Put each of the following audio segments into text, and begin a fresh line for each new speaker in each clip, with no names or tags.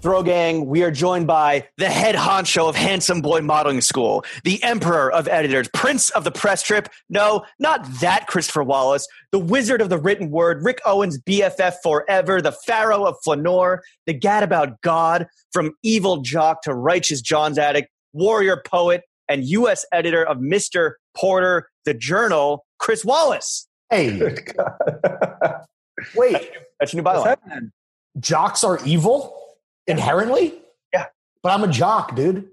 Throw Gang, we are joined by the head honcho of Handsome Boy Modeling School, the emperor of editors, prince of the press trip. No, not that Christopher Wallace, the wizard of the written word, Rick Owens, BFF forever, the pharaoh of Flanor, the gadabout god, from evil jock to righteous John's addict, warrior poet, and U.S. editor of Mr. Porter, the journal, Chris Wallace.
Hey,
Good God.
wait.
That's your new byline.
Jocks are evil inherently?
Yeah.
But I'm a jock, dude.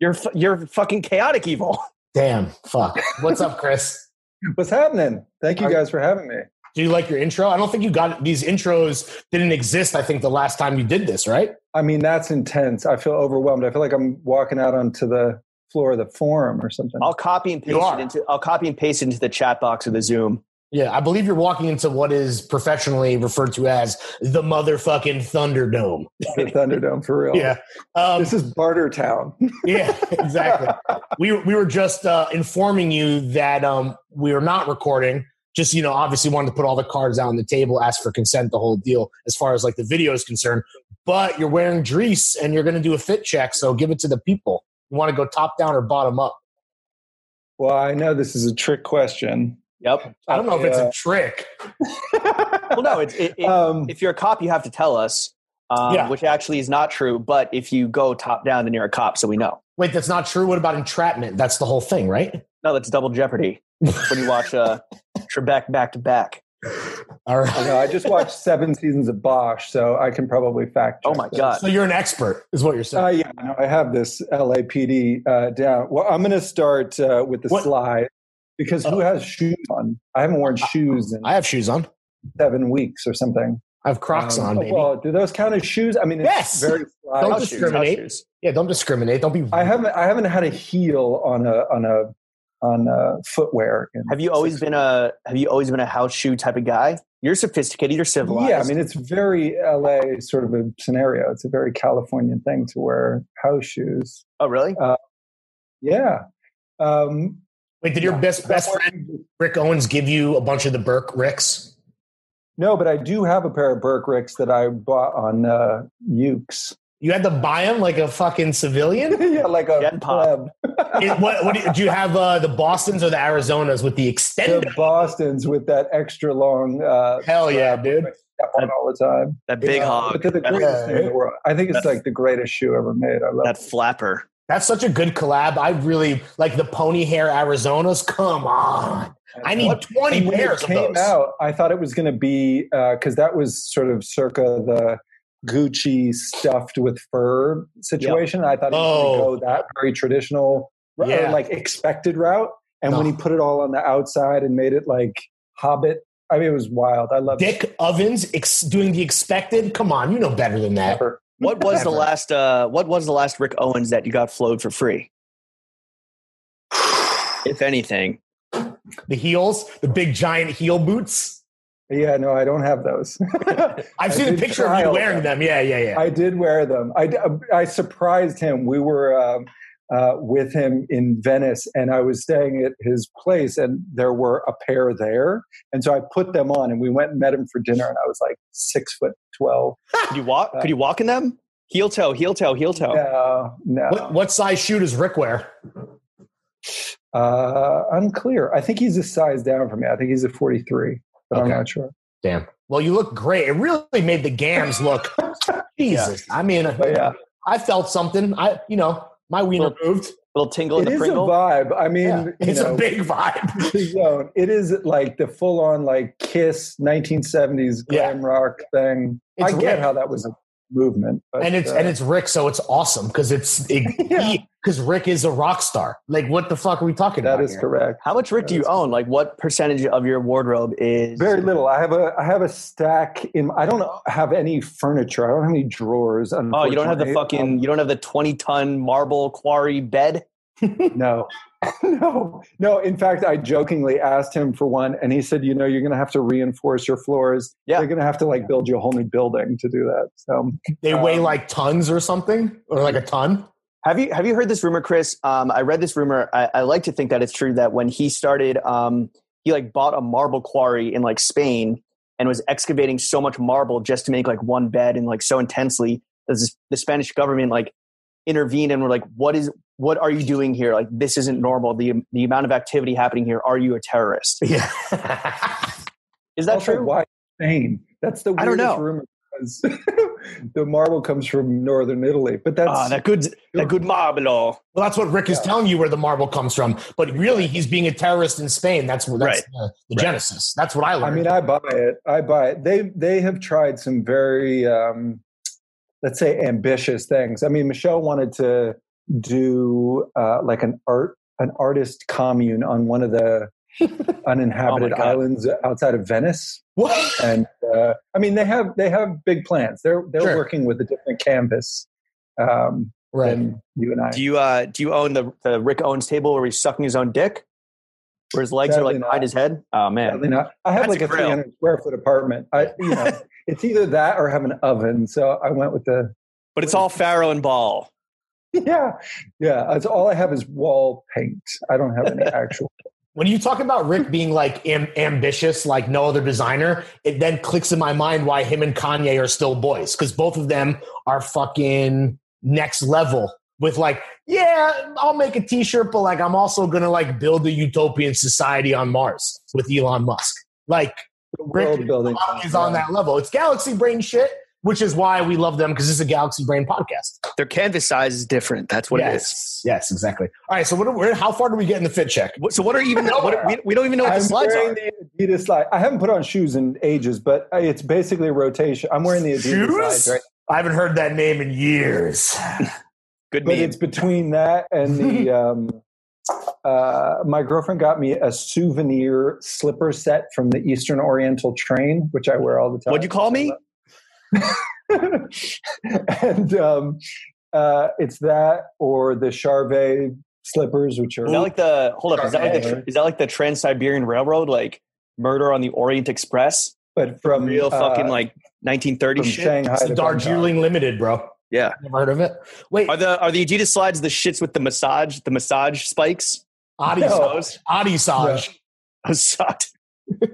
You're, fu- you're fucking chaotic evil.
Damn, fuck. What's up, Chris?
What's happening? Thank you
Are-
guys for having me.
Do you like your intro? I don't think you got these intros didn't exist, I think, the last time you did this, right?
I mean, that's intense. I feel overwhelmed. I feel like I'm walking out onto the floor of the forum or something.
I'll copy and
You
paste it
are.
into I'll copy and paste it into the chat box of the Zoom.
Yeah, I believe you're walking into what is professionally referred to as the motherfucking Thunderdome.
the Thunderdome for real.
Yeah. Um,
This is Barter Town.
yeah, exactly. we, we were just uh, informing you that um, we are not recording. Just, you know, obviously wanted to put all the cards out on the table, ask for consent, the whole deal, as far as like the video is concerned. But you're wearing Drees and you're going to do a fit check, so give it to the people. You want to go top down or bottom up?
well, I know this is a trick question.
Yep.
I don't know if it's
Yeah.
a trick.
Well, no, it's it, it,
um,
if you're a cop, you have to tell us, um,
Yeah.
which actually is not true. But if you go top down, then you're a cop, so we know.
Wait, that's not true. What about entrapment? That's the whole thing, right?
No, that's double jeopardy when you watch uh, Trebek back to back.
All
I
right.
know, I just watched seven seasons of Bosch, so I can probably fact.
Oh
check
my
this.
god!
So you're an expert, is what you're saying.
Uh, yeah, no, I have this LAPD uh, down. Well, I'm going to start uh, with the
What- Oh.
slide because who has shoes on? I haven't worn shoes in
I have shoes on.
seven weeks or something.
I have Crocs
Um,
on,
oh,
baby.
Well, do those count as shoes? I mean, it's
Yes!
very fly.
Don't
house shoes,
discriminate.
house shoes.
Yeah, don't discriminate. Don't be.
I haven't I haven't had a heel on a on a on a footwear. in
Have you always
six-
been a Have you always been a house shoe type of guy? You're sophisticated. You're civilized.
Yeah, I mean, it's very LA sort of a scenario. It's a very Californian thing to wear house shoes.
oh really?
Yeah. Um,
Wait, did your best best friend Rick Owens give you a bunch of the Burke Ricks?
No, but I do have a pair of Burke Ricks that I bought on uh, Ukes.
You had to buy them like a fucking civilian.
yeah, like a
Gen Pop.
pleb.
It- what, what do you- do you have? Uh, the Boston's or the Arizonas with the
the
extended?
Boston's with that extra long uh,
Hell yeah, dude!
step on all the time.
That big
Yeah,
hog.
But they're the
That-
greatest thing in the world. I think it's
That's-
like the greatest shoe ever made. I love
that
it.
flapper.
That's such a good collab. I really like the pony hair Arizonas. Come on, I need
And
twenty
when
pairs
it
of
came
those.
out, I thought it was going to be because that was sort of circa the Gucci stuffed with fur situation. I thought he was
Oh.
going to go that very traditional, or,
Yeah.
like expected route. And when
No.
he put it all on the outside and made it like Hobbit, I mean, it was wild. I love
Dick Ovens ex- doing the expected. Come on, you know better than that.
What was the
Never.
last uh, What was the last Rick Owens that you got flowed for free? If anything,
The heels, the big giant heel boots.
Yeah, no, I don't have those.
I've
I
seen a
did
picture of you
trial
wearing them. Yeah, yeah, yeah.
I did wear them. I, um, I surprised him. We were um, uh, with him in Venice, and I was staying at his place, and there were a pair there, and so I put them on, and we went and met him for dinner, and I was like six foot twelve.
could you walk?
Uh,
Could you walk in them? Heel toe, heel toe, heel toe.
No, no,
Oh. what, what size shoe does Rick wear?
uh, unclear. I think he's a size down from me. I think he's a forty-three, but
Okay.
I'm not sure.
Damn. Well, you look great. It really made the gams look. Jesus. I mean,
But yeah,
I felt something. I, you know, my wiener moved.
Little tingle in
it
the
is
Pringle.
a vibe. I mean,
Yeah.
you
It's
know,
a big vibe.
the zone. It is like the full on like Kiss 1970s glam rock thing.
It's
I get
ripped.
how that was a movement. But,
and it's
uh,
and it's Rick, so it's awesome because it's
Yeah.
because Rick is a rock star. Like, what the fuck are we talking about?
that is
here?
correct.
How much Rick do you own? Like, what percentage of your wardrobe is
Very little. I have a I have a stack in. I don't have any furniture. I don't have any drawers.
Oh, you don't have the
unfortunately.
fucking, you don't have the 20 ton marble quarry bed?
No, no, no. In fact, I jokingly asked him for one, and he said, "You know, you're going to have to reinforce your floors.
Yeah.
They're going to have to like build you a whole new building to do that." So
They weigh
Um,
like tons or something, or like a ton.
Have you have you heard this rumor, Chris? Um, I read this rumor. I, I like to think that it's true that when he started, um, he like bought a marble quarry in like Spain and was excavating so much marble just to make like one bed and like so intensely that this- the Spanish government like intervened and were like, "What is? What are you doing here? Like this isn't normal. The the amount of activity happening here. Are you a terrorist?
Yeah.
Is that
Also,
true?
Why Spain? That's the
I
weirdest
don't know.
rumor. Because the marble comes from northern Italy, but that's
Ah, that good that good marble.
well, that's what Rick is
Yeah.
telling you where the marble comes from. But really, he's being a terrorist in Spain. That's what that's
Right.
the, the
Right.
genesis. That's what I
I
learned.
mean, I buy it. I buy it. They they have tried some very um, let's say ambitious things. I mean, Michelle wanted to do uh, like an art an artist commune on one of the uninhabited
Oh my God.
islands outside of Venice.
what?
And uh, I mean, they have they have big plans. They're they're
Sure.
working with a different canvas um,
Right.
than you and I.
Do you uh do you own the the Rick Owens table where he's sucking his own dick, where his legs
Sadly
are like
not.
behind his head? Oh man.
Sadly not. I have
That's
like
a
a,
grill.
300 square foot apartment. I, you know, it's either that or have an oven. So I went with the
But it's all Farrow and Ball.
yeah, yeah. That's all I have is wall paint. I don't have any actual.
When you talk about Rick being like am- ambitious, like no other designer, it then clicks in my mind why him and Kanye are still boys because both of them are fucking next level with like, yeah, I'll make a T-shirt, but like I'm also gonna like build a utopian society on Mars with Elon Musk. Like
world building
is on that level. It's galaxy brain shit, which is why we love them because this is a galaxy brain podcast.
Their canvas size is different. That's what
yes, yes, exactly. All right, so what? Are, how far do we get in the fit check?
it is. What- So what are even? What are, we, we don't even know what
I'm
the slides
wearing
are.
the Adidas slide. I haven't put on shoes in ages, but I- it's basically rotation. I'm wearing the Adidas slides, right?
I haven't heard that name in years.
Good
But
meme.
it's between that and the. Um, uh, my girlfriend got me a souvenir slipper set from the Eastern Oriental train, which I wear all the time.
What'd you call me?
and um, uh, it's that or the Charvet slippers, which are
Is that like the hold up? Is that like the
Charmander.
is that like the Trans Siberian Railroad? Like murder on the Orient Express?
but from
Real fucking
uh,
like
from
1930s shit.
Shanghai.
It's
to
the
Bangkok.
Darjeeling Limited, bro.
Yeah.
Never heard of it. Wait,
Are the are the Adidas slides the shits with the massage the massage spikes?
Adi
No.
Those,
Adi Saj.
those sucked.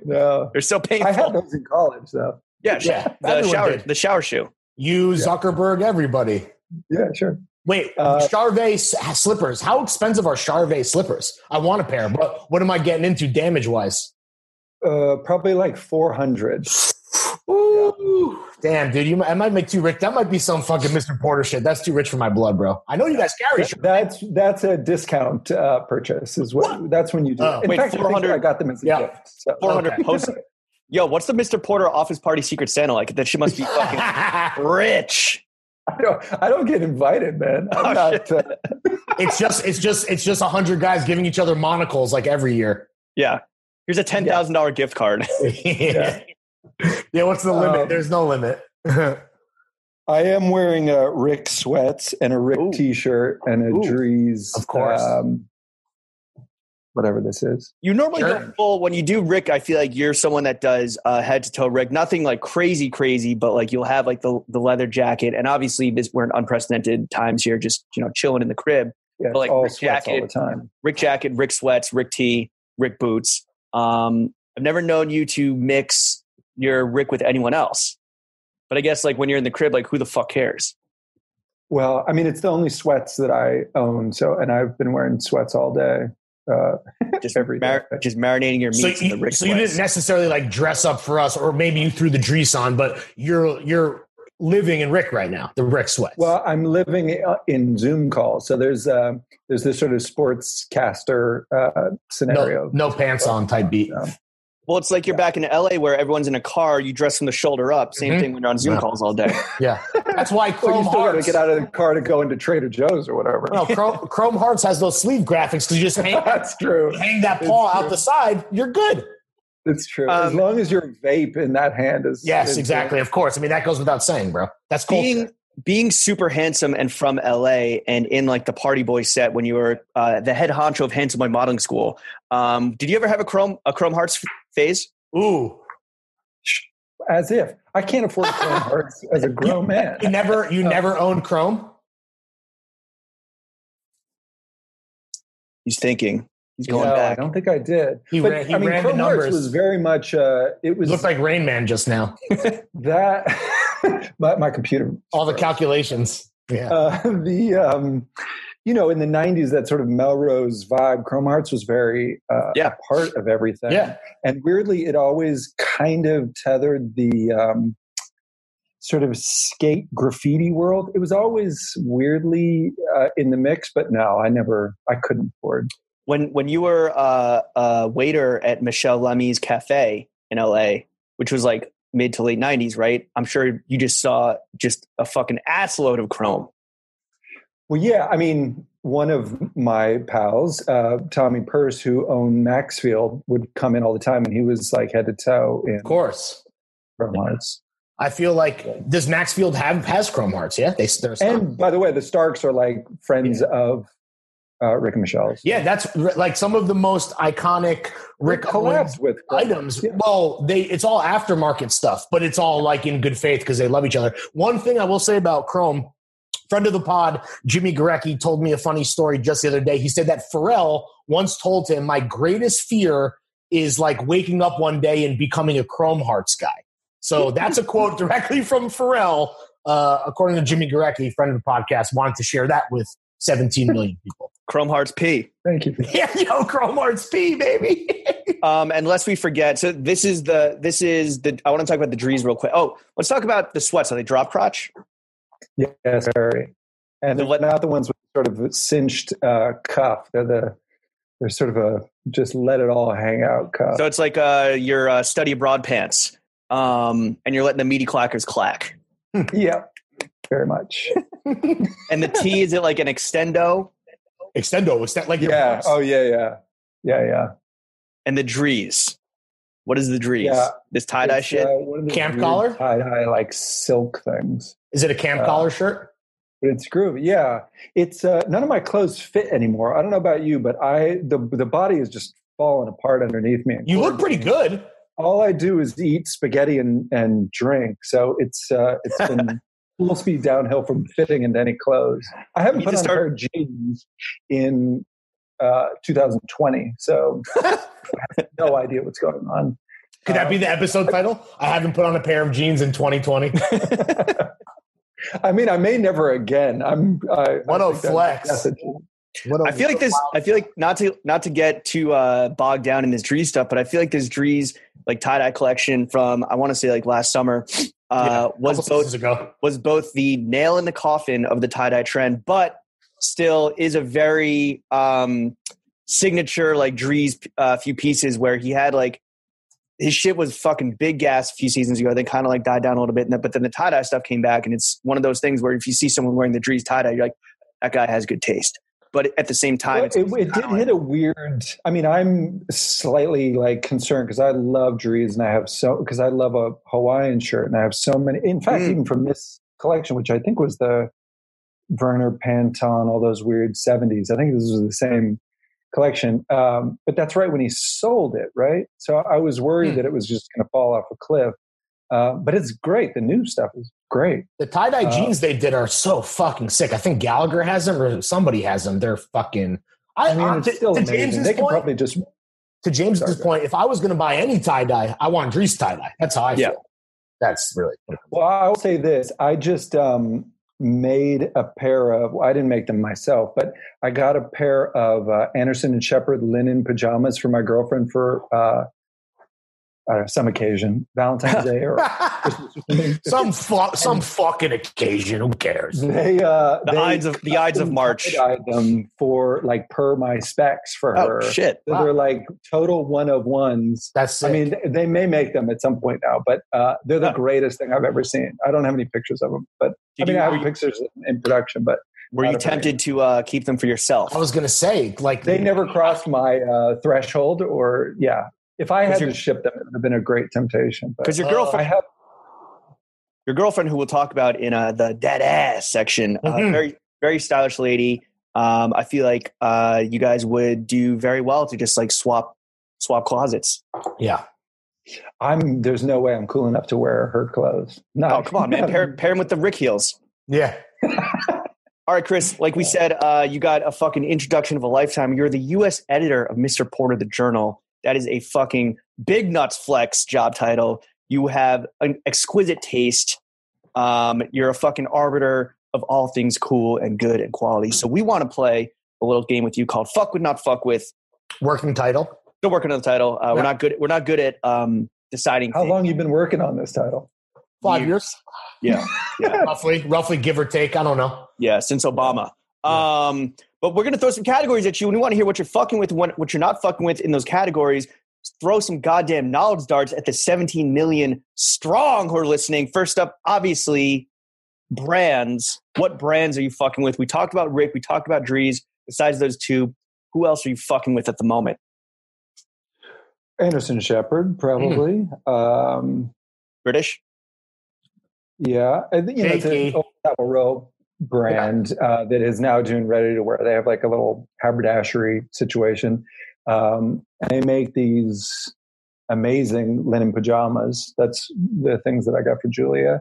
No,
They're so
I had
painful.
those in college though.
Yeah, sh-
Yeah,
the
everyone
shower
did.
the shower shoe.
You,
Yeah.
Zuckerberg, everybody.
Yeah, sure.
Wait,
Uh,
Charvet s- slippers. How expensive are Charvet slippers? I want a pair, but what am I getting into damage wise?
Uh, probably like four hundred.
Ooh, damn, dude. You might, I might make too rich. That might be some fucking Mr. Porter shit. That's too rich for my blood, bro. I know you guys carry shit.
That's that's a discount uh, purchase. Is what, That's when you do.
Oh.
it. in
Wait,
fact, I, think
400
I got them as a
Yeah.
gift. So.
400
Okay.
post. Yo, what's the Mr. Porter office party secret Santa like? That shit must be fucking rich.
I don't, I don't get invited, man. I'm
Oh,
not. Uh,
it's just, it's just, it's just a hundred guys giving each other monocles like every year.
Yeah. Here's a ten thousand dollar gift card.
yeah. yeah, what's the limit?
Um,
There's no limit.
I am wearing a Rick sweats and a Rick
Ooh.
t-shirt and a
Ooh.
Dries.
Of course.
Um, whatever this is.
You normally
Sure.
go full when you do Rick. I feel like you're someone that does uh, head to toe Rick. Nothing like crazy, crazy, but like you'll have like the the leather jacket, and obviously this, we're in unprecedented times here, just you know chilling in the crib.
Yeah,
But, like,
all
Rick
sweats all
jacket.
the time.
Rick jacket, Rick sweats, Rick tee, Rick boots. Um, I've never known you to mix your Rick with anyone else. But I guess like when you're in the crib, like who the fuck cares?
Well, I mean, it's the only sweats that I own. So, and I've been wearing sweats all day. Uh,
Just
Every day.
mar- just marinating your meats
so
in the
you,
Rick
so you
sweats.
didn't necessarily like dress up for us, or maybe you threw the Drees on, but you're you're living in Rick right now, the Rick sweats.
well, I'm living uh, in Zoom calls, so there's uh, there's this sort of sportscaster uh,
no,
scenario.
no pants on type beat.
Um,
Well, it's like you're back in LA where everyone's in a car, you dress from the shoulder up. Same
Mm-hmm.
Mhm.
thing when you're on Zoom
Yeah.
calls all day.
Yeah, that's why Chrome
Well, you still got to
Hearts.
get out of the car to go into Trader Joe's or whatever.
No, Chrome, Chrome Hearts has those sleeve graphics because you just hang,
That's true.
hang that
It's
paw
true.
out the side. You're good.
It's true. as
Um,
long as your vape in that hand is
Yes,
is-
exactly. Of course. I mean, that goes without saying, bro. That's cool.
being being super handsome and from LA and in like the party boy set when you were uh, the head honcho of handsome boy modeling school. Um, did you ever have a chrome a chrome hearts f- phase?
Ooh,
As if I can't afford Chrome Hearts as a grown man.
you never, you never owned Chrome.
He's thinking. He's going
no, I
back.
don't think I did.
He
But,
ran- he
I mean,
ran the
Chrome Hearts
numbers.
was very much. Uh, it
You
was
look like Rain Man just now.
that. my, my computer.
All the
froze.
calculations. Yeah.
uh, the um, you know in the 90s that sort of melrose vibe chrome hearts was very uh,
Yeah.
a part of everything
Yeah.
and weirdly it always kind of tethered the um, sort of skate graffiti world it was always weirdly uh, in the mix but no i never i couldn't afford
When when you were uh, a waiter at Michelle Lemmy's cafe in LA, which was like mid to late '90s, right? I'm sure you just saw just a fucking ass load of chrome.
Well, yeah, I mean, one of my pals, uh, Tommy Purse, who owned Maxfield, would come in all the time, and he was like head to toe in
Of course.
Chrome Hearts.
I feel like does Maxfield have has Chrome Hearts? Yeah, they they're
And by the way, the Starks are like friends of uh, Rick and Michelle's.
yeah. That's like some of the most iconic
They
Rick Owens
collabs with
items.
Yeah.
Well, they it's all aftermarket stuff, but it's all like in good faith because they love each other. One thing I will say about Chrome, friend of the pod, Jimmy Garecki told me a funny story just the other day. He said that Pharrell once told him, "My greatest fear is like waking up one day and becoming a Chrome Hearts guy." So that's a quote directly from Pharrell, uh, according to Jimmy Garecki, friend of the podcast. Wanted to share that with 17 million people.
Chrome Hearts P.
Thank you.
yeah, yo, Chrome Hearts P, baby.
um, and lest we forget, so this is the this is the I want to talk about the Drees real quick. Oh, let's talk about the sweats. Are they drop crotch?
Yes, very. And
The
they're
what-
not the ones with sort of a cinched uh, cuff. They're the they're sort of a just let it all hang out cuff.
So it's like uh, your uh, study abroad pants, um, and you're letting the meaty clackers clack.
yeah, very much.
And the T is it like an extendo?
Extendo, extend like your
yeah.
horse.
Oh yeah, yeah, yeah, yeah.
And the Drees. What is the Drees?
Yeah.
This tie dye
It's,
shit.
uh, one of those
Camp
weird
collar?
tie-dye like silk things.
Is it a cam
Uh,
collar shirt?
But it's groovy. Yeah, it's uh, none of my clothes fit anymore. I don't know about you, but I the the body is just falling apart underneath me.
You look pretty good.
All I do is eat spaghetti and and drink. So it's uh, it's been full speed downhill from fitting into any clothes. I haven't
You
put on
just
a pair of jeans in uh, 2020, so I have no idea what's going on.
Could that be
Uh,
the episode title? I haven't put on a pair of jeans in 2020.
I mean, I may never again. I'm I,
What
I
a
think that's
flex.
message.
I feel like this. I feel like not to not to get too uh, bogged down in this Dree stuff, but I feel like this Drees like tie dye collection from I want to say like last summer uh, was both
seasons ago.
was both the nail in the coffin of the tie dye trend, but still is a very um, signature like Dre's uh, few pieces where he had like his shit was fucking big gas a few seasons ago. They kind of like died down a little bit, and then- but then the tie dye stuff came back, and it's one of those things where if you see someone wearing the Dre's tie dye, you're like, that guy has good taste. But at the same time,
Well,
it's,
it, it did hit a weird. I mean, I'm slightly like concerned because I love Drees and I have so because I love a Hawaiian shirt and I have so many. In fact,
Mm.
even from this collection, which I think was the Werner Panton, all those weird '70s. I think this was the same collection. Um, but that's right when he sold it, right? So I was worried
Hmm.
that it was just going to fall off a cliff. Uh, but it's great. The new stuff is great.
The tie dye
Uh,
jeans they did are so fucking sick. I think Gallagher has them or somebody has them. They're fucking. I,
I mean,
uh,
it's
to,
still
to
amazing.
James's
They can
point.
probably just
to James's
Sorry, go
point, if I was going to buy any tie dye, I want Drees tie dye. That's how I
Yeah.
feel. That's really.
Well, I'll say this. I just um, made a pair of, I didn't make them myself, but I got a pair of uh, Anderson and Shepard linen pajamas for my girlfriend for uh, uh, some occasion, Valentine's Day or
some fu- some fucking occasion. Who cares?
they uh,
The
they
Ides of- the Ides of March.
customized them for like per my specs for
Oh
her.
shit!
So They're like total one of ones.
That's
I mean, they may make them at some point now, but uh, they're the
Huh.
greatest thing I've ever seen. I don't have any pictures of them, but I
Did
mean,
you-
I
were
have
you-
pictures in production, but
were you
not a fan.
tempted to uh, keep them for yourself?
I was gonna say like
they never crossed my uh, threshold. Or yeah, if I
'Cause
had
you're-
to ship them, it would have been a great temptation. But
Because your
Uh,
I
girlfriend,
have
your girlfriend, who we'll talk about in uh, the dead ass section, uh,
Mhm.
very very stylish lady. Um, I feel like uh, you guys would do very well to just like swap swap closets.
Yeah,
I'm there's no way I'm cool enough to wear her clothes. No,
Oh come on, man! Pair pair him with the Rick heels.
yeah.
All right, Chris. Like we said, uh, you got a fucking introduction of a lifetime. You're the U.S. editor of Mr. Porter the Journal. That is a fucking big nuts flex job title. You have an exquisite taste. Um, you're a fucking arbiter of all things cool and good and quality. So we want to play a little game with you called "Fuck with Not Fuck with."
Working title.
Still working on the title. Uh, We're
Yeah.
not good. We're not good at um, deciding.
How
things.
long you been working on this title?
Five
Years.
years,
Yeah.
roughly, roughly, give or take. I don't know.
Yeah, since Obama.
Yeah.
Um, but we're gonna throw some categories at you, and we want to hear what you're fucking with, what what you're not fucking with in those categories. Throw some goddamn knowledge darts at the 17 million strong who are listening. First up, obviously, brands. What brands are you fucking with? We talked about Rick. We talked about Drees. Besides those two, who else are you fucking with at the moment?
Anderson Shepherd, probably.
Hmm.
Um,
British.
Yeah, I think you know, it's
Jakey.
an old Savile Row brand uh, that is now doing ready to wear. They have like a little haberdashery situation. Um, and they make these amazing linen pajamas. That's the things that I got for Julia.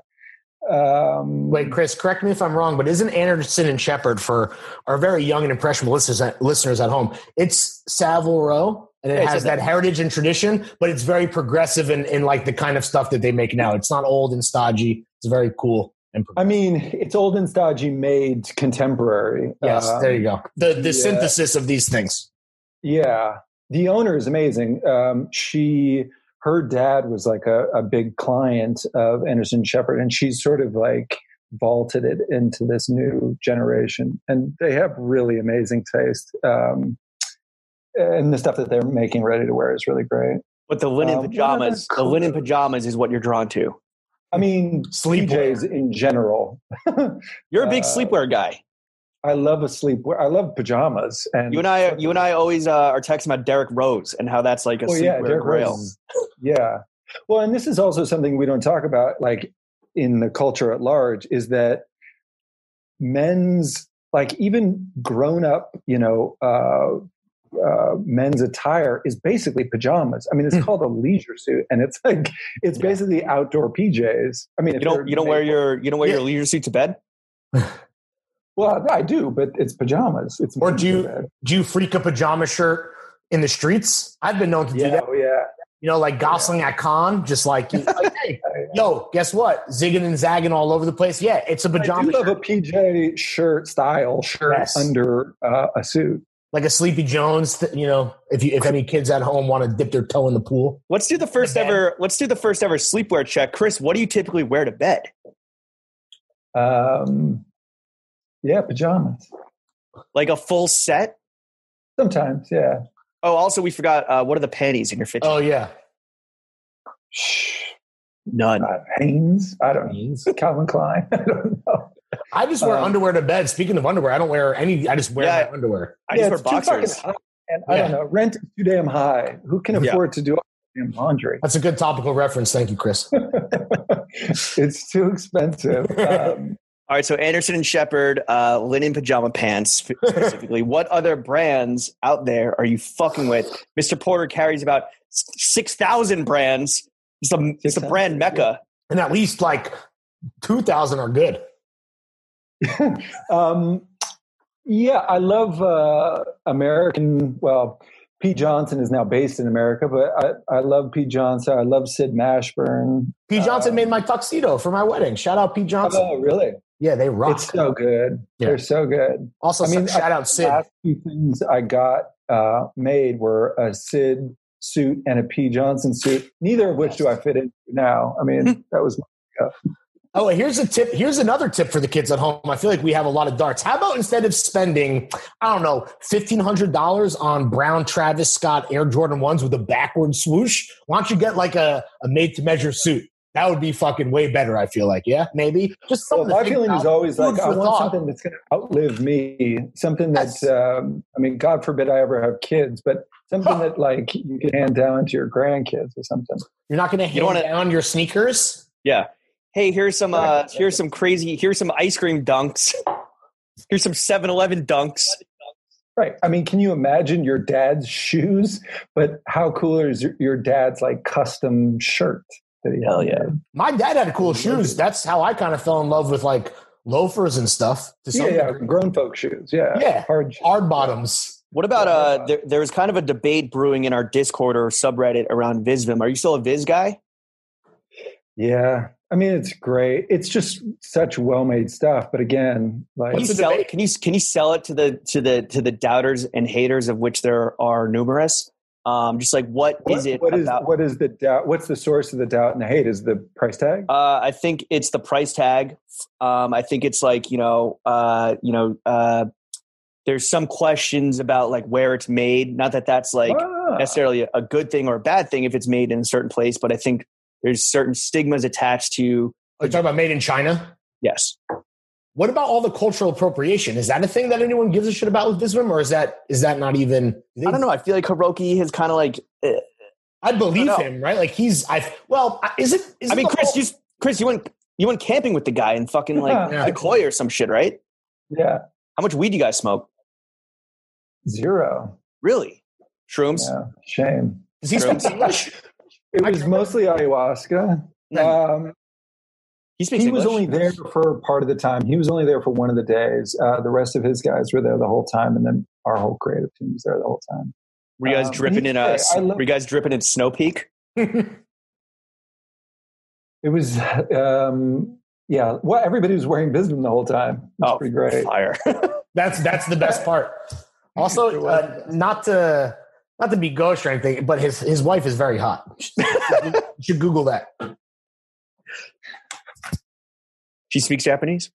Um,
Wait, Chris, correct me if I'm wrong, but isn't Anderson and Shepard for our very young and impressionable listeners at, listeners at home? It's Savile Row, and it
Yeah,
has
so
that heritage and tradition, but it's very progressive in, in like the kind of stuff that they make now. It's not old and stodgy. It's very cool and
I
progressive.
mean, it's old and stodgy made contemporary.
yes,
Um,
there you go. The the
yeah.
synthesis of these things.
Yeah, the owner is amazing. Um, she, her dad was like a, a big client of Anderson Shepherd, and she's sort of like vaulted it into this new generation. And they have really amazing taste, um, and the stuff that they're making ready to wear is really great.
But the linen
Um, what
pajamas.
other
The linen
colors?
pajamas is what you're drawn to. Mm.
I mean,
Sleepwear.
PJs in general.
You're a big
Uh,
sleepwear guy.
I love a sleepwear. I love pajamas. And
You and I, you and I always uh, are texting about Derek Rose and how that's like a
Well,
sleepwear
Oh, yeah, Derek Rose
grail.
is- yeah. Well, and this is also something we don't talk about, like in the culture at large, is that men's, like even grown up, you know, uh, uh, men's attire is basically pajamas. I mean, it's
Hmm.
called a leisure suit, and it's like it's
Yeah.
basically outdoor PJs. I mean, if
You don't
you're
you don't wear
naked-
your you don't wear your
Yeah.
leisure suit to bed?
Well, I do, but it's pajamas. It's
Or do you-
men's
Do you freak a pajama shirt in the streets? I've been known to
bed.
do
Yeah,
that.
yeah.
You know, like Gosling at Con, just like, like hey,
yeah.
yo, guess what? Zigging and zagging all over the place. Yeah, it's a
I
pajama
do love
shirt.
a PJ shirt style shirt
Yes.
under uh, a suit.
like a Sleepy Jones. Th- you know, if you, if any kids at home want to dip their toe in the pool,
Let's do the first
bed.
ever let's do the first ever sleepwear check. Chris, what do you typically wear to bed?
Um, yeah, pajamas.
Like a full set?
Sometimes, yeah.
Oh, also we forgot uh, what are the panties in your fit?
Uh,
oh yeah,
Shh,
None.
uh, Hanes. I don't know. Calvin Klein. I don't know.
I just wear
Um,
underwear to bed. Speaking of underwear, I don't wear any. I just wear
Yeah.
my underwear.
I
Yeah,
just wear
it's too fucking
boxers.
hot, And I don't
Yeah.
know. Rent is too damn high. Who can
Yeah.
afford to do all the damn laundry?
That's a good topical reference. Thank you, Chris.
it's too expensive. Um,
All right, so Anderson and Shepard, uh, linen pajama pants sp- specifically. what other brands out there are you fucking with? Mr. Porter carries about s- six thousand brands. It's a it's a
6,000,
brand
yeah.
mecca.
and at least like two thousand are good.
um, yeah, I love uh, American. Well, P. Johnson is now based in America, but I, I love P. Johnson. I love Sid Mashburn.
P. Johnson
Um,
made my tuxedo for my wedding. Shout out P. Johnson.
Oh, really?
yeah, they rock.
It's so good.
Yeah.
They're so good.
also,
I mean,
shout out
The
Sid.
last few things I got uh, made were a Sid suit and a P. Johnson suit, neither of which do I fit into now. I
Hmm.
mean, that was
Oh, here's a tip. Here's another tip for the kids at home. I feel like we have a lot of darts. How about instead of spending, I don't know, fifteen hundred dollars on brown Travis Scott Air Jordan ones with a backward swoosh? Why don't you get like a, a made to measure suit? That would be fucking way better. I feel like, yeah, maybe just
Well,
something. to
my
think
feeling is
about.
always
Food
like I
for
want
thought.
something that's going to outlive me. Something that
Yes.
um, I mean, God forbid I ever have kids, but something that like you can hand down to your grandkids or something.
You're not going to hand
wanna-
down your sneakers.
Yeah. Hey, here's some uh
Exactly.
here's some crazy here's some ice cream dunks. Here's some 7-Eleven dunks.
Right. I mean, can you imagine your dad's shoes? But how cool is your, your dad's like custom shirt? That he
Hell yeah.
had?
My dad had cool shoes. That's how I kind of fell in love with like loafers and stuff. To some
Yeah, yeah.
degree.
Grown folk shoes. Yeah.
Yeah.
Hard shoes.
hard bottoms.
What about uh
Yeah.
there, there was kind of a debate brewing in our Discord or subreddit around Visvim. Are you still a Viz guy?
Yeah. I mean, it's great. It's just such well made stuff. But again, like,
Can you
What's the
sell it?
debate?
Can you can you sell it to the to the to the doubters and haters of which there are numerous? Um just like what
what-
is it
what is
about
what is the doubt? What's the source of the doubt and the hate? Is the price tag?
Uh, I think it's the price tag. Um, I think it's like you know, uh, you know, uh, there's some questions about like where it's made. Not that that's like
Ah.
necessarily a- a good thing or a bad thing if it's made in a certain place, but I think there's certain stigmas attached to
Are you talking about made in China?
yes.
What about all the cultural appropriation? Is that a thing that anyone gives a shit about with Visvim, or is that is that not even?
I don't know. I feel like Hiroki has kind of like. eh,
I believe
I don't know.
him, right? Like he's I well, I- is it? Is
I
it
mean,
the
Chris,
whole-
you Chris, you went you went camping with the guy in fucking like
Yeah.
Decoy or some shit, right?
Yeah,
How much weed do you guys smoke?
zero.
Really? Shrooms?
Yeah, shame.
does he speak English?
It
I
was
can-
mostly ayahuasca. Um,
He speaks
he was
English.
only there for part of the time. He was only there for one of the days. Uh, the rest of his guys were there the whole time, and then our whole creative team was there the whole time.
were you guys
um,
dripping in a?
I love-
were you guys dripping in Snow Peak?
It was, um, yeah. Well, everybody was wearing Bisbee the whole time. It was
Oh,
pretty great.
Fire.
That's that's the best part.
It
Also,
was.
uh, not to not to be gauche or anything, but his his wife is very hot. you should Google that.
she speaks Japanese.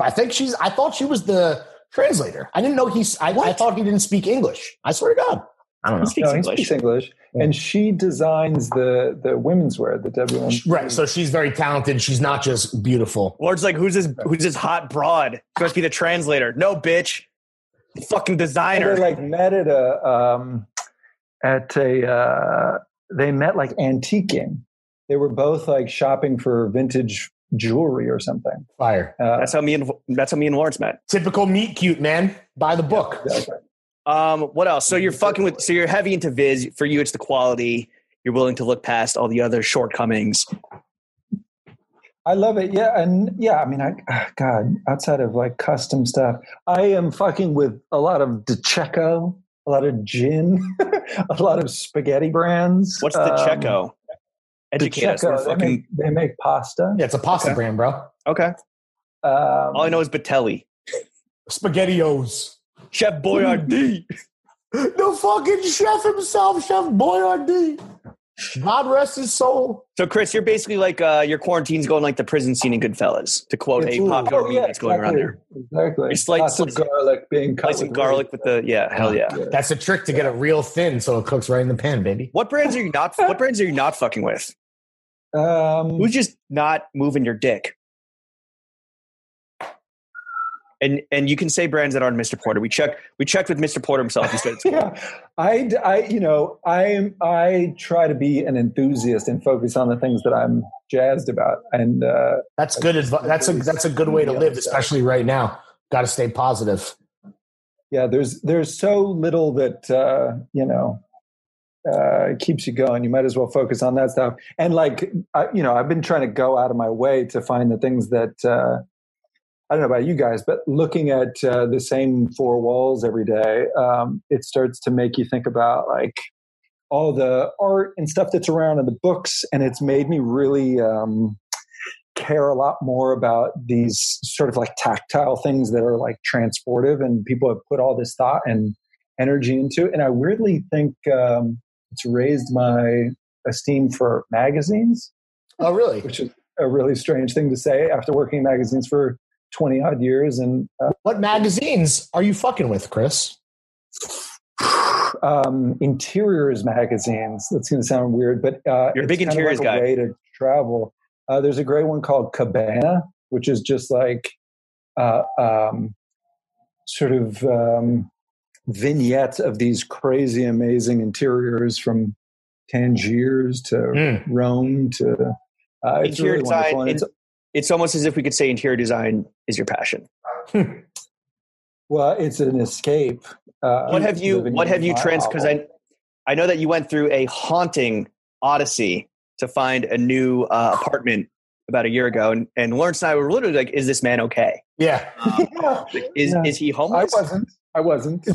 I think she's. I thought she was the translator. I didn't know he's. I, I thought he didn't speak English. I swear to God. I don't
He
know.
speaks
No, he
English.
speaks English, and she designs the the women's wear, the WM.
Right. So she's very talented. She's not just beautiful.
Lord's like, who's this? Who's this hot broad? She must be the translator. No, bitch. Fucking
And they
designer.
like met at a um, at a uh, they met like antiquing. They were both like shopping for vintage jewelry or something.
Fire.
Uh,
That's how me and that's how me and Lawrence met.
Typical meat cute man. By the book.
Um, what else? So you're fucking with. So you're heavy into Viz. For you, it's the quality. You're willing to look past all the other shortcomings.
I love it. Yeah, and yeah, I mean, I ah, God, outside of like custom stuff, I am fucking with a lot of DeCheco, a lot of gin, a lot of spaghetti brands.
What's the
Um,
Checo? Educate us. We're
DeCheco, they,
fucking
make, they make pasta.
Yeah, it's a pasta brand, bro.
okay.
Um,
All I know is Batelli,
Spaghettios.
Chef Boyardee.
The fucking chef himself, Chef Boyardee. God rest his soul.
so Chris, you're basically like uh, your quarantine's going like the prison scene in Goodfellas, to quote a popular
Oh,
meme
yeah,
that's going around there.
Exactly.
It's like-
Lots of garlic being cut.
Place some garlic with the yeah, hell yeah.
That's a trick to get it real thin so it cooks right in the pan, baby.
What brands are you not? What brands are you not fucking with?
Um,
Who's just not moving your dick? And and you can say brands that aren't Mr. Porter. We checked we checked with Mr. Porter himself. He said it's cool.
yeah, I, d- I- you know, I, I try to be an enthusiast and focus on the things that I'm jazzed about. And uh,
That's good advice. That's a that's a good way to live, especially right now. Got to stay positive.
yeah, there's there's so little that uh, you know uh, keeps you going. You might as well focus on that stuff. And like, I, you know, I've been trying to go out of my way to find the things that. Uh, I don't know about you guys, but looking at uh, the same four walls every day, um, it starts to make you think about like all the art and stuff that's around in the books, and it's made me really um, care a lot more about these sort of like tactile things that are like transportive, and people have put all this thought and energy into it. And I weirdly think um, it's raised my esteem for magazines,
Oh, really?
which is a really strange thing to say after working in magazines for 20 odd years. And uh,
What magazines are you fucking with, Chris?
um, interiors magazines. That's going to sound weird, but uh,
You're a big
it's kind of
interiors
like a
guy.
Way to travel. Uh, there's a great one called Cabana, which is just like uh, um, sort of um, vignettes of these crazy, amazing interiors from Tangiers to
Mm.
Rome to. Uh, it's
Hmm. Interior
really
design,
wonderful. And it's,
It's almost as if we could say interior design is your passion.
well, it's an escape. Uh,
What have you?
living
What
in
have you
my
trans? Because
novel.
I, I know that you went through a haunting odyssey to find a new uh, apartment about a year ago, and, and Lawrence and I were literally like, "Is this man okay?
Yeah.
Yeah,
Like, is
Yeah.
is he
I
homeless?"
wasn't. I wasn't.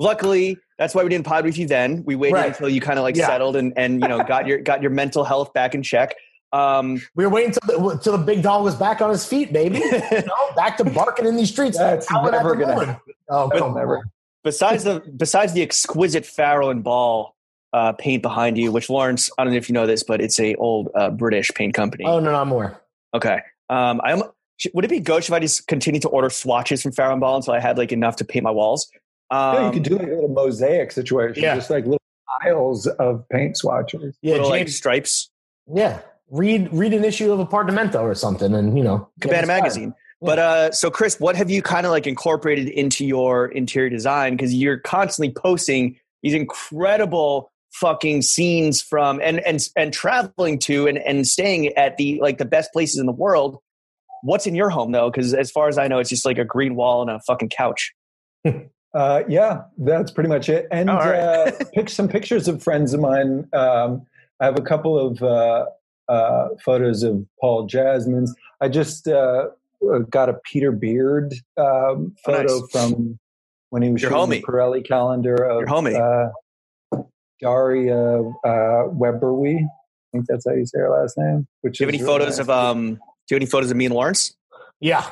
Luckily, that's why we didn't pod with you then. We waited
Right.
until you kind of like
Yeah.
settled and and you know got your got your mental health back in check. Um,
we were waiting till the, till the big dog was back on his feet, baby. You know, back to barking in these streets.
That's
howling at
never
the
gonna
moon. Oh, come
never.
on.
besides the besides the exquisite Farrow and Ball uh, paint behind you, which Lawrence, I don't know if you know this, but it's a old uh, British paint company.
Oh, no, no, I'm aware.
Okay. Um, I'm. sh- Would it be gauche if I just continued to order swatches from Farrow and Ball until I had like enough to paint my walls? Um,
yeah, you could do like a little mosaic situation,
Yeah.
just like little piles of paint swatches.
Yeah,
little, like
James-
stripes,
yeah. Read read an issue of Apartmento or something, and you know, get
Cabana
inspired.
magazine. But uh, so Chris, what have you kind of like incorporated into your interior design? Because you're constantly posting these incredible fucking scenes from and and and traveling to and and staying at the like the best places in the world. What's in your home though? Because as far as I know, it's just like a green wall and a fucking couch.
Uh, yeah, that's pretty much it. And
Oh, all right.
uh, pick some pictures of friends of mine. Um, I have a couple of uh, uh, photos of Paul Jasmine's. I just uh, got a Peter Beard um,
Oh, nice.
photo from when he was
Your
shooting the
homie.
Pirelli calendar of
Your homie.
Uh, Daria uh, Weberwe. I think that's how you say her last name. Which
Do you have
is
any
really
photos
nice.
of um? Do you have any photos of me and Lawrence?
Yeah,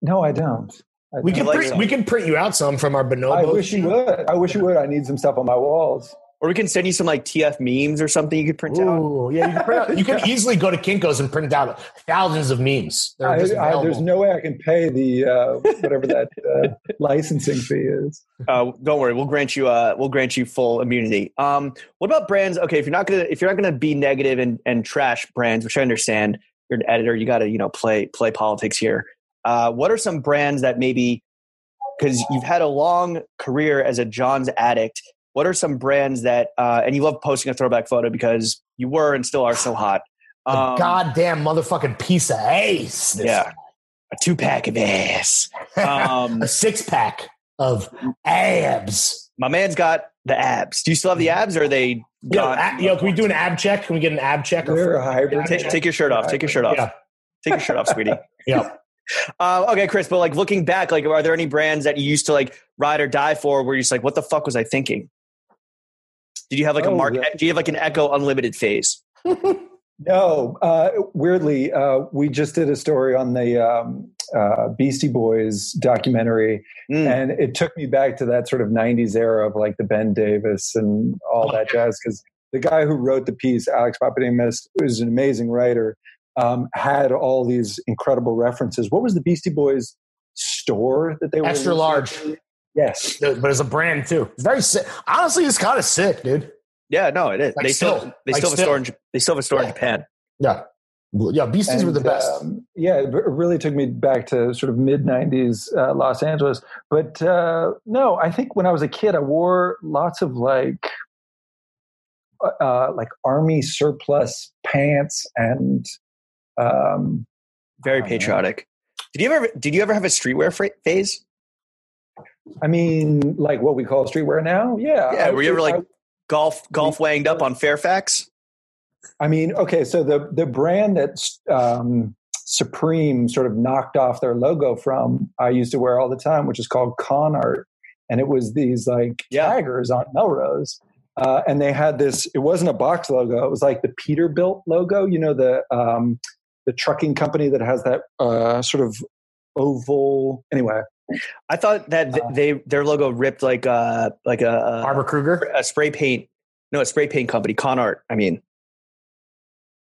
No, I don't. I
we
don't.
can
like
print,
some.
we can print you out some from our bonobo.
I wish you would. I wish you would. I need some stuff on my walls.
Or we can send you some like TF memes or something you could print out.
Ooh, yeah, you can, print out, you can easily go to Kinkos and print out thousands of memes. They're
I,
just
I, there's
available.
no way I can pay the uh, whatever that uh, licensing fee is.
Uh, don't worry, we'll grant you. Uh, we'll grant you full immunity. Um, what about brands? Okay, if you're not gonna if you're not gonna be negative and and trash brands, which I understand, you're an editor, you got to you know play play politics here. Uh, what are some brands that maybe because you've had a long career as a John's addict? What are some brands that uh, and you love posting a throwback photo because you were and still are so hot? Um,
A goddamn motherfucking piece of ace. This-
yeah, a two pack of ass. Um,
a six pack of abs.
my man's got the abs. Do you still have the abs, or are they
Yo,
gone?
a, yo, can we do an ab check? Can we get an ab check?
They're a hybrid.
take, take your shirt off. Take your shirt off.
Yeah.
Take your shirt off, sweetie.
yeah.
Uh, okay, Chris. But like looking back, like are there any brands that you used to like ride or die for? Where you're just like, what the fuck was I thinking? Did you have like a
Oh,
mark?
that-
Do you have like an Echo Unlimited phase?
No, uh, weirdly, uh, we just did a story on the um, uh, Beastie Boys documentary,
Mm.
and it took me back to that sort of '90s era of like the Ben Davis and all that jazz. Because the guy who wrote the piece, Alex Papadimist, was an amazing writer. Um, had all these incredible references. What was the Beastie Boys store that they were
Extra
in?
large.
Yes,
Dude, but it's a brand too. It's very sick. Honestly, it's kind of sick, dude.
Yeah, no, it is.
Like
they still,
still.
they
Like
still have a
still.
store in J- they still have a store in
Yeah.
Japan.
Yeah. Yeah, Beasties were the
And,
best.
um, yeah, it r- really took me back to sort of mid 90s uh, Los Angeles. But uh, no, I think when I was a kid, I wore lots of like, uh, uh, like army surplus pants and um,
Very
Oh,
patriotic. Did you ever? Did you ever have a streetwear fra- phase?
I mean, like what we call streetwear now. Yeah.
Yeah,
I-
were you ever, like,
I-
Golf, golf, wanged up on Fairfax.
I mean, okay, so the the brand that um, Supreme sort of knocked off their logo from, I used to wear all the time, which is called Con Art, and it was these like
Yeah.
tigers on Melrose, uh, and they had this. It wasn't a box logo; it was like the Peterbilt logo. You know the um, the trucking company that has that uh, sort of oval. Anyway,
I thought that
Uh.
th- they their logo ripped like a like a,
Harbor Kruger.
a, a spray paint. No, a spray paint company, Con Art. I mean,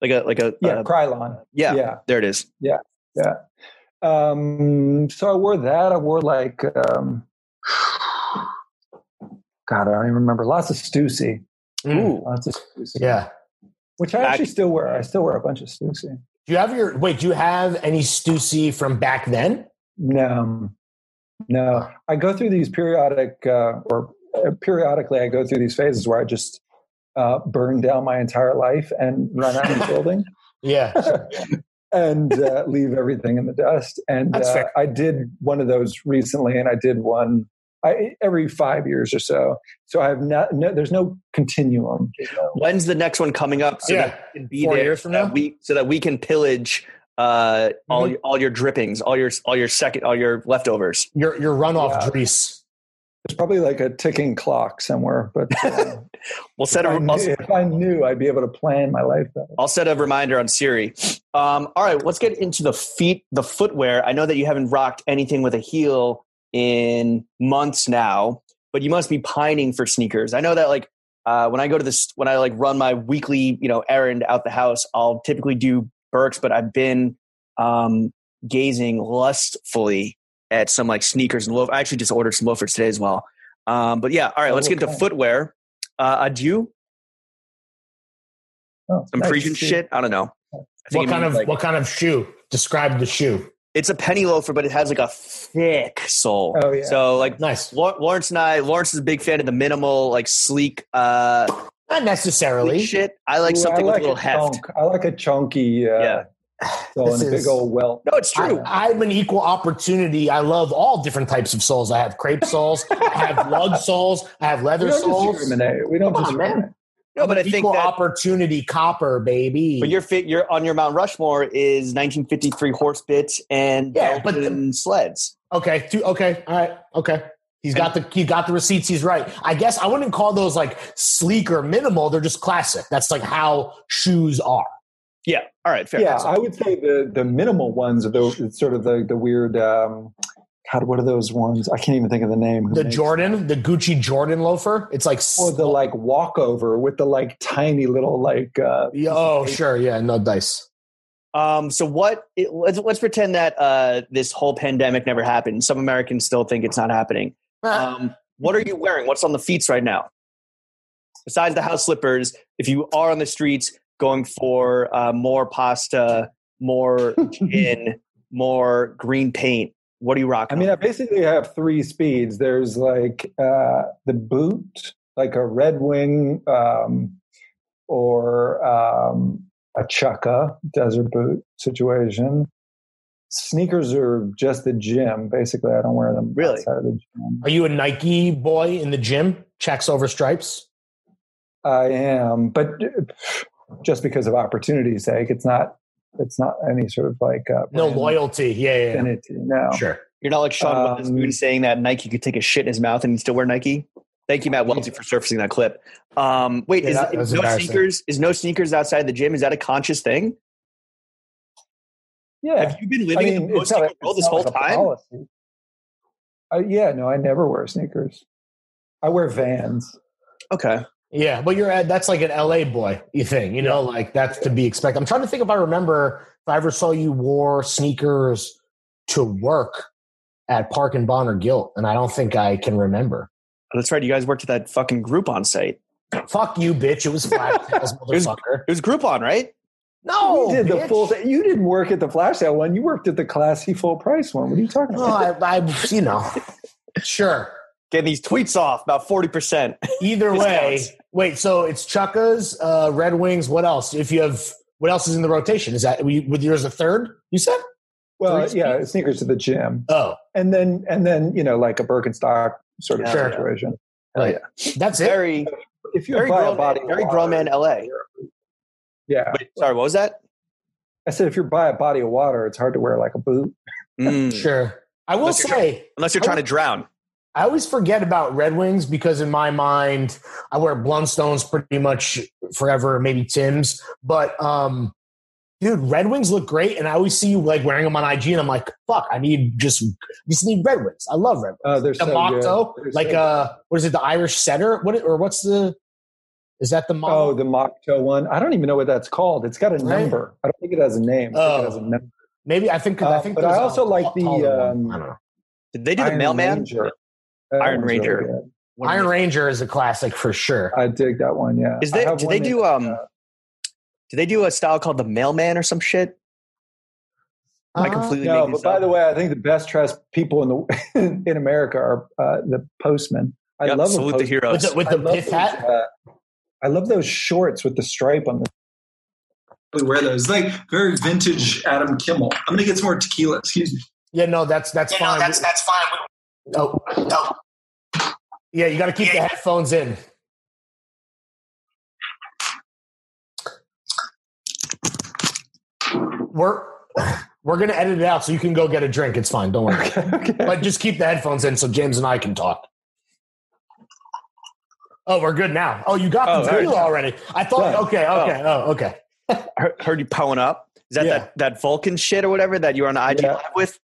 like a like a
Yeah,
uh,
Krylon.
yeah,
yeah.
There it is.
Um, so I wore that. I wore like, um, God, I don't even remember. Lots of Stussy.
Mm.
Ooh,
Lots of Stussy.
Yeah.
Which I actually
Back-
still wear. I still wear a bunch of Stussy.
Do you have your wait? Do you have any Stussy from back then?
No, no. I go through these periodic, uh, or uh, periodically, I go through these phases where I just uh, burn down my entire life and run out of the building.
Yeah.
and uh, leave everything in the dust. And
That's
uh,
fair.
I did one of those recently, and I did one I, every five years or so. So I have not. No, there's no continuum. you know.
when's the next one coming up? So
yeah.
that we can be
Four
there
years from
so that
now? Mm-hmm.
we so that we can pillage uh, all all your drippings, all your all your second, all your leftovers.
Your your runoff
Yeah.
Drees.
There's probably like a ticking clock somewhere. But uh,
We'll set a
I knew-
I'll,
if I knew, I'd be able to plan my life better.
I'll set a reminder on Siri. Um, all right, let's get into the feet, the footwear. I know that you haven't rocked anything with a heel in months now, but you must be pining for sneakers. I know that like uh, when I go to this, when I like run my weekly, you know, errand out the house, I'll typically do Burks, but I've been um, gazing lustfully at some like sneakers and loafers. I actually just ordered some loafers today as well. Um, but yeah, all right,
Oh,
let's get to
okay.
footwear. Uh, adieu,
Oh,
some
nice.
Frisian shit. I don't know. I
What
it
kind
means,
of
like-
what kind of shoe? Describe the shoe.
it's a penny loafer, but it has like a thick sole.
Oh, yeah.
So like
Nice.
Lau- Lawrence and I, Lawrence is a big fan of the minimal, like sleek, uh,
Not necessarily.
shit. I like
Ooh,
something
I Oh,
with a little heft.
chunk. I like a chunky. Uh,
Yeah.
So
This
and a
is-
big old welt.
No, it's true.
I, am an equal opportunity. I love all different types of soles. I have crepe soles. I have lug soles. I have
We
leather
don't
soles.
discriminate. We don't
Come on,
discriminate.
man.
no, but I
I'm an
think
equal
that.
opportunity copper, baby.
But your fit, your on your Mount Rushmore is 1953 horse bits and
Yeah, but
Belgian sleds.
Okay. Two, okay. All right. Okay. He's got the he got the receipts. He's right. I guess I wouldn't call those like sleek or minimal. They're just classic. That's like how shoes are.
Yeah. All right. Fair.
yeah, I would say the the minimal ones are the sort of the the weird. Um, God, what are those ones? I can't even think of the name. Who
The
makes-
Jordan, the Gucci Jordan loafer. It's like
or the like walkover with the like tiny little like. Uh,
oh sure yeah no dice.
Um. So what? It, let's let's pretend that uh this whole pandemic never happened. Some Americans still think it's not happening. Um, what are you wearing? What's on the feets right now? Besides the house slippers, if you are on the streets going for uh, more pasta, more gin, more green paint, what are you
I
rocking?
mean, I basically have three speeds. There's like uh, the boot, like a Red Wing, um, or um, a Chukka desert boot situation. Sneakers are just the gym. Basically, I don't wear them
Really?
outside of the gym.
Are you a Nike boy in the gym? Checks over stripes.
I am, but just because of opportunity's sake, it's not. It's not any sort of like uh,
No
brand
loyalty. Yeah, yeah,
affinity. No,
yeah. Sure.
You're not like Sean
um,
Moon saying that Nike could take a shit in his mouth and he'd still wear Nike. Thank you, Matt Welty, for surfacing that clip. Um, wait,
Yeah,
is,
that- that
is
was
no
embarrassing.
sneakers? Is no sneakers outside the gym? Is that a conscious thing?
yeah.
Have you been living in the
it's
post
not
sneaker
a-
world this
it's not
whole
like a
time?
policy. Uh, yeah, no, I never wear sneakers. I wear Vans.
Okay.
Yeah, but you're at, that's like an LA boy you thing, you know, like that's to be expected. I'm trying to think if I remember if I ever saw you wore sneakers to work at Park and Bond or Gilt, and I don't think I can remember.
That's right. You guys worked at that fucking Groupon site.
Fuck you, bitch! It was flat as motherfucker.
It was Groupon, right? Oh,
No,
you did the
bitch.
full. You didn't work at the flash sale one. You worked at the classy full price one. What are you talking
Oh,
No,
about?
I, I, you know, sure.
Getting these tweets off about 40%.
Either way,
Discounts.
wait. So it's Chuckas, uh, Red Wings. What else? If you have, what else is in the rotation? Is that we- with yours a third? You said?
well,
Three
yeah, sneakers to the gym,
Oh,
and then and then you know like a Birkenstock sort of
Sure.
situation.
that's it.
Very,
If you
very
buy a
grown,
body,
man,
of
very
water-
grown man LA.
Yeah,
Wait, sorry, what was that?
I said if you buy a body of water, it's hard to wear like a boot.
Mm,
Sure. I will
Unless you're-
say.
Unless you're trying to drown.
I always forget about Red Wings because in my mind, I wear Blundstones pretty much forever, maybe Tim's. But um, dude, Red Wings look great, and I always see you like wearing them on IG, and I'm like, fuck, I need just just need Red Wings. I love Red Wings.
Oh, they're
the
so
motto,
good. They're
like
so-
uh, what is it? The Irish setter? What or what's the? Is that the
oh,
motto?
the Mocto one. I don't even know what that's called. It's got a
Right.
number. I don't think it has a name. I think
Oh.
it has a number.
Maybe I think. 'cause I
Uh,
think
but I
there's a
also like the,
taller one.
um,
I don't know.
Did they do the
Iron
mailman?
Ranger. That
Iron
one's really
Ranger.
good.
What
Iron
is-
Ranger is a classic for sure.
I dig that one. Yeah.
Is
I
they,
have
do they
one
do
in-
um?
uh,
Do they do a style called the mailman or some shit? Am I
Uh,
completely
No,
making
but
this
by
up?
the way, I think the best dressed people in the in America are uh, the postmen. I
Yep,
love a
salute the
postman.
with
heroes.
the, with
I
the
love
pith
those,
hat.
uh, I love those shorts with the stripe on them.
We wear those like very vintage Adam Kimmel. I'm gonna get some more tequila. Excuse me.
Yeah, no, that's that's fine.
that's that's fine.
oh, oh. Yeah, you got to keep the headphones in. We're we're gonna edit it out so you can go get a drink. It's fine. Don't worry.
okay.
But just keep the headphones in so James and I can talk. Oh, we're good now. Oh, you got
Oh,
the
all right.
tequila already. I thought.
Yeah.
Okay. Okay. Oh, okay.
Heard, heard you pulling up. Is that,
Yeah.
that that Vulcan shit or whatever that you're on IG
Yeah.
live with?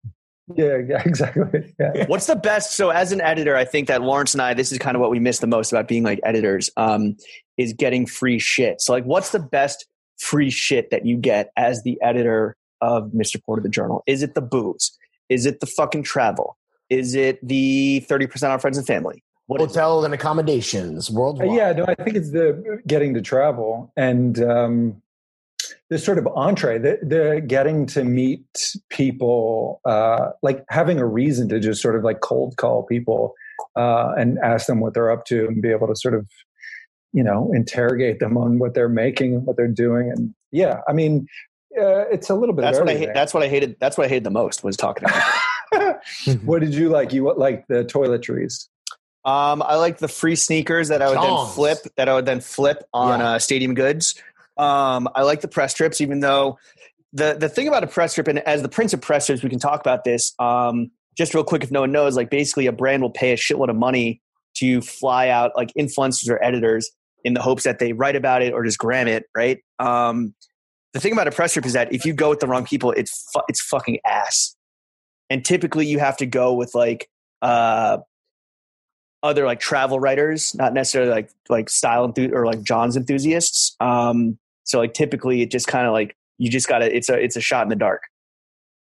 Yeah, yeah, exactly. Yeah.
What's the best? So as an editor, I think that Lawrence and I, this is kind of what we miss the most about being like editors, um, is getting free shit. So like, what's the best free shit that you get as the editor of Mr. Porter the Journal? Is it the booze? Is it the fucking travel? Is it the thirty percent on friends and family? What is it? Uh,
Hotel and accommodations worldwide.
Uh, Yeah, no, I think it's the getting to travel and um, this sort of entree, the, the getting to meet people, uh, like having a reason to just sort of like cold call people uh, and ask them what they're up to and be able to sort of, you know, interrogate them on what they're making and what they're doing. And yeah, I mean, uh, it's a little bit.
That's
of
what I hate.
everything.
That's what I hated. That's what I hated the most was talking about.
what did you like? You like the toiletries?
Um, I like the free sneakers that I would
Tongs.
then flip. That I would then flip on
Yeah.
uh, Stadium Goods. Um, I like the press trips, even though the the thing about a press trip, and as the prince of press trips, we can talk about this. Um, just real quick, if no one knows, like basically a brand will pay a shitload of money to fly out like influencers or editors in the hopes that they write about it or just gram it, right? Um, the thing about a press trip is that if you go with the wrong people, it's fu- it's fucking ass. And typically, you have to go with like uh, other like travel writers, not necessarily like like style enthu- or like John's enthusiasts. Um, so like typically, it just kind of like you just gotta it's a it's a shot in the dark.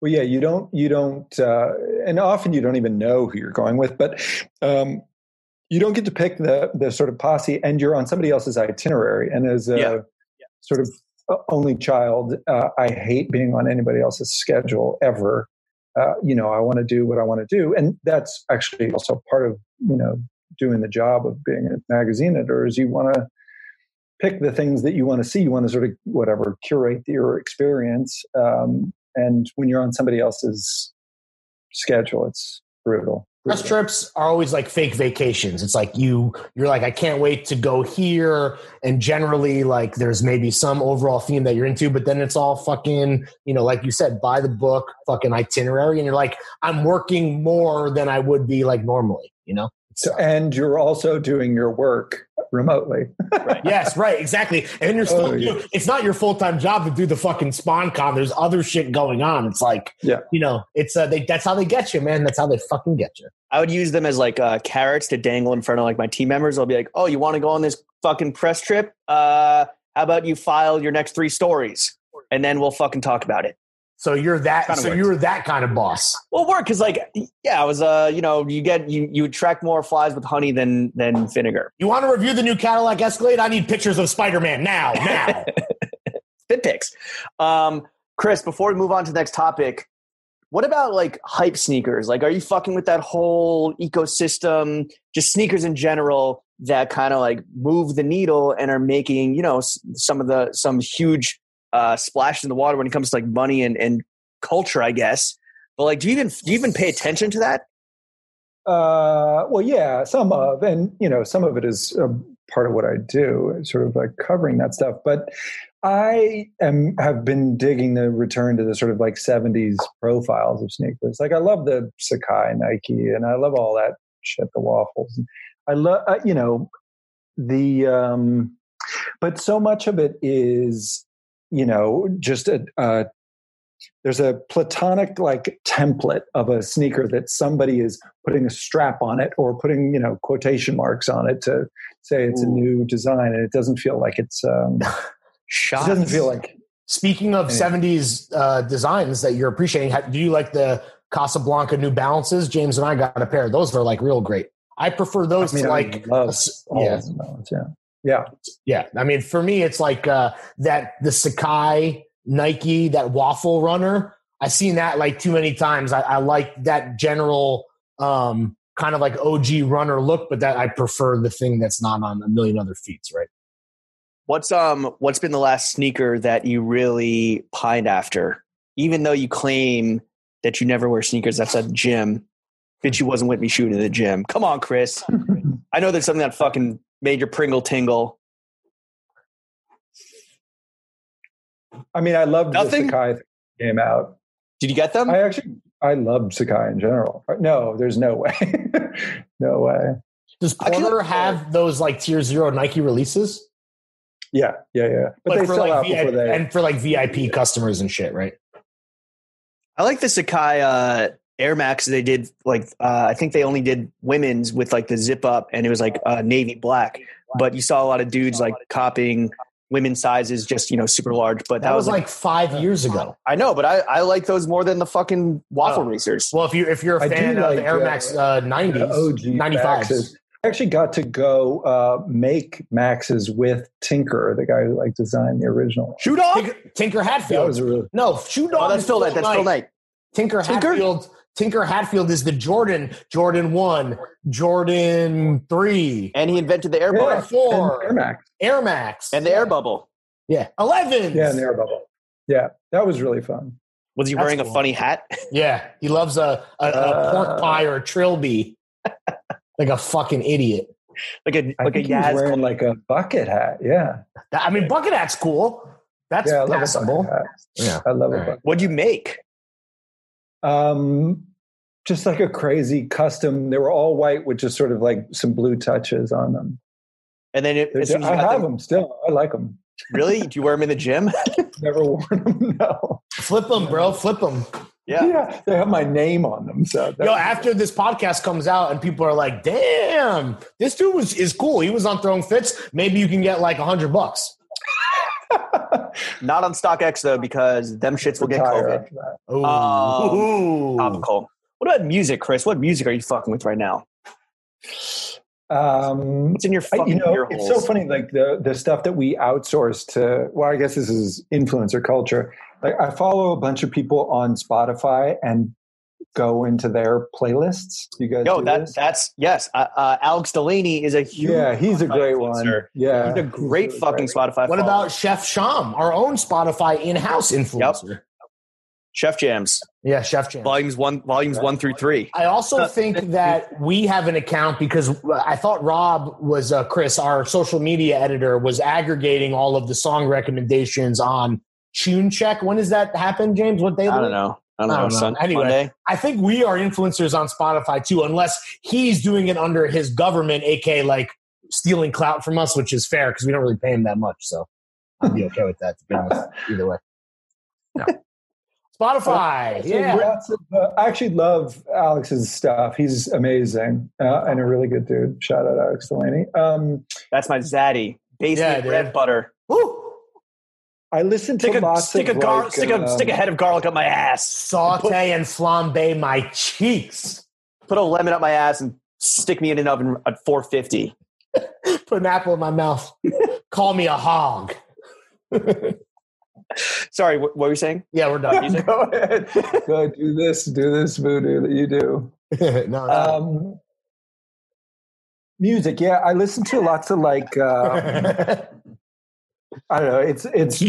Well, yeah, you don't, you don't, uh, and often you don't even know who you're going with, but um, you don't get to pick the the sort of posse, and you're on somebody else's itinerary. And as a
Yeah.
sort of uh, only child, uh, I hate being on anybody else's schedule ever. Uh, you know, I want to do what I want to do, and that's actually also part of you know doing the job of being a magazine editor is you want to pick the things that you want to see. You want to sort of whatever curate your experience. Um, and when you're on somebody else's schedule, it's brutal.
Press trips are always like fake vacations. It's like you you're like I can't wait to go here and generally like there's maybe some overall theme that you're into but then it's all fucking, you know, like you said buy the book, fucking itinerary and you're like I'm working more than I would be like normally, you know?
So, and you're also doing your work remotely.
yes, right, exactly. And then you're still
Oh, yeah.
dude, it's not your full-time job to do the fucking spawn con. There's other shit going on. It's like
Yeah.
you know, it's uh, they, that's how they get you, man. That's how they fucking get you.
I would use them as like uh, carrots to dangle in front of like my team members. I'll be like, "Oh, you want to go on this fucking press trip? Uh, how about you file your next three stories, and then we'll fucking talk about it."
So you're that
Kinda
so
works.
you're that kind of boss.
Well, work because like yeah, I was uh, you know, you get you you attract more flies with honey than than vinegar.
You want to review the new Cadillac Escalade? I need pictures of Spider Man now, now.
Fit picks. Um, Chris, before we move on to the next topic, what about like hype sneakers? Like, are you fucking with that whole ecosystem, just sneakers in general that kind of like move the needle and are making, you know, s- some of the, some huge uh, splash in the water when it comes to like money and, and culture, I guess. But like, do you even, do you even pay attention to that?
Uh, well, yeah, some of, and you know, some of it is uh, part of what I do, sort of like covering that stuff. But I am have been digging the return to the sort of like '70s profiles of sneakers. Like I love the Sakai Nike, and I love all that shit, the waffles. I love, uh, you know, the. um But so much of it is you know, just a, a there's a platonic like template of a sneaker that somebody is putting a strap on it or putting you know quotation marks on it to say it's a new design and it doesn't feel like it's um it
Shots.
doesn't feel like
Speaking of
Yeah.
70s uh, designs that you're appreciating, ha- do you like the Casablanca New Balances? James and I got a pair. Those are like real great. I prefer those
I mean,
to
I
like
love
s-
all
yeah,
those moments, yeah
yeah. I mean, for me, it's like uh, that the Sakai Nike that waffle runner. I've seen that like too many times. I, I like that general um, kind of like OG runner look, but that I prefer the thing that's not on a million other feet, right?
What's um what's been the last sneaker that you really pined after? Even though you claim that you never wear sneakers, that's a gym. Bitch, you wasn't with me shooting in the gym. Come on, Chris. I know there's something that fucking made your Pringle tingle.
i mean i loved
Nothing?
the sakai thing that came out
Did you get
Um,
them?
i actually i loved sakai in general no there's no way no way
Does
I can-
Porter have those like tier zero Nike releases?
yeah yeah yeah but
Like,
they sell out
VIP,
before they
and for like VIP customers and shit, right?
I like the Sakai uh, Air Max. They did like uh, I think they only did women's with like the zip up, and it was like uh, navy black. But you saw a lot of dudes like copying women's sizes, just you know super large. But
That, was like, five years ago.
I know, but I, I like those more than the fucking waffle
Oh.
racers.
Well, if you if you're a
I do
fan of
like,
Air
uh,
Max uh, 90s,
the OG
95s,
Maxes. I actually got to go uh, make Maxes with Tinker, the guy who like designed the original. one.
Shoot off.
Tinker, Tinker
That
Hatfield.
was really
no, shoot
Oh,
on.
that's Phil Knight. That's Phil Knight.
Tinker,
Tinker?
Hatfield. Tinker Hatfield is the Jordan, Jordan one, Jordan three,
And he invented the air bubble
Jordan
Yeah.
four,
and Air Max.
Air Max,
and the air bubble.
yeah, elevens.
Yeah, an air bubble. Yeah, that was really fun.
Was he
That's
wearing
cool.
a funny hat?
Yeah, he loves a, a, a
Uh,
pork pie or a trilby, like a fucking idiot.
like a
I
like a
think he was
Yaz
wearing like a bucket hat. Yeah,
That- I mean, bucket hat's cool. That's
yeah, I love a
passable.
bucket hat.
Yeah.
I love
All
it.
right.
What'd you make?
Um, just like a crazy custom. They were all white with just sort of like some blue touches on them.
And then it,
They're
as soon
Just,
as you
I
got
have
them,
them still. I like them.
really? Do you wear them in the gym?
Never worn them. No.
Flip them, bro. Flip them.
Yeah.
they have my name on them. So that-
Yo, after this podcast comes out and people are like, damn, this dude was is cool. He was on throwing fits. Maybe you can get like a hundred bucks.
Not on StockX though, because them shits will get
retire
COVID.
after that.
Ooh.
Um,
Ooh.
Topical. What about music, Chris? What music are you fucking with right now?
Um,
What's in your
I-
fucking
you know,
ear
it's
holes?
so funny. Like the the stuff that we outsource to. Well, I guess this is influencer culture. Like I follow a bunch of people on Spotify and go into their playlists. You guys,
Yo,
do
that
this?
that's yes. Uh, uh, Alex Delaney is a huge.
yeah, he's a great one.
influencer.
Yeah,
He's a great
really
fucking Spotify.
What
follower.
about Chef Sham, our own Spotify in-house influencer?
Chef Jams?
Yeah, Chef Sham.
Volumes one, volumes one through three.
I also think that we have an account because I thought Rob was uh, Chris, our social media editor, was aggregating all of the song recommendations on Tune Check. When does that happen, James? What day?
I
was
don't
it?
know. I don't,
I don't
know.
know.
Sun-
Anyway.
Monday.
I think we are influencers on Spotify too, unless he's doing it under his government, aka like stealing clout from us, which is fair because we don't really pay him that much. So I'd be okay with that. To be honest, either way. No. Spotify,
So
yeah.
lots of- uh, I actually love Alex's stuff. He's amazing uh, and a really good dude. Shout out Alex Delaney. Um,
That's my zaddy.
Yeah,
Basement
dude.
bread butter.
Woo!
I listen to
Stick a
lots
stick a
of
gar-
like,
stick a
um,
stick a head of garlic up my ass.
Saute and flambe my cheeks.
Put a lemon up my ass and stick me in an oven at 450.
Put an apple in my mouth. Call me a hog.
Sorry, wh- what were you saying?
Yeah, we're done.
music.
Go ahead. Go do this. Do this voodoo that you do.
no, no.
Um, music. Yeah, I listen to lots of like um, I don't know. It's it's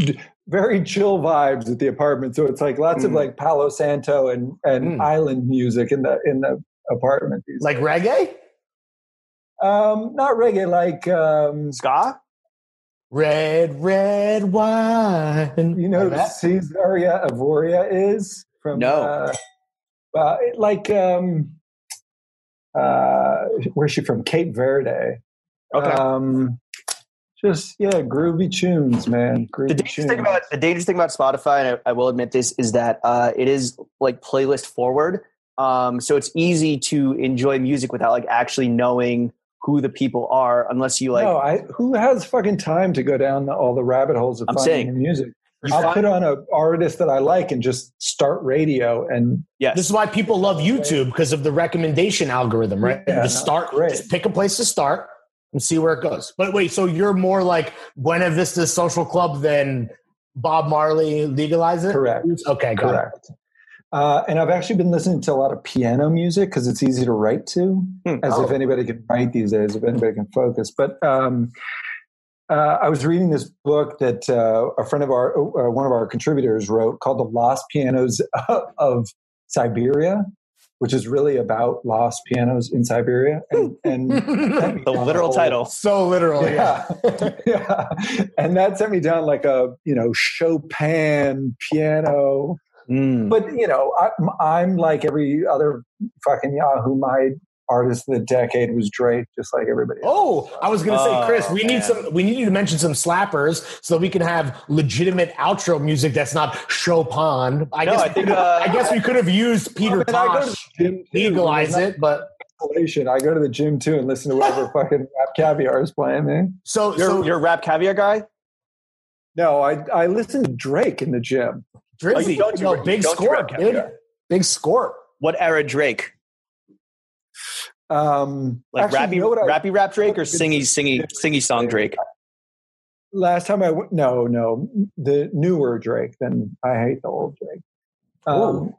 very chill vibes at the apartment. So it's like lots of
Mm.
like Palo Santo and and
Mm.
island music in the in the apartment.
like reggae?
um, not reggae. Like um,
Ska?
Red, red wine.
you know
Like
who
that?
Caesarea Avoria is from
No.
Uh, well, it- like um, uh, where's she from? Cape Verde.
Okay.
Um, just yeah, groovy tunes, man. Groovy
The dangerous
tunes.
thing about the dangerous thing about Spotify, and I, I will admit this, is that uh, it is like playlist forward. Um, so it's easy to enjoy music without like actually knowing who the people are, unless you like.
no, I, who has fucking time to go down all the rabbit holes of
I'm
finding
saying-
new music?
you
I'll
find-
put on a artist that I like and just start radio and
yes.
This is why people love YouTube because of the recommendation algorithm, right?
Yeah,
just start,
great.
just pick a place to start and see where it goes. But wait, so you're more like Buena Vista Social Club than Bob Marley legalize it?
Correct.
Okay, got it.
correct. Uh, and I've actually been listening to a lot of piano music because it's easy to write to,
Hmm.
as if
Oh.
anybody can write these days, if anybody can focus. But um, uh, I was reading this book that uh, a friend of our, uh, one of our contributors wrote called "The Lost Pianos of Siberia," which is really about lost pianos in Siberia. And, and sent me
the
down a
literal
whole-
title.
So literal, yeah.
yeah. yeah. And that sent me down like a, you know, Chopin piano.
Hmm.
But, you know, I, I'm like every other fucking Yahoo. My artist of the decade was Drake, just like everybody else.
Oh, I was gonna say,
Oh,
Chris, we
man.
need some. We need you to mention some slappers so that we can have legitimate outro music that's not Chopin. I
No,
guess.
I think, uh,
I guess we could have used Peter
I mean, I go to
Tosh.
the gym, too.
Legalize
When I'm
it, but
not in isolation, I go to the gym too and listen to whatever fucking rap caviar is playing, man.
so
You're,
so
you're a rap caviar guy?
No, I, I listen to Drake in the gym.
Oh,
Drizzy,
you don't do
no,
Red-
big
don't do
score,
Red
dude.
Caviar.
Big score.
What era Drake?
Um,
Like
actually, you
rappy,
know what I-
rappy rap Drake or
Good-
singy, singy, singy song Drake?
last time I went, no, no, the newer Drake. Then I hate the old Drake. Um,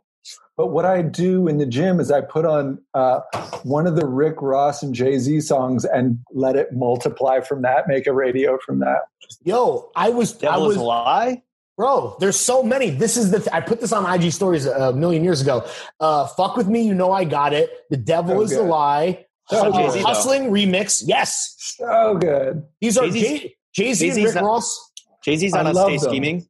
but what I do in the gym is I put on uh, one of the Rick Ross and Jay Z songs and let it multiply from that, make a radio from that.
Yo, I was, I
Devil
was,
is a lie?
bro. There's so many. This is the. Th- I put this on IG stories uh, a million years ago. Uh, fuck with me, you know I got it. The devil
So
is a
good.
lie.
So
Uh,
Jay-Z, though.
hustling remix. Yes,
So good.
these are
Jay-Z's-
Jay Z and
Jay-Z's
Rick
not-
Ross.
Jay Z's
I
on a
love
stage
them.
scheming.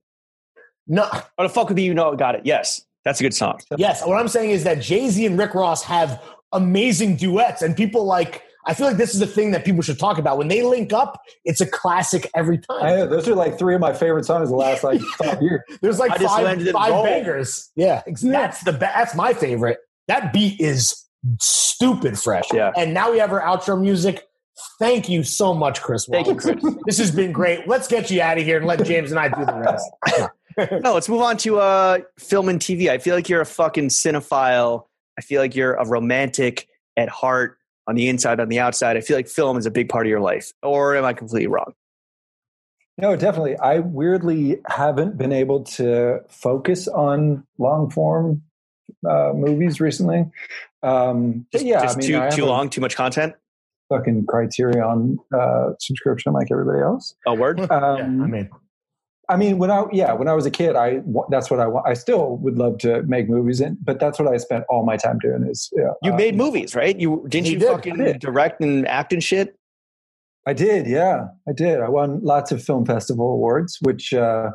No,
Oh, the fuck with you, you know, it. got it. Yes. That's a good song.
yes. What I'm saying is that Jay Z and Rick Ross have amazing duets, and people like. I feel like this is the thing that people should talk about when they link up. It's a classic every
I
time.
know those are like three of my favorite songs the last like five years.
There's
I
like
just
five,
landed it
five
gold.
bangers. Yeah, ex- that's the be- that's my favorite. That beat is stupid fresh.
Yeah.
And now we have our outro music. Thank you so much, Chris.
Thank you,
Wallace.
Chris.
This has been great. Let's get you out of here and let James and I do the rest.
No, let's move on to uh, film and TV. I feel like you're a fucking cinephile. I feel like you're a romantic at heart, on the inside, on the outside. I feel like film is a big part of your life. Or am I completely wrong?
No, definitely. I weirdly haven't been able to focus on long form uh, movies recently. Um, but
Just,
yeah,
just
I mean,
too,
I have
too
a-
long, too much content?
fucking Criterion uh, subscription like everybody else.
A word?
Um,
yeah, I mean,
I mean, when I yeah, when I was a kid, I wa- that's what I wa- I still would love to make movies, in, but that's what I spent all my time doing. Is yeah,
You
uh,
made movies, right? You didn't
He
you
did.
fucking
I did.
direct and act and shit?
I did, yeah, I did. I won lots of film festival awards, which uh,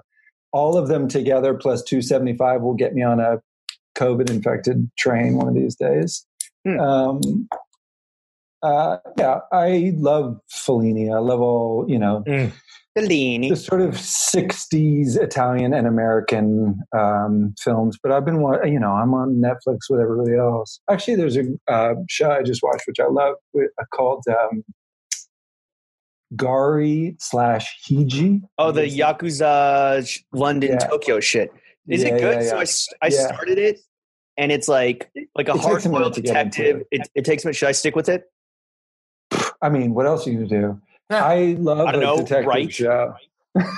all of them together plus two seventy five will get me on a COVID infected train one of these days.
Hmm.
Um, uh, yeah, I love Fellini. I love all you know
Bellini.
Just sort of 60s Italian and American um, films. But I've been, wa- you know, I'm on Netflix with everybody else. Actually, there's a uh, show I just watched, which I love, wi- called um, Gari slash Hiji.
Oh, the Yakuza sh- London
Yeah.
Tokyo shit. Is
Yeah,
it good?
yeah,
So I,
yeah.
s- I
Yeah.
started it, and it's like like a
It takes a
hard boiled
minute to get into
detective. It, it takes me. Should I stick with it?
I mean, what else are you going to do? I love
I don't
a
know,
detective
write?
show.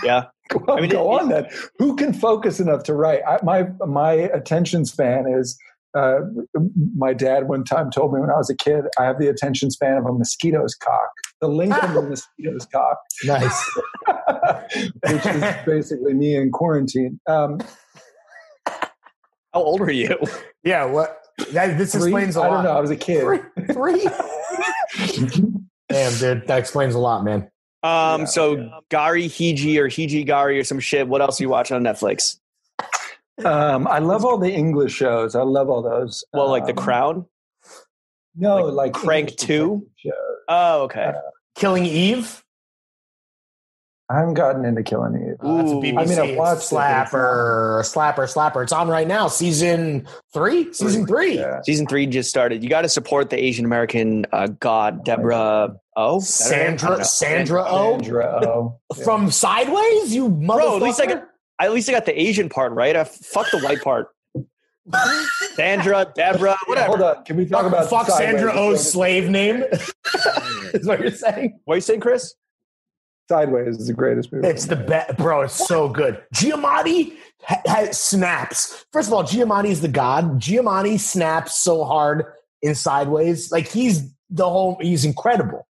Yeah.
well,
I mean,
go
it-
on then. Who can focus enough to write? I, my my attention span is. Uh, my dad one time told me when I was a kid, I have the attention span of a mosquito's cock, the length
Oh.
of a mosquito's cock,
nice.
which is basically me in quarantine. Um,
How old were you?
Yeah, what? That, this
three-
explains a
I
lot.
don't know. I was a kid.
Three. Damn, dude, that explains a lot, man.
Um.
Yeah.
so Gari Hiji or Hiji Gari or some shit. What else you watch on Netflix?
Um, I love all the English shows. I love all those.
Well, like The
Um,
Crown.
No, like,
Crank
English
Two?
uh, detective shows.
Oh, okay.
Killing Eve.
I haven't gotten into Killing Eve.
Uh, that's a
Ooh.
BBC
I mean, I've
it's
watched it, but it's not-
slapper, slapper, slapper. It's on right now, season three, season three.
Yeah.
Season three just started. You got to support the Asian American uh, god Deborah. Oh,
Sandra, Sandra O
Sandra Oh. Yeah.
from Sideways. You motherfucker.
Bro, at least I got, at least I got the Asian part right. I fuck the white part. Sandra, Deborah, whatever.
Hold on. Can we talk
fuck,
about
fuck
Sideways?
Sandra O's slave name. is what you're saying?
What are you saying, Chris?
Sideways is the greatest movie.
It's the best, bro. It's so good. Giamatti ha- ha- snaps. First of all, Giamatti is the god. Giamatti snaps so hard in Sideways. Like he's the whole. He's incredible.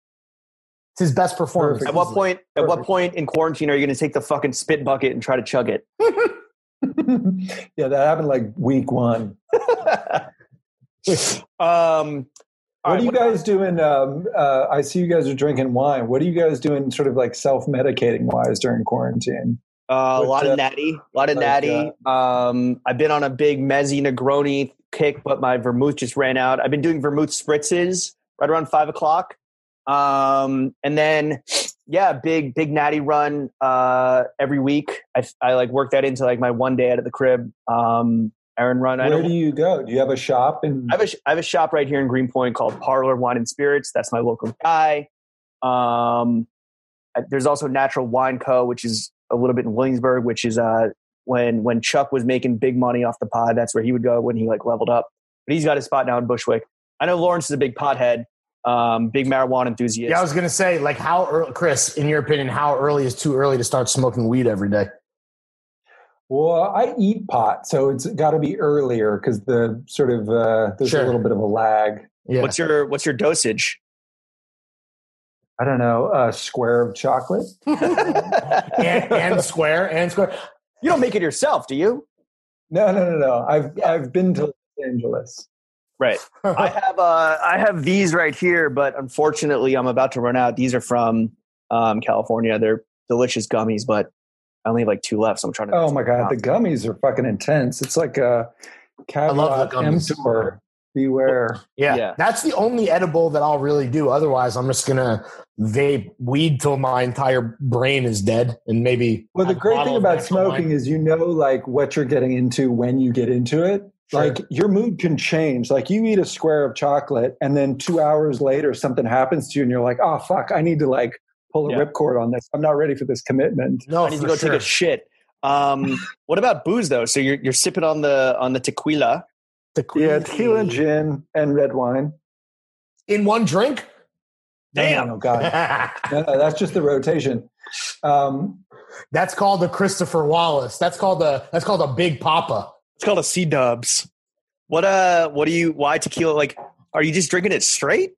It's his best performance.
Perfect.
At what point? At what
Perfect.
point in quarantine are you going to take the fucking spit bucket and try to chug it?
yeah, that happened like week one.
Um, all
what
right,
are you guys doing? Um, uh, I see you guys are drinking wine. What are you guys doing, sort of like self medicating wise during quarantine?
Uh, a
With,
lot
uh,
of natty, a lot of
like,
natty. Um, I've been on a big mezzi Negroni kick, but my vermouth just ran out. I've been doing vermouth spritzes right around five o'clock, um, and then yeah, big big natty run uh, every week. I, I like work that into like my one day out of the crib. Um, Aaron run. I
Where
don't.
do you go? Do you have a shop? And
I have, a sh- I have a shop right here in Greenpoint called Parlor Wine and Spirits. That's my local guy. Um, uh, there's also Natural Wine Co., which is a little bit in Williamsburg, which is uh, when when Chuck was making big money off the pod. That's where he would go when he like leveled up. But he's got his spot now in Bushwick. I know Lawrence is a big pothead, um, big marijuana enthusiast.
Yeah, I was gonna say, like, how early, Chris? In your opinion, how early is too early to start smoking weed every day?
well, I eat pot, so it's got to be earlier because the sort of uh, there's
Sure.
a little bit of a lag.
Yeah,
What's your what's your dosage?
I don't know, a square of chocolate.
you
and, and square and square.
don't make it yourself, do you?
No, no, no, no. I've I've been to Los Angeles.
Right. I have uh, I have these right here, but unfortunately, I'm about to run out. These are from um, California. They're delicious gummies, but I only have like two left, so I'm trying to.
Oh my god, the gummies are fucking intense. It's like a
love
caveat
the gummies.
emptor. Beware.
yeah.
Yeah.
that's the only edible that I'll really do. Otherwise, I'm just gonna vape weed till my entire brain is dead, and maybe.
Well, the
have a
great
bottle
thing
of
about
natural wine.
smoking is you know like what you're getting into when you get into it.
Sure.
Like your mood can change. Like you eat a square of chocolate and then 2 hours later something happens to you and you're like, "Oh fuck, I need to like pull a
Yeah.
ripcord on this. I'm not ready for this commitment."
no,
I need to
for
go
sure.
take a shit. Um, what about booze though? So you're you're sipping on the on the tequila.
Tequila.
Yeah, tequila and gin and red wine.
in one drink.
No, no,
Damn.
no, god. No, no, that's just the rotation. Um,
that's called a Christopher Wallace. That's called a that's called a Big Papa.
It's called a C Dubs. What uh? What do you? Why tequila? Like, are you just drinking it straight?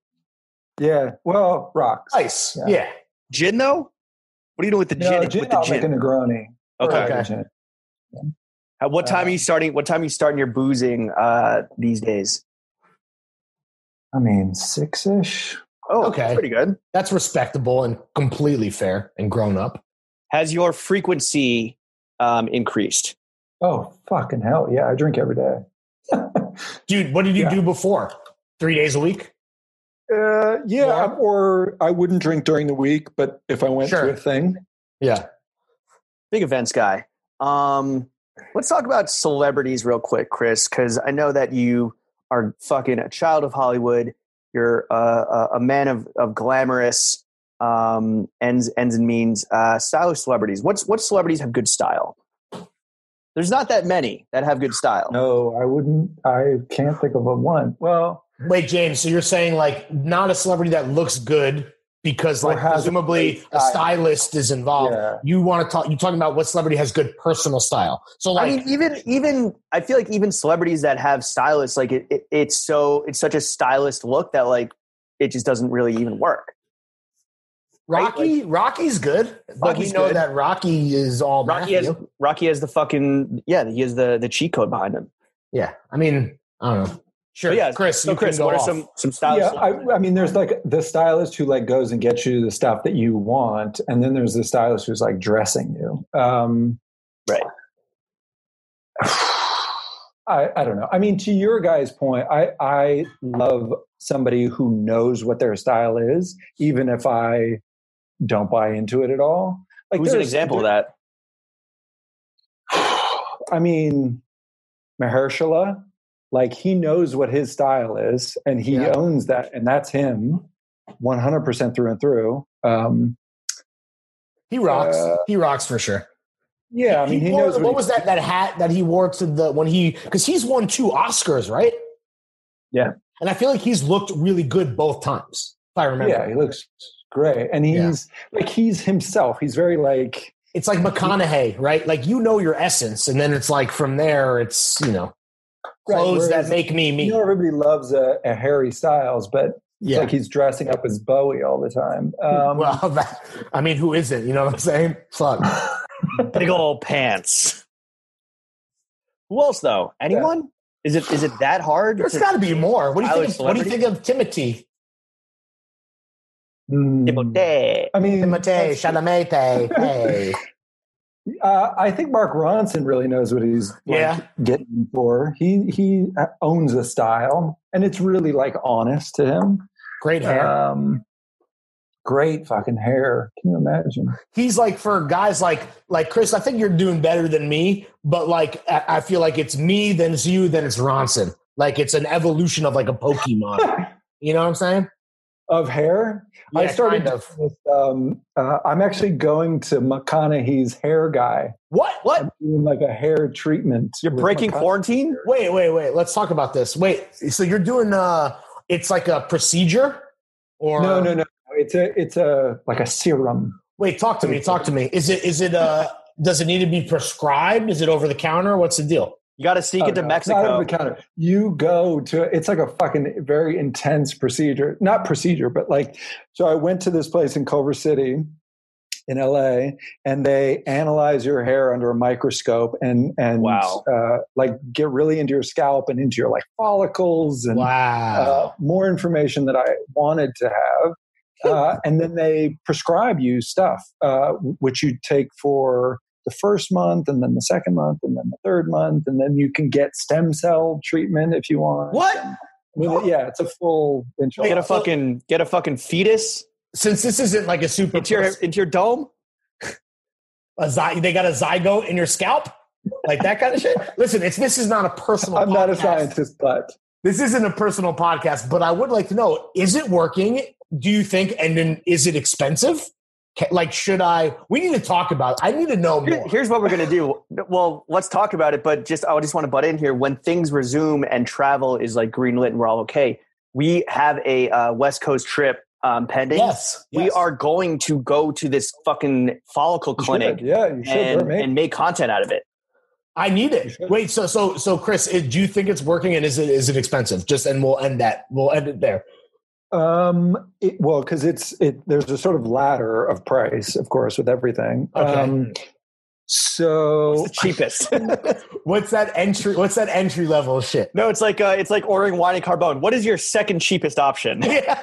yeah, well, rocks.
Nice.
Yeah.
Yeah.
Gin though. What are you doing with Oh, the
No,
gin?
gin,
with the
I'll
gin.
make a Negroni. Or
okay.
a gin.
At what time are you
Um,
starting? What time are you starting your boozing uh, these days?
I mean, six ish.
Oh,
Okay.
that's pretty good.
That's respectable and completely fair and grown up.
has your frequency um, increased?
Oh, fucking hell. Yeah, I drink every day.
Dude, what did you
Yeah.
do before? Three days a week?
Uh, yeah,
Yeah.
or I wouldn't drink during the week, but if I went
Sure.
to a thing,
Yeah.
Big events guy. Um, let's talk about celebrities real quick, Chris, because I know that you are fucking a child of Hollywood. You're uh, a, a man of, of glamorous um, ends, ends and means uh, stylish celebrities. What's what celebrities have good style? There's not that many that have good style.
no, I wouldn't. I can't think of a one. Well,
Wait, James, so you're saying like not a celebrity that looks good because
Or
like
has a
presumably
great
a
style.
stylist is
Oh.
involved.
yeah.
You want to talk you're talking about what celebrity has good personal style. So
I
like
mean, even even I feel like even celebrities that have stylists, like it, it, it's so it's such a stylist look that like it just doesn't really even work. right,
Rocky, Rocky's good. But we
Rocky's
know
good.
that Rocky is all
Rocky
Matthew.
has Rocky has the fucking yeah, he has the the cheat code behind him.
Yeah, I mean, I don't know. Sure,
But yeah,
Chris.
So
you
Chris,
can go
what are
off.
some some
Yeah,
stylists?
I, I mean, there's like the stylist who like goes and gets you the stuff that you want, and then there's the stylist who's like dressing you. Um,
Right.
I, I don't know. I mean, to your guy's point, I I love somebody who knows what their style is, even if I don't buy into it at all. Like
Who's an
there's-
example of that?
I mean, Mahershala, like he knows what his style is, and he
Yeah.
owns that, and that's him, one hundred percent through and through. Um,
He rocks.
Uh,
he rocks for sure.
yeah, I mean, he,
wore,
knows
what,
what, he-
was that that hat that he wore to the when he because he's won two Oscars, right?
Yeah.
and I feel like he's looked really good both times. If I remember,
Yeah, he looks great, and
Yeah.
he's like he's himself. He's very like
it's like McConaughey, right? Like you know your essence, and then it's like from there, it's you know
Right,
clothes that
whereas-
make me me.
you know everybody loves a, a Harry Styles, but
yeah, Hmm,
like he's dressing up as Bowie all the time. Um,
well, that, I mean, who isn't? You know what I'm saying? Fuck.
Big old pants. Who else though? Anyone? Is it is it that hard?
There's
to-
got to be more. What do you
I like
think? Of, what do you think
celebrity.
of Timothy?
mm,
Timothée.
I mean,
Timothy Chalamet. Hey.
uh, I think Mark Ronson really knows what he's like,
Yeah.
getting for. He he uh, owns a style, and it's really like honest to him.
Great hair.
Um, great fucking hair. Can you imagine?
he's like for guys like like Chris. I think you're doing better than me, but like I, I feel like it's me, then it's you, then it's Ronson. Like it's an evolution of like a Pokemon. you know what I'm saying?
Of hair, I
Yeah,
started
kind of.
with. Um, uh, I'm actually going to McConaughey's hair guy.
What? What?
I'm doing like a hair treatment.
You're
with
breaking
McCona-
quarantine?
Wait, wait, wait. Let's talk about this. Wait. So you're doing uh it's like a procedure or
No, no, no. It's a it's a like a serum.
Wait, talk to me. Talk to me. Is it is it uh does it need to be prescribed? Is it over the counter? What's the deal?
You got to sneak
Oh,
into
no, it's not
Mexico.
over the counter. You go to it's like a fucking very intense procedure. Not procedure, but like so I went to this place in Culver City in LA and they analyze your hair under a microscope and and
Wow.
uh, like get really into your scalp and into your like follicles and
Wow.
uh, more information that I wanted to have.
Hmm.
Uh, and then they prescribe you stuff, uh, which you take for the first month, and then the second month, and then the third month, and then you can get stem cell treatment if you want.
What?
With it- yeah, it's a full. intro.
Get a fucking get a fucking fetus
Since this isn't like a super
into your into your dome.
a zy- they got a zygote in your scalp like that kind of shit listen it's this is not a personal
I'm not a
podcast.
scientist, but
this isn't a personal podcast but i would like to know is it working do you think and then is it expensive Ca- like should i we need to talk about it. i need to know
Here-
more
Here's what we're gonna do. Well, let's talk about it. But just I just want to butt in here. When things resume and travel is like green lit and we're all okay, we have a uh, West Coast trip um, pending.
yes
We
yes.
are going to go to this fucking follicle
you
clinic
should. Yeah, you should.
and,
They're amazing.
and make content out of it.
i need
You
it
should.
wait so so so chris it, do you think it's working and is it is it expensive just and we'll end that we'll end it there
Um, it, well, because it's it. There's a sort of ladder of price, of course, with everything.
Okay.
Um, so
It's the cheapest.
what's that entry what's that entry level shit
no, it's like uh, it's like ordering wine and carbone. What is your second cheapest option?
yeah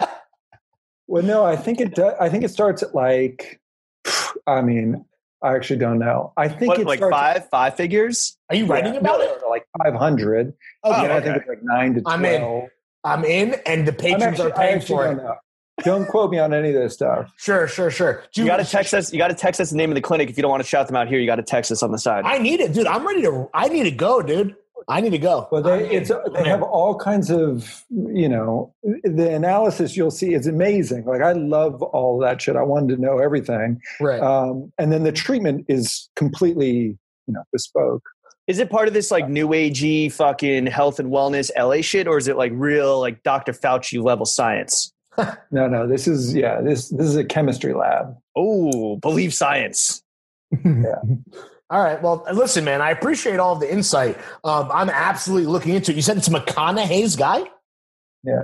Well, no, I think it. Does, I think it starts at like. I mean, I actually don't know. I think
What,
it
like
starts
five five figures?
are you
yeah,
writing about
no,
it
no, like five hundred.
Oh,
and I
okay.
think it's like nine to twelve.
I'm in. i'm in and the
I'm
patrons
actually,
are
I
paying
actually
for it
don't know. Don't quote me on any of this stuff.
Sure, sure, sure.
You
Dude,
got to text us. You got to text us the name of the clinic if you don't want to shout them out here. You got to text us on the side.
I need it, dude. I'm ready to. I need to go, dude. I need to go.
Well, they it's they have all kinds of you know the analysis you'll see is amazing. Like I love all that shit. I wanted to know everything,
right.
um, and then the treatment is completely you know bespoke.
Is it part of this like new agey fucking health and wellness LA shit, or is it like real like Dr. Fauci level science?
No, no, this is yeah, this this is a chemistry lab.
Oh, believe science.
all right. Well, listen, man. I appreciate all of the insight. Um, I'm absolutely looking into it. You said it's McConaughey's guy.
Yeah.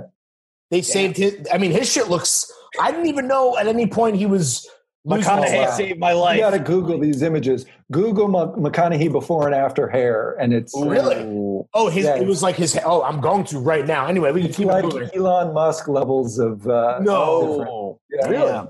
They saved his. I mean, his shit looks. I didn't even know at any point he was. losing all
McConaughey
that.
saved my life.
You got to Google these images. Google Mc- McConaughey before and after hair, and it's
Really?
Ooh.
Oh, his.
Yeah.
It was like his. Oh, I'm going to right now. Anyway, we can
It's
keep it
like
moving.
Elon Musk levels of uh, different-
No.
Yeah.
Really?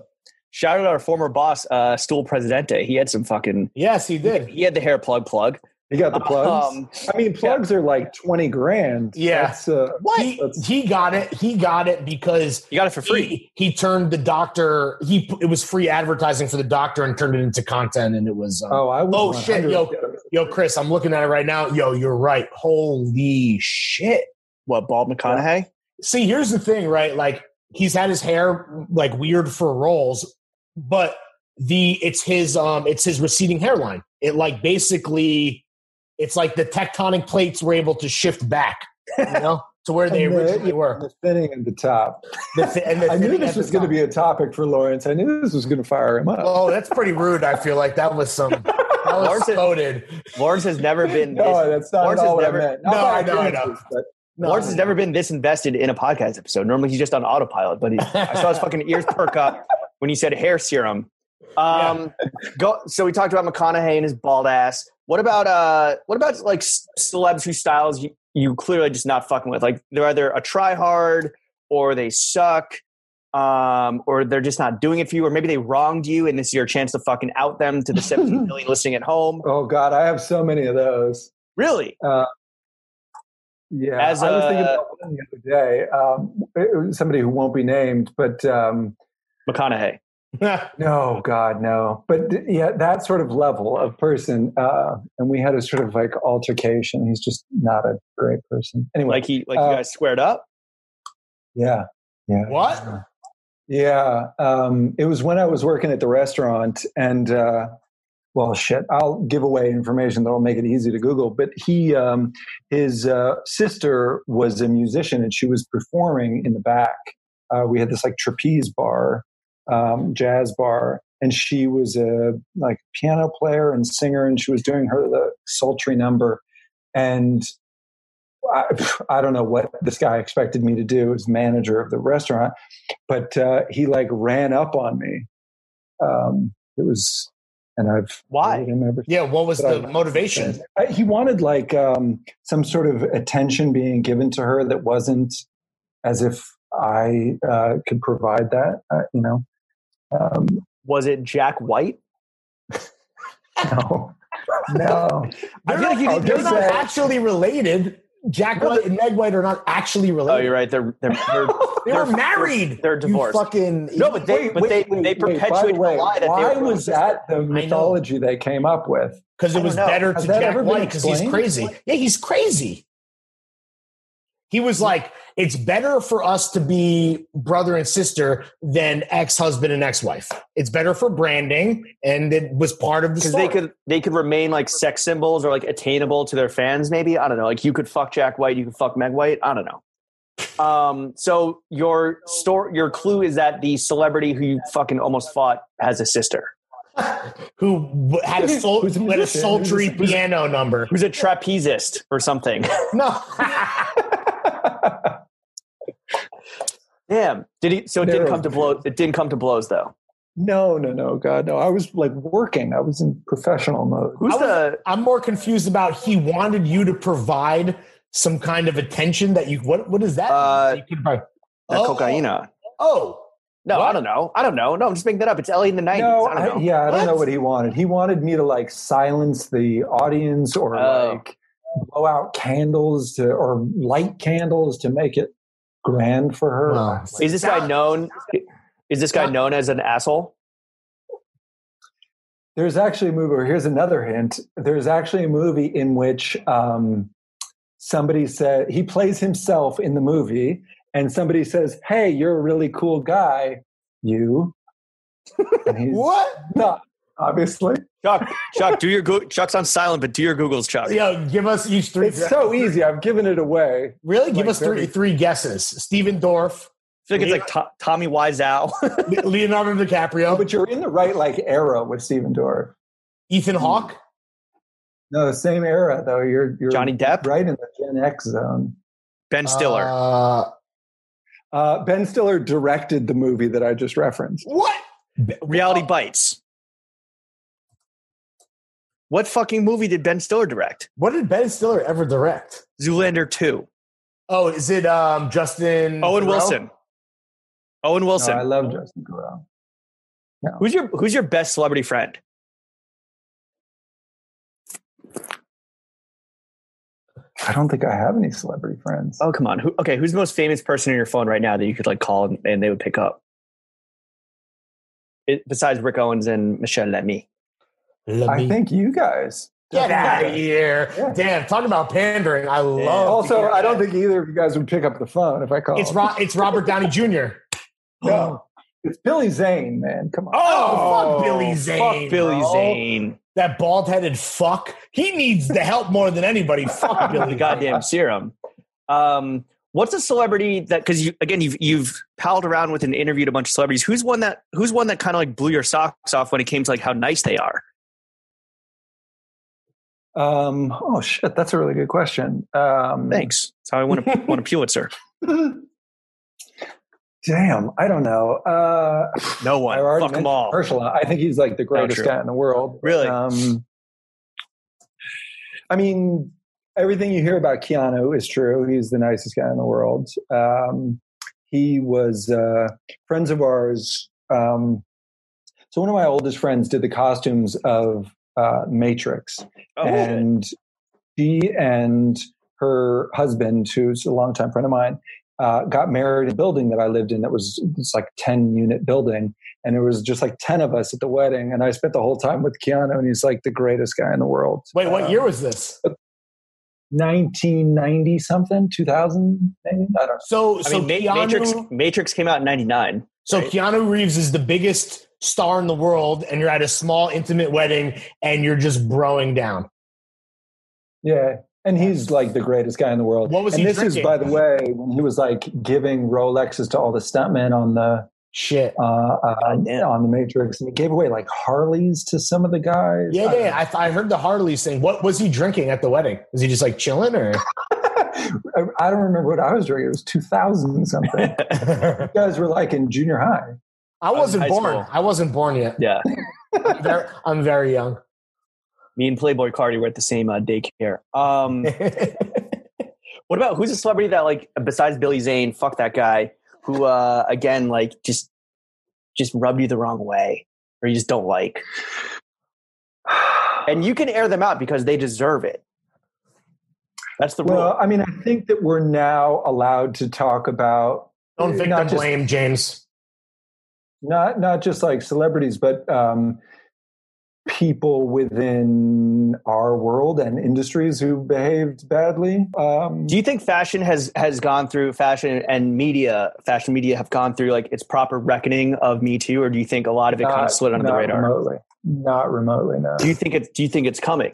Shout out our former boss, uh, Stool Presidente. He had some fucking.
Yes, he did.
He had the hair plug plug.
You got the plugs.
Um,
I mean, plugs are like twenty grand.
Yeah.
That's, uh,
What?
He, he got it. He got it because
you got it for free.
He, he turned the doctor. He it was free advertising for the doctor and turned it into content, and it was. Um,
oh, I would.
Oh,
want
shit,
100.
yo. Yo, Chris, I'm looking at it right now. Yo, you're right. Holy shit.
What, Bob McConaughey?
See, here's the thing, right? Like he's had his hair like weird for roles, but the it's his um it's his receding hairline. It like basically it's like the tectonic plates were able to shift back, you know, to where they
And the-
originally were.
The thinning at the top.
The thi- and the
I knew
thinning
this
at the
was going to
top.
be a topic for Lawrence. I knew this was going to fire him up.
Oh, that's pretty rude. I feel like that was some that was
Lawrence is-
loaded.
Lawrence has never been this,
no, that's not
Lawrence
at all
has
what
never-
I meant.
No,
Not
I
about
know, I know.
dances, but-
Lawrence has never been this invested in a podcast episode. Normally he's just on autopilot, but he, I saw his fucking ears perk up when he said hair serum. Um, go, so we talked about McConaughey and his bald ass. What about uh, what about like s- celebs whose styles you, you clearly just not fucking with? Like they're either a try hard or they suck, um, or they're just not doing it for you, or maybe they wronged you and this is your chance to fucking out them to the 17 million listening at home.
Oh God, I have so many of those.
Really?
Yeah,
As
I was
a-
thinking about one the other day. Um, it was somebody who won't be named, but um,
McConaughey.
no, God, no. But th- yeah, that sort of level of person, uh, and we had a sort of like altercation. He's just not a great person. Anyway,
Like he like
Uh,
you guys squared up?
yeah, yeah.
what?
Yeah, um, it was when I was working at the restaurant, and uh, well, shit, I'll give away information that'll make it easy to Google. But he, um, his uh, sister was a musician, and she was performing in the back. Uh, we had this like trapeze bar, um, jazz bar, and she was a like piano player and singer, and she was doing her the sultry number, and. I, I don't know what this guy expected me to do as manager of the restaurant, but uh, he like ran up on me. Um, it was, and I've
Why?
hated him ever
Yeah, what was
But I-
the motivation?
since. I- He wanted like um, some sort of attention being given to her that wasn't as if I uh, could provide that. Uh, you know, um,
Was it Jack White?
no, no.
They're,
I feel like you
not,
did-
they're
you
not
said-
actually related. Jack White and Meg White are not actually
Oh,
related.
you're right. They're they're, they're
they were married.
They're
You
divorced.
fucking
no, but they
Wait,
but
wait,
they
wait,
they
wait. By the
perpetuate
way,
the lie that
Why
they were
was that the mythology they came up with?
because it
I
was
don't know.
better
Has
to
that
Jack
ever been
White because he's
explained?
crazy. Yeah, he's crazy. He was like, it's better for us to be brother and sister than ex husband and ex wife. It's better for branding, and it was part of the
because
story.
they could they could remain like sex symbols or like attainable to their fans. Maybe I don't know. Like you could fuck Jack White, you could fuck Meg White. I don't know. Um. So your store your clue is that the celebrity who you fucking almost fought has a sister
who w- had a, sol-
Who's a
had a
musician, who's a-
sultry
who's a-
piano number.
who's a trapezist or something.
No,
Damn. Did he? So it didn't
No.
come to blows. It didn't come to blows though.
No, no, no, God, no. I was like working. I was in professional mode.
Who's
I was-
the?
I'm more confused about he wanted you to provide some kind of attention that you what what is that?
Uh,
you could buy-
The
oh,
cocaina.
Oh,
No, I
What?
don't know. I don't know. No, I'm just making that up. It's Ellie in the 90s.
No,
I don't
I,
know.
yeah, I don't know
What?
what he wanted. He wanted me to like silence the audience or
Oh.
like blow out candles to or light candles to make it grand for her.
Wow.
Is this guy known? Is this guy known as an asshole?
There's actually a movie. Or here's another hint. There's actually a movie in which um, somebody said he plays himself in the movie, and somebody says, "Hey, you're a really cool guy." You. And he's
what?
not obviously.
Chuck, Chuck, do your Goo- Chuck's on silent, but do your Google's Chuck.
Yo, give us each three.
It's so easy. I've given it away.
really, give
like
us three
very-
three guesses. Steven
I
Dorff,
feel like it's like to- Tommy Wiseau.
Le- Leonardo
Oh,
DiCaprio,
but you're in the right like era with Steven Dorff.
Ethan Hawke.
No, same era though. You're you're
Johnny Depp,
right in the Gen X zone.
Ben Stiller.
Uh,
Uh, ben Stiller directed the movie that I just referenced.
what?
Uh,
Reality Bites. What fucking movie did Ben Stiller direct?
What did Ben Stiller ever direct?
Zoolander 2.
Oh, is it um, Justin?
Owen
Theroux?
Wilson. Owen Wilson.
No, I love Justin Theroux.
who's your who's your best celebrity friend?
I don't think I have any celebrity friends.
Oh, come on. Who, okay, who's the most famous person in your phone right now that you could like call and, and they would pick up? It, besides Rick Owens and Michelle Lemmy.
I think you guys.
Get out of
Yeah.
here.
Yeah.
Damn, talking about pandering. I love
Oh, Also, I don't think either of you guys would pick up the phone if I called.
it's Ro- it's Robert Downey Jr.
No. It's Billy Zane, man. Come on.
Oh, fuck Billy Zane,
Fuck Billy
bro.
Zane.
That bald headed fuck. He needs the help more than anybody. Fuck
the
Billy.
goddamn serum. Um, what's a celebrity that because you again you've you've palled around with and interviewed a bunch of celebrities. Who's one that who's one that kind of like blew your socks off when it came to like how nice they are?
Um, oh shit, that's a really good question. Um,
Thanks. That's how I want to want a Pulitzer.
Damn, I don't know. Uh,
No
I
one.
already
Fuck them
mentioned
all.
Ursula. I think he's like the greatest
true.
guy in the world.
Really?
Um, I mean, everything you hear about Keanu is true. He's the nicest guy in the world. Um, he was uh, friends of ours. Um, so one of my oldest friends did the costumes of uh, Matrix,
Oh,
and she and her husband, who's a longtime friend of mine, uh, got married in a building that I lived in that was it's like 10 unit building. And it was just like 10 of us at the wedding. And I spent the whole time with Keanu, and he's like the greatest guy in the world.
Wait, what
Um,
year was this?
1990 something, 2000, maybe? I don't know.
So,
I
so
mean, Ma-
Keanu,
Matrix Matrix came out in '99.
so
right?
Keanu Reeves is the biggest star in the world, and you're at a small, intimate wedding, and you're just broing down.
Yeah. And he's like the greatest guy in the world.
What was
and
he
this is,
drinking?
by the way, when he was like giving Rolexes to all the stuntmen on the
Shit.
uh, uh,
damn.
on the Matrix, and he gave away like Harleys to some of the guys.
Yeah, yeah. I, th- I heard the Harley thing. What was he drinking at the wedding? Was he just like chilling or?
I, I don't remember what I was drinking. It was two thousand something.
I
you guys were like in junior high.
wasn't
high
born.
school.
I wasn't born yet.
Yeah,
I'm very, I'm very young.
me and Playboy Cardi were at the same uh, daycare. Um, What about who's a celebrity that like besides Billy Zane, fuck that guy, who uh again like just just rubbed you the wrong way or you just don't like. And you can air them out because they deserve it. That's the rule.
Well, I mean, I think that we're now allowed to talk about
Don't victim
Not just-
blame, James.
not not just like celebrities, but um, people within our world and industries who behaved badly. Um,
Do you think fashion has has gone through fashion and media, fashion media have gone through like its proper reckoning of Me Too, or do you think a lot of it kind of slid under the
not
radar?
Remotely. Not remotely, no.
Do you think it's do you think it's coming?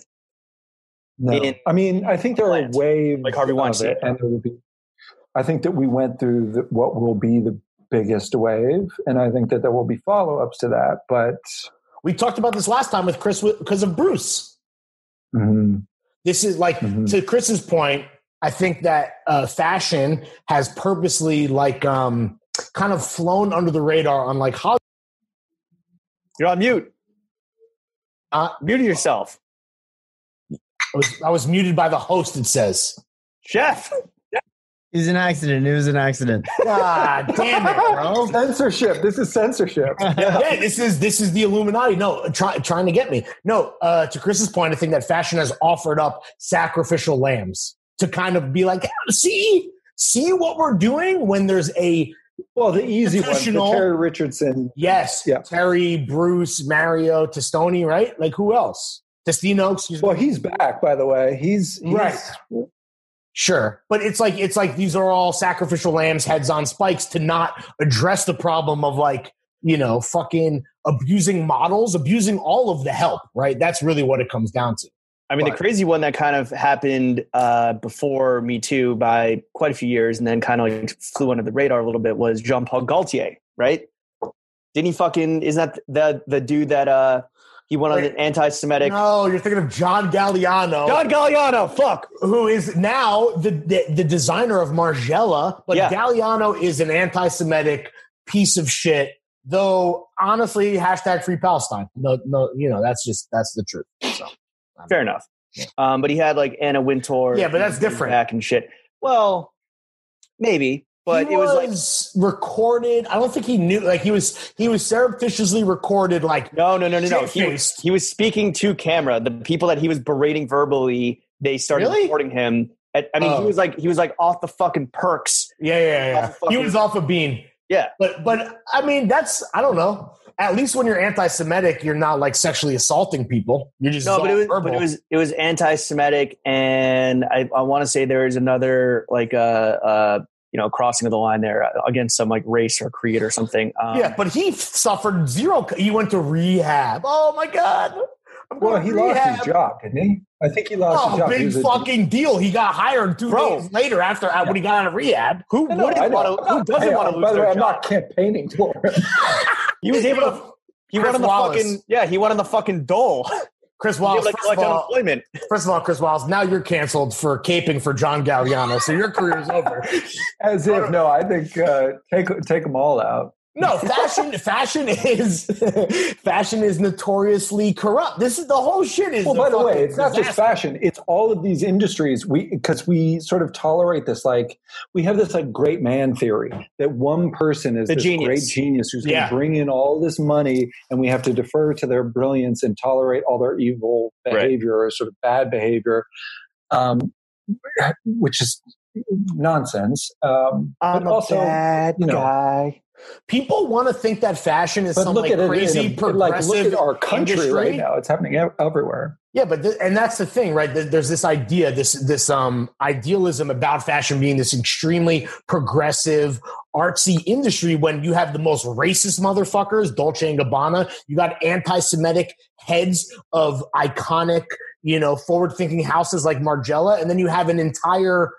No.
in
I mean, I think there are
plant,
waves
like Harvey
of
Weinstein.
it, and there will be. I think that we went through the, what will be the biggest wave, and I think that there will be follow ups to that. But
We talked about this last time with Chris because of Bruce.
mhm,
This is like
Mhm.
to Chris's point. I think that uh, fashion has purposely like um, kind of flown under the radar on like Hollywood.
You're on mute.
Uh,
Mute yourself.
I was, I was muted by the host. It says,
Jeff.
was an accident. It was an accident.
"God damn it, bro."
censorship. This is censorship.
yeah, this is this is the Illuminati. No, try, trying to get me. No, uh, to Chris's point, I think that fashion has offered up sacrificial lambs to kind of be like, see, see what we're doing when there's a
Well, the easy one, the
Professional.
Terry Richardson.
yes,
Yeah.
Terry, Bruce, Mario, Testoni, right? Like who else? Testino, excuse me.
Well, he's back, by the way. He's, he's
Right. Sure, but it's like it's like these are all sacrificial lambs, heads on spikes, to not address the problem of like you know fucking abusing models, abusing all of the help. Right, that's really what it comes down to.
I mean, the
But-
crazy one that kind of happened uh, before Me Too by quite a few years and then kind of like flew under the radar a little bit was Jean Paul Gaultier, right? Didn't he fucking, isn't that the, the dude that uh, he went on
Wait.
an anti Semitic?
No, you're thinking of John Galliano, oh,
Don Galliano, fuck.
who is now the, the the designer of Margiela, but
Yeah.
Galliano is an anti-Semitic piece of shit. Though honestly, hashtag Free Palestine. No, no, you know that's just that's the truth. So.
Fair enough. Um, but he had like Anna Wintour.
Yeah, but that's
and
different.
Back and shit. Well, maybe, but
He
it was like,
was recorded. I don't think he knew. Like he was he was surreptitiously recorded. Like
No, no, no, no, no. He was,
Shit-faced.
he was speaking to camera. The people that he was berating verbally, they started
Really?
recording him I, I mean,
Oh.
he was like he was like off the fucking perks.
Yeah, yeah,
Off
yeah.
the fucking-
He was off a bean.
Yeah.
But but I mean that's I don't know. At least when you're anti-Semitic, you're not like sexually assaulting people. You're just
No,
all
but it was
verbal.
but it was it was anti-Semitic, and I I want to say there is another like uh, uh you know crossing of the line there uh, against some like race or creed or something. Um,
yeah, but he suffered zero. He went to rehab. Oh my god! I'm
Well,
going
he
to
lost
rehab.
his job, didn't he? I think he lost his
Oh,
job. He
big
was a-
fucking deal. He got hired two
Bro.
days later after uh, when he got out of rehab.
who
I know, I
wouldn't
know.
want to? Who
I'm not-
doesn't
hey,
want to
By
lose
the way,
their
I'm not
job?
campaigning for him.
He was able to. He
Chris
won on the
Wallace. Oh,
fucking yeah. He won on the fucking dole.
Chris
He
Wallace,
like "Oh,
first,
collect
of all,
unemployment.
first of all, Chris Wallace, now you're canceled for caping for John Galliano, so your career is over.
As if no, I think uh, take take them all out.
No, fashion fashion is fashion is notoriously corrupt. This is the whole shit is
Well,
a
by the way,
fucking
it's not just
disaster.
fashion; it's all of these industries. We because we sort of tolerate this, like we have this like great man theory that one person is
The
this
genius.
great genius who's
Yeah.
going to bring in all this money, and we have to defer to their brilliance and tolerate all their evil behavior or sort of bad behavior, um, which is nonsense. Um,
I'm
but also, you know,
guy.
People want to think that fashion is
but
some
look
like
at it
crazy
in a, like
progressive
look at our country
industry.
right now; it's happening ev- everywhere.
Yeah, but th- and that's the thing, right? Th- There's this idea, this this um idealism about fashion being this extremely progressive, artsy industry. When you have the most racist motherfuckers, Dolce and Gabbana, you got anti-Semitic heads of iconic, you know, forward-thinking houses like Margiela, and then you have an entire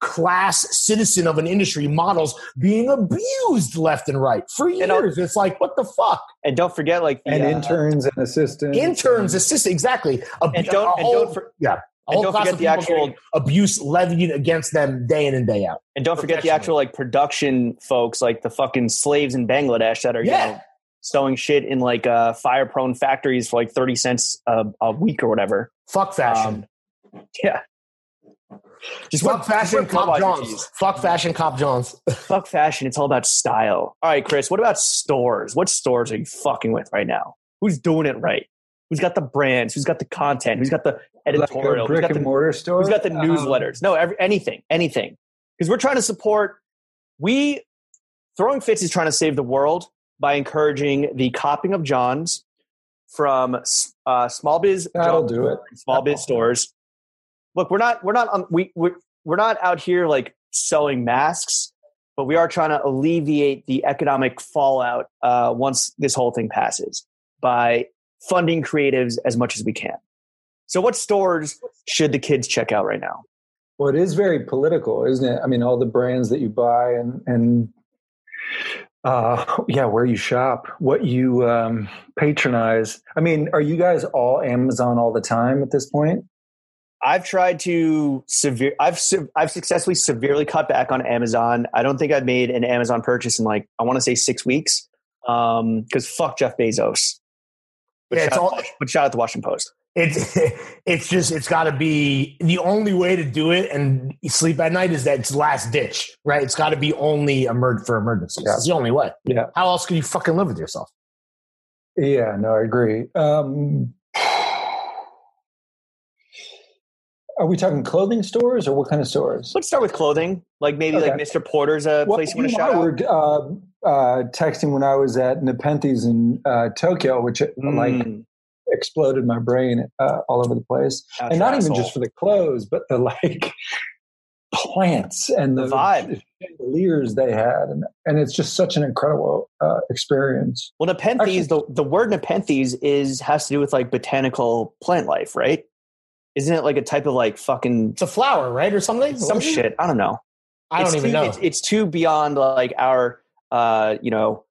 class citizen of an industry, models being abused left and right for
And I'll-
years. It's like, what the fuck?
And don't forget, like the,
and
uh,
interns and assistants.
Interns, assistant, exactly. A-
And
a
don't and
whole-
don't, for,
yeah. A
and
whole
don't
class
forget
of
the
people
actual
getting abuse levied against them day in and day out.
And don't forget the actual like production folks, like the fucking slaves in Bangladesh that are
Yeah.
you know, sewing shit in like uh, fire prone factories for like thirty cents a, a week or whatever.
Fuck fashion.
Just
fuck
what-
fashion,
just what
Cop
Budweiser
Johns.
teas.
Fuck fashion, Cop Johns.
Fuck fashion. It's all about style. All right, Chris. What about stores? What stores are you fucking with right now? Who's doing it right? Who's got the brands? Who's got the content? Who's got the
like a
editorial? Who's
brick
got the
and mortar store.
Who's got the
Um,
newsletters? No, every, anything, anything. Because we're trying to support. We throwing fits is trying to save the world by encouraging the copying of Johns from uh, small biz.
That'll
Johns
do it.
and Small biz stores. Look, we're not we're not on we we're, we're not out here like selling masks, but we are trying to alleviate the economic fallout uh, once this whole thing passes by funding creatives as much as we can. So, what stores should the kids check out right now?
Well, it is very political, isn't it? I mean, all the brands that you buy and and uh, yeah, where you shop, what you um, patronize. I mean, are you guys all Amazon all the time at this point?
I've tried to severe. I've se- I've successfully severely cut back on Amazon. I don't think I've made an Amazon purchase in like I want to say six weeks. Um, because fuck Jeff Bezos. But,
Yeah,
shout
it's
out,
all-
but shout out the Washington Post.
It's it's just it's got to be the only way to do it and sleep at night is that it's last ditch, right? It's got to be only emerg for emergencies.
Yeah.
It's the only way.
Yeah.
How else can you fucking live with yourself?
Yeah, no, I agree. Um, are we talking clothing stores or what kind of stores?
Let's start with clothing. Like maybe like
Okay.
Mr. Porter's a
Well,
place you want to
and
shout
I
out.
were uh, uh, texting when I was at Nepenthes in uh, Tokyo, which like
Mm,
exploded my brain uh, all over the place,
out
and
your
not even
asshole.
just for the clothes, but the like plants and the,
The vibe.
chandeliers they had, and, and it's just such an incredible uh, experience.
Well, Nepenthes,
Actually-
the, the word Nepenthes is has to do with like botanical plant life, right? Isn't it like a type of like fucking
It's a flower, right, or something?
some
What is it?
shit? I don't know.
I don't
It's
even
too-
know.
It's, it's too beyond like our, uh, you know,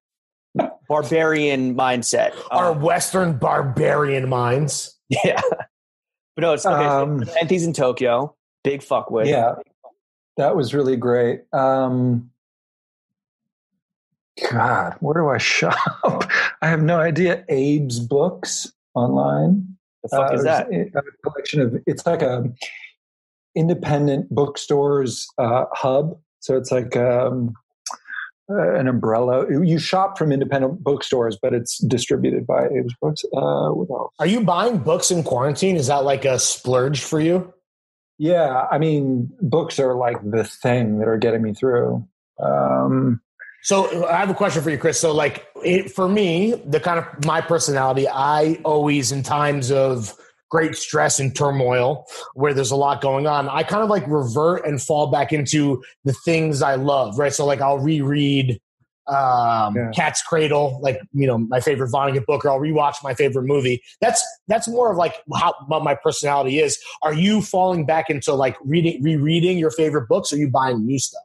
barbarian mindset.
Our
Um,
Western barbarian minds.
yeah. But no, it's okay. so
Um,
Nepenthes in Tokyo, big fuckwit.
yeah, that was really great. Um, God, where do I shop? I have no idea. Abe's books online.
The fuck
Uh,
is that?
there's A a collection of it's like a independent bookstores uh, hub. So it's like um, uh, an umbrella. You shop from independent bookstores, but it's distributed by Abe's Books. Uh, what else?
Are you buying books in quarantine? Is that like a splurge for you?
yeah, I mean, books are like the thing that are getting me through. Um,
So I have a question for you, Chris. So like it, for me, the kind of my personality, I always in times of great stress and turmoil where there's a lot going on, I kind of like revert and fall back into the things I love, right? So like I'll reread um
Yeah.
Cat's Cradle, like you know, my favorite Vonnegut book, or I'll rewatch my favorite movie. That's that's more of like how what my personality is. Are you falling back into like reading rereading your favorite books? Or are you buying new stuff?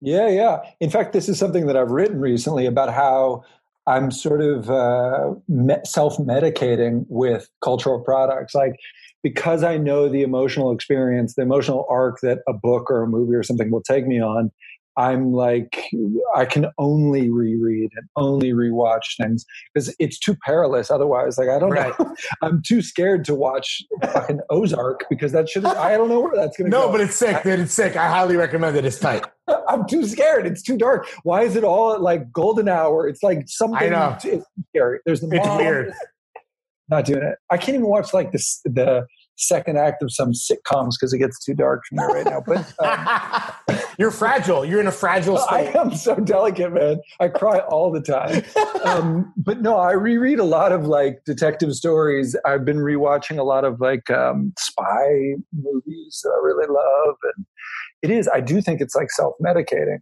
Yeah, yeah. In fact, this is something that I've written recently about how I'm sort of uh, me- self medicating with cultural products. Like, because I know the emotional experience, the emotional arc that a book or a movie or something will take me on, I'm like, I can only reread and only rewatch things because it's too perilous otherwise. Like, I don't know. I'm too scared to watch fucking Ozark because that should, I don't know where that's going to go.
No, but it's sick. Dude, it's sick. I highly recommend it. It's tight.
I'm too scared. It's too dark. Why is it all at like golden hour? It's like something.
I know.
It's scary. There's the
It's
mom.
weird.
Not doing it. I can't even watch like this the second act of some sitcoms because it gets too dark for me right now. But um,
You're fragile. You're in a fragile
I
state.
am so delicate, man. I cry all the time. Um, but no, I reread a lot of like detective stories. I've been rewatching a lot of like um, spy movies that I really love, and it is. I do think it's like self medicating.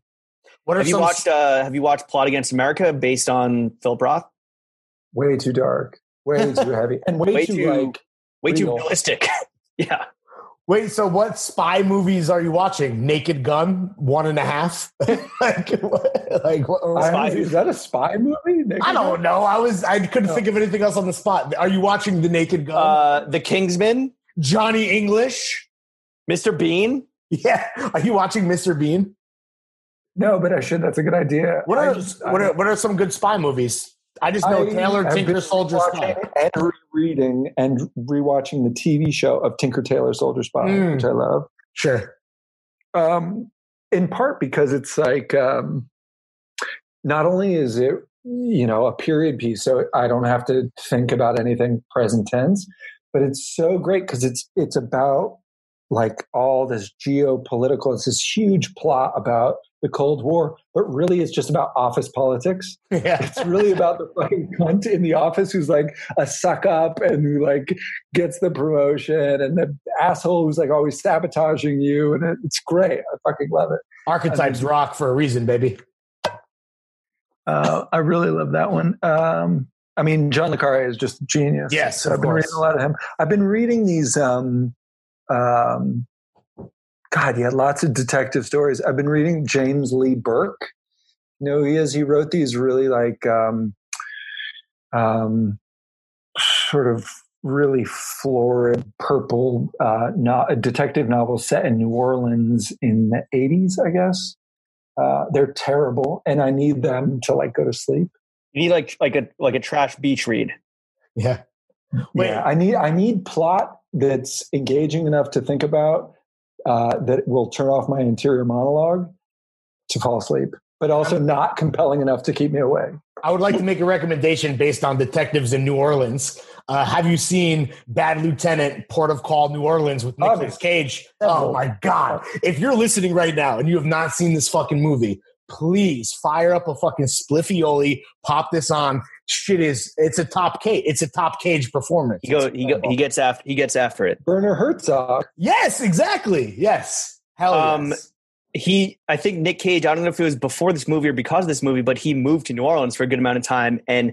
What are
Have you
some?
watched? Uh, have you watched Plot Against America based on Phil Roth?
way too dark, way too heavy, and way,
Way
too,
too-
like
Way too
Real.
realistic. yeah,
wait, so what spy movies are you watching? Naked Gun, One and a Half. like, what, like what, or
I
spy-
don't- is that a spy movie? Naked
I don't
Gun?
know. I was. I couldn't think of anything else on the spot. Are you watching The Naked Gun?
uh, The Kingsman,
Johnny English.
Mr. Bean.
Yeah. Are you watching Mr. Bean?
No, but I should. That's a good idea.
What
I
are
just-
what
I-
are what are some good spy movies? I just know
I
Taylor
have
Tinker
been
Soldier Spy.
watching and rereading and rewatching the TV show of Tinker Tailor Soldier Spy,
Mm.
which I love.
Sure.
Um, in part because it's like um, not only is it you know a period piece, so I don't have to think about anything present tense, but it's so great because it's it's about like all this geopolitical. It's this huge plot about the Cold War, but really it's just about office politics
Yeah.
it's really about the fucking cunt in the office who's like a suck up and who like gets the promotion and the asshole who's like always sabotaging you and it, it's great i fucking love it
Archetypes rock for a reason, baby.
uh, i really love that one um, i mean john le carre is just genius
Yes,
so
of
i've been
course.
reading a lot of him i've been reading these um, um, god yeah lots of detective stories i've been reading james lee burke you know who he is he wrote these really like um, um, sort of really florid purple uh, no- detective novel set in New Orleans in the 80s, I guess. Uh, they're terrible, and I need them to like go to sleep.
You need like like a like a trash beach read.
Yeah. Wait.
Yeah, I need I need plot that's engaging enough to think about uh, that will turn off my interior monologue to fall asleep, but also not compelling enough to keep me awake.
I would like to make a recommendation based on detectives in New Orleans. Uh, have you seen Bad Lieutenant, Port of Call, New Orleans with Nicolas
Obvious.
Cage? Oh my God. If you're listening right now and you have not seen this fucking movie, please fire up a fucking spliffioli, pop this on. Shit is, it's a top cage. It's a top cage performance.
He go
It's
he go, he gets after he gets after it.
Werner Herzog.
yes, exactly. Yes. Hell
Um,
Oh, yes.
he i think nick cage i don't know if it was before this movie or because of this movie but he moved to new orleans for a good amount of time and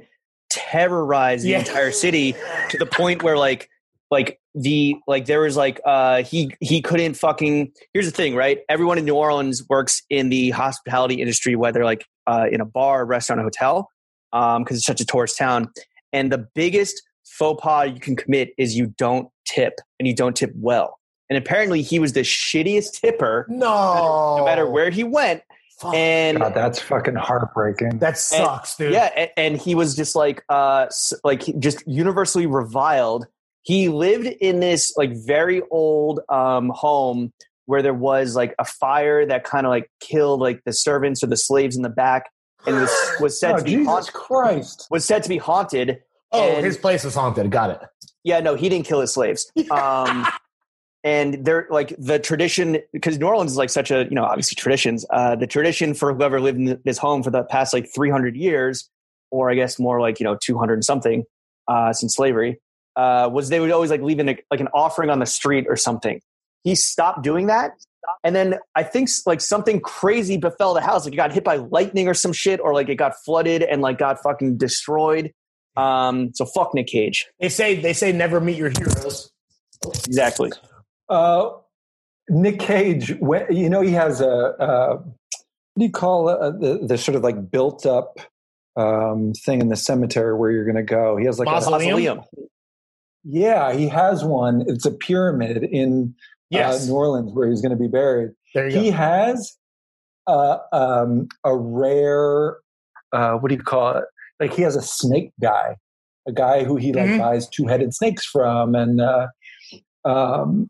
terrorized the
Yeah.
entire city to the point where like like the like there was like uh he he couldn't fucking here's the thing right everyone in new orleans works in the hospitality industry whether like uh in a bar restaurant or hotel um because it's such a tourist town and the biggest faux pas you can commit is you don't tip and you don't tip well and apparently he was the shittiest tipper
No.
no matter where he went.
Fuck.
And
God, that's fucking heartbreaking.
that sucks, dude.
yeah, and, and he was just like, uh, s- like he- just universally reviled. He lived in this like very old um, home where there was like a fire that kind of like killed like the servants or the slaves in the back, and was was said
Oh,
to be
Jesus
haunted,
Christ.
was said to be haunted.
Oh,
and-
his place was haunted. Got it.
Yeah, no, he didn't kill his slaves. Um, and they're like the tradition because New Orleans is like such a you know obviously traditions. Uh, the tradition for whoever lived in this home for the past like 300 years, or I guess more like you know 200 and something uh, since slavery, uh, was they would always like leave an, like an offering on the street or something. He stopped doing that, and then I think like something crazy befell the house. Like it got hit by lightning or some shit, or like it got flooded and like got fucking destroyed. Um, so fuck Nick Cage.
They say they say never meet your heroes.
Exactly.
Uh, Nick Cage, when, you know, he has a, uh what do you call uh the, the sort of like built up um, thing in the cemetery where you're going to go? He has like, a,
Mausoleum?
Mausoleum.
yeah, he has one. It's a pyramid in
Yes.
uh, New Orleans where he's going to be buried.
there you
He
go.
has uh, um, a rare, uh, what do you call it? Like he has a snake guy, a guy who he like
Mm-hmm.
Mhm.
buys two headed snakes from, and uh, um,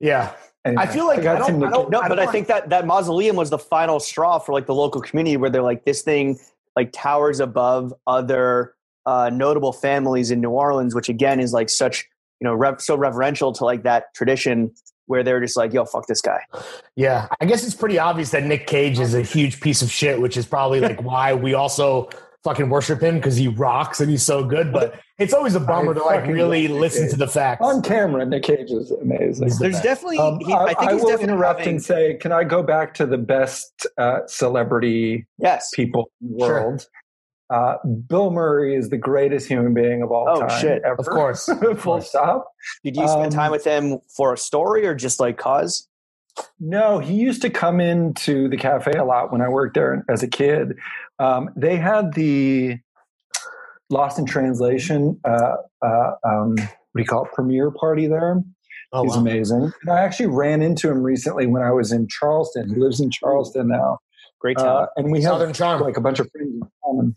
Yeah.
anyway,
I feel like I
got
don't,
some
I don't know,
I
but
don't
I think that that mausoleum was the final straw for like the local community where they're like this thing like towers above other uh, notable families in New Orleans, which again is like such you know rev- so reverential to like that tradition where they're just like yo fuck this guy.
Yeah, I guess it's pretty obvious that Nick Cage is a huge piece of shit, which is probably like why we also fucking worship him because he rocks and he's so good. But it's always a bummer
I
to like
fucking
really
love Nick
listen
Cage.
to the facts.
on camera, Nick Cage is amazing.
He's the
There's
best.
definitely
Um,
he,
I,
I think
I
he's
will
definitely
interrupt
having-
and say, can I go back to the best uh, celebrity
yes.
people in the
Sure.
world? Uh, Bill Murray is the greatest human being of all
Oh,
time.
shit.
ever.
Of course.
Full stop.
Did you spend
Um,
time with him for a story or just like cause?
No, he used to come into the cafe a lot when I worked there as a kid. Um, they had the Lost in Translation, uh, uh, um, what do you call it, premiere party there.
Oh,
He's
wow.
amazing. And I actually ran into him recently when I was in Charleston. He lives in Charleston now.
Great
Uh,
talent.
and we have
Southern charm.
like a bunch of friends in common.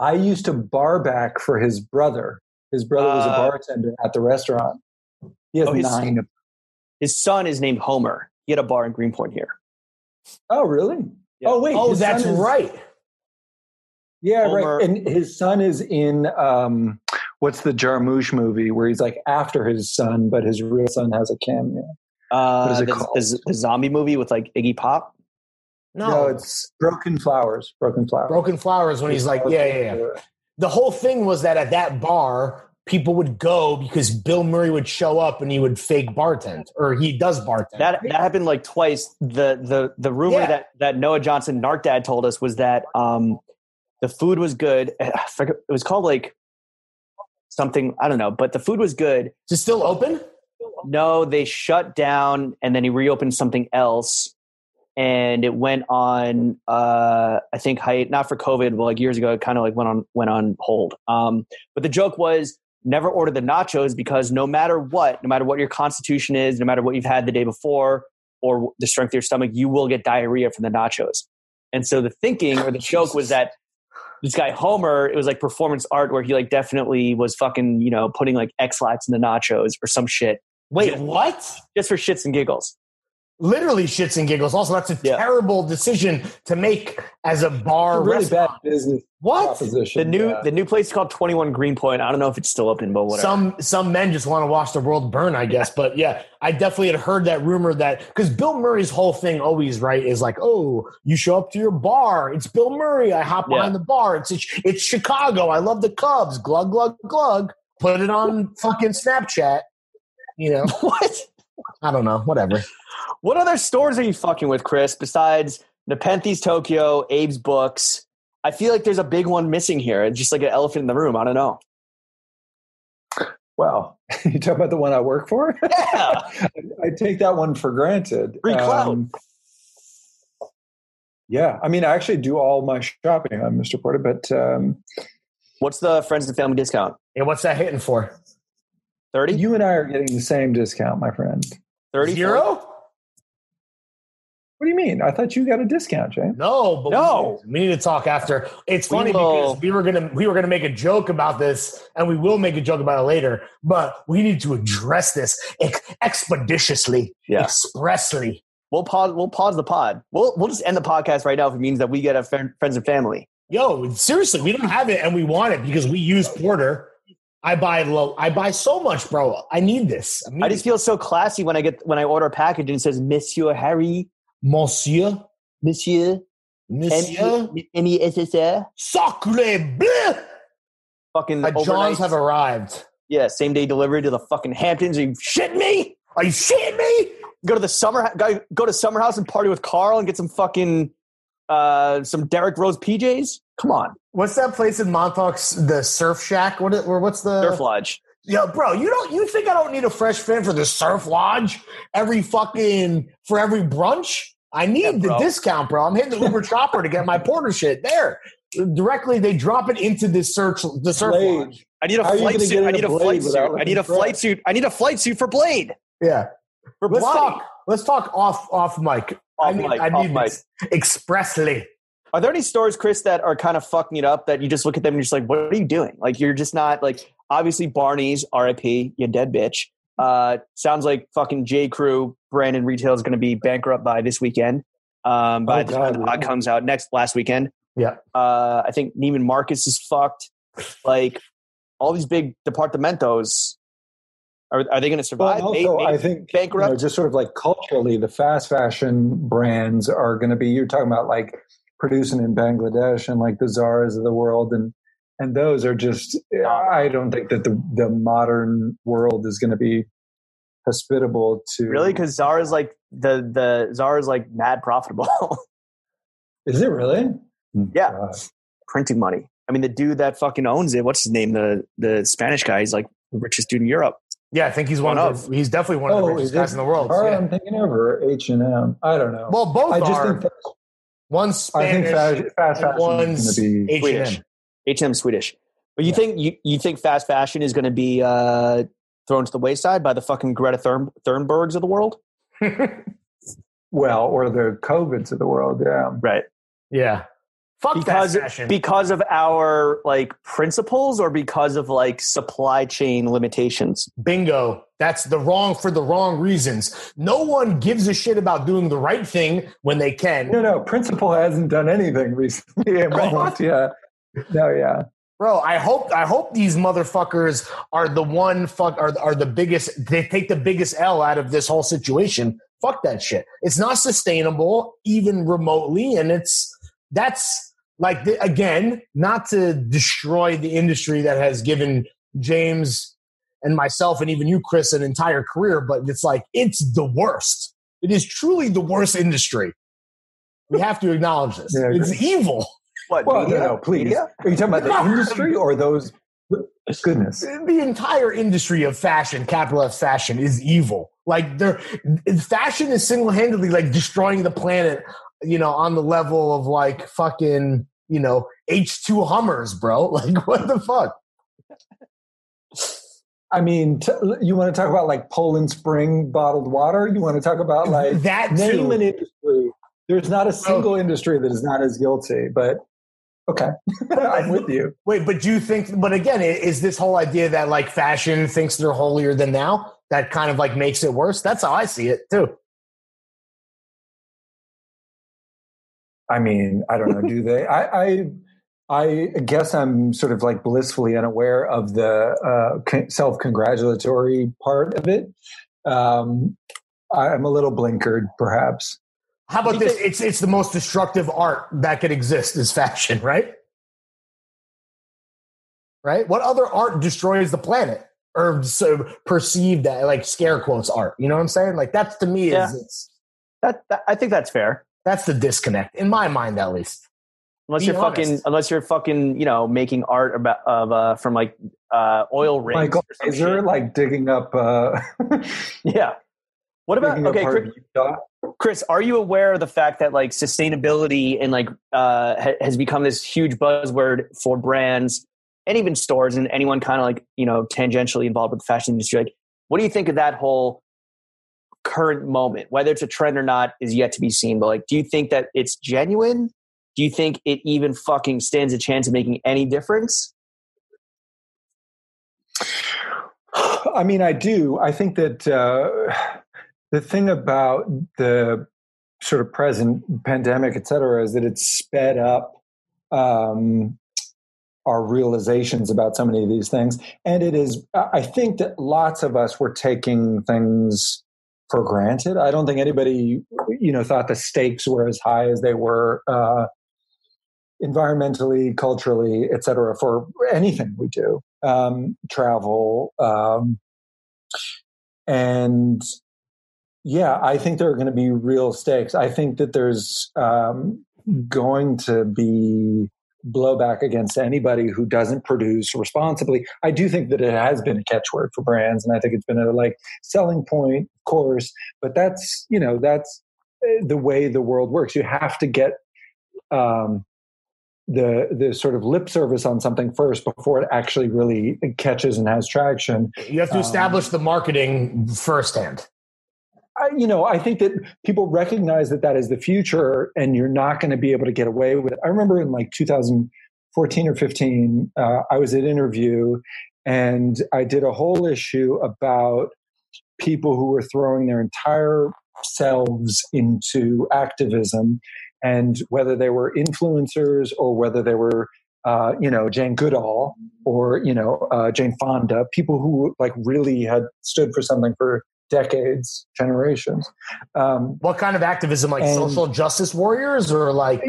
I used to bar back for his brother. His brother was a
Uh,
bartender at the restaurant. He has
Oh, his-
nine. Of,
His son is named Homer. He had a bar in Greenpoint here.
oh, really?
Yeah.
Oh, wait.
oh,
his
that's
son is-
right.
Yeah,
Homer-
right. And his son is in um, what's the Jarmusch movie where he's like after his son, but his real son has a cameo.
Uh,
What is it
the,
called?
the z- the zombie movie with like Iggy Pop.
No,
it's Broken Flowers. Broken Flowers.
broken flowers when he's like, yeah, yeah, yeah. The whole thing was that at that bar, people would go because Bill Murray would show up and he would fake bartend, or he does bartend.
That that happened like twice. The the the rumor
Yeah.
that that Noah Johnson Narc Dad told us was that um the food was good. I forget- It was called like something I don't know, but the food was good.
Is it still open?
No, they shut down and then he reopened something else. And it went on, uh, I think, height not for COVID, but like years ago, it kind of like went on went on hold. Um, but the joke was never order the nachos because no matter what, no matter what your constitution is, no matter what you've had the day before or the strength of your stomach, you will get diarrhea from the nachos. And so the thinking or the joke was that this guy Homer, it was like performance art where he like definitely was fucking, you know, putting like X lax in the nachos or some shit
Wait,
Yeah.
what?
just for shits and giggles.
literally shits and giggles. Also, that's a
Yeah.
terrible decision to make as a bar
really
restaurant.
bad business
What?
proposition.
The new
uh,
yeah.
the new place is called Twenty One Greenpoint. I don't know if it's still open, but whatever.
Some some men just want to watch the world burn, I guess. But yeah, I definitely had heard that rumor that because Bill Murray's whole thing always right is like, oh, you show up to your bar, it's Bill Murray. I hop
Yeah.
behind the bar. It's it's Chicago. I love the Cubs. Glug glug glug. Put it on fucking Snapchat. You know,
what?
I don't know. Whatever.
What other stores are you fucking with, Chris? Besides Nepenthes Tokyo, Abe's Books. I feel like there's a big one missing here. It's just like an elephant in the room. I don't know.
Well, you talk about the one I work for.
Yeah.
I take that one for granted. Um,
Free clout.
yeah, I mean, I actually do all my shopping on Mr. Porter, but um,
What's the friends and family discount?
Yeah, what's that hitting for?
Thirty?
you and I are getting the same discount, my friend.
Thirty?
Zero?
What do you mean? I thought you got a discount, James.
No, but
No.
We, we need to talk after. It's
We
funny
will-
because we were gonna we were gonna make a joke about this, and we will make a joke about it later. But we need to address this ex- expeditiously,
Yeah.
expressly.
We'll pause. We'll pause the pod. We'll we'll just end the podcast right now if it means that we get a friend, friends and family.
Yo, seriously, we don't have it, and we want it because we use Porter. I buy low. I buy so much, bro. I need this. I, need
I just feel so classy when I get when I order a package and it says Monsieur Harry,
Monsieur,
Monsieur,
Monsieur,
M E S S R.
Sacre bleu.
Fucking
My
overnight-
Johns have arrived.
yeah, same day delivery to the fucking Hamptons. Are you shitting me?
Are you shitting me?
Go to the summer go, go to summer house and party with Carl and get some fucking uh some Derek Rose PJs. Come on,
What's that place in Montauk's? The Surf Shack? What? it- Or what's
Uh,
the?
Surf Lodge.
Yo, bro, you don't. You think I don't need a fresh fin for the Surf Lodge every fucking for every brunch? I need
Yeah,
the
bro.
discount, bro. I'm hitting the Uber Chopper to get my porter shit there. Directly, they drop it into the search the Surf
Blade.
Lodge.
I need a
How are you
flight
gonna get
suit. I
in a
need a
Blade
flight suit.
without
I need a
looking fresh?
flight suit. I need a flight suit for Blade.
Yeah,
For
let's
Blade.
talk. Let's talk off off mic. I
Off
need,
mic,
I
off
need this expressly.
Are there any stores, Chris, that are kind of fucking it up that you just look at them and you're just like, what are you doing? Like, you're just not like, obviously, Barney's RIP, you dead bitch. Uh, sounds like fucking J. Crew brand and retail is going to be bankrupt by this weekend. Um, by
Oh,
the
God,
time the pod
yeah.
comes out next last weekend.
Yeah.
Uh, I think Neiman Marcus is fucked. Like, all these big departamentos, are, are they going to
Well,
survive?
and
May-
also,
may
I think you
bankrupt?
know, just sort of like culturally, the fast fashion brands are going to be. You're talking about like producing in Bangladesh and like the Zaras of the world, and and those are just. I don't think that the the modern world is going to be hospitable to.
really? Because Zara's like, the, the Zara's like mad profitable.
is it really?
Yeah.
God.
printing money. I mean, the dude that fucking owns it, what's his name? The the Spanish guy. He's like the richest dude in Europe.
Yeah, I think he's one,
One
of. The, he's definitely one of the
Oh,
richest
is
guys
it
in the world.
Zara
Yeah.
I'm thinking of or H and M. I don't know.
Well, both
I just
are.
think that-
one
I think
Spanish,
fast, fast
and
fashion
one's
is going to be.
H and M.
Swedish. H and M Swedish. But you think you, you think fast fashion is going to be uh, thrown to the wayside by the fucking Greta Thurm, Thunbergs of the world?
Well, or the COVIDs of the world, yeah.
Right.
Yeah. Fuck
Because-
that fashion.
Because of our like principles, or because of like supply chain limitations.
Bingo. That's the wrong for the wrong reasons. No one gives a shit about doing the right thing when they can.
No, no, principal hasn't done anything recently. in
Right.
months, yeah. No, yeah.
Bro, I hope I hope these motherfuckers are the one fuck are are the biggest they take the biggest L out of this whole situation. Fuck that shit. It's not sustainable even remotely and it's that's like the, again, not to destroy the industry that has given James and myself and even you Chris an entire career, but it's like it's the worst. It is truly the worst industry. We have to acknowledge this.
Yeah, I
it's evil.
What?
Well,
media?
no, no, please.
Media?
Are you talking about the industry or those? Goodness.
the entire industry of fashion, capital F fashion, is evil. Like they're fashion is single handedly like destroying the planet, you know, on the level of like fucking, you know, H two Hummers, bro. Like what the fuck?
I mean, t- you want to talk about like Poland Spring bottled water? You want to talk about like
that
name
too.
an industry? There's not a single industry that is not as guilty, but okay. I'm with you.
Wait, but do you think? But again, i- is this whole idea that like fashion thinks they're holier than now that kind of like makes it worse? That's how I see it too.
I mean, I don't know. Do they? I, I, I guess I'm sort of like blissfully unaware of the uh, self congratulatory part of it. Um, I- I'm a little blinkered, perhaps.
How about this? It's it's the most destructive art that could exist is fashion, right? Right? What other art destroys the planet or so perceived that like scare quotes art? You know what I'm saying? Like that's to me
Yeah.
is it's,
That, that I think that's fair.
that's the disconnect in my mind at least.
Unless
Be
you're
honest.
fucking, unless you're fucking, you know, making art about of uh, from like uh, oil rigs.
Michael
or some
Is there
shit.
like digging up? Uh,
Yeah. What about
digging up
okay,
part
Chris,
of Utah?
Chris? Are you aware of the fact that like sustainability and like uh, ha- has become this huge buzzword for brands and even stores and anyone kind of like you know tangentially involved with the fashion industry? Like, what do you think of that whole current moment? Whether it's a trend or not is yet to be seen. But like, do you think that it's genuine? Do you think it even fucking stands a chance of making any difference?
I mean, I do. I think that uh, the thing about the sort of present pandemic, et cetera, is that it's sped up um, our realizations about so many of these things. And it is, I I think that lots of us were taking things for granted. I don't think anybody, you know, thought the stakes were as high as they were uh, environmentally, culturally, et cetera, for anything we do, um, travel. Um, and yeah, I think there are going to be real stakes. I think that there's um, going to be blowback against anybody who doesn't produce responsibly. I do think that it has been a catchword for brands, and I think it's been a like selling point, of course. But that's you know that's eh, the way the world works. You have to get um, the the sort of lip service on something first before it actually really catches and has traction.
You have to
Um,
establish the marketing firsthand.
I, you know, I think that people recognize that that is the future, and you're not going to be able to get away with it. I remember in like 2014 or 15, uh, I was at interview, and I did a whole issue about people who were throwing their entire selves into activism, and whether they were influencers or whether they were, uh, you know, Jane Goodall or you know uh, Jane Fonda, people who like really had stood for something for decades, generations. Um,
What kind of activism? Like
And-
social justice warriors, or like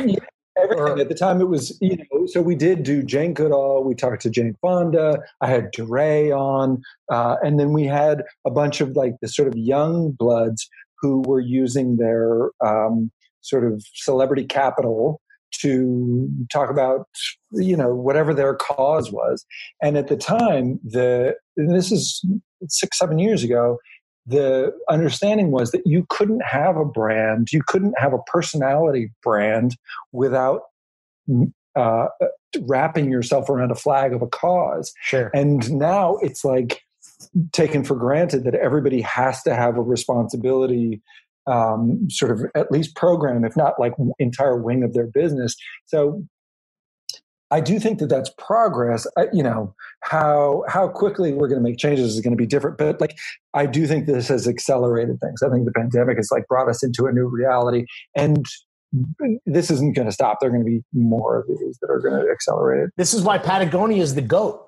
everything at the time, it was you know. So we did do Jane Goodall. We talked to Jane Fonda. I had Duray on, uh, and then we had a bunch of like the sort of young bloods who were using their um, sort of celebrity capital to talk about you know whatever their cause was and at the time the and this is six seven years ago the understanding was that you couldn't have a brand you couldn't have a personality brand without uh, wrapping yourself around a flag of a cause
sure.
and now it's like taken for granted that everybody has to have a responsibility um, sort of at least program, if not like entire wing of their business. So I do think that that's progress. I, you know how how quickly we're going to make changes is going to be different, but like I do think this has accelerated things. I think the pandemic has like brought us into a new reality, and mm, this isn't going to stop. There are going to be more of these that are going to accelerate it.
This is why Patagonia is the goat.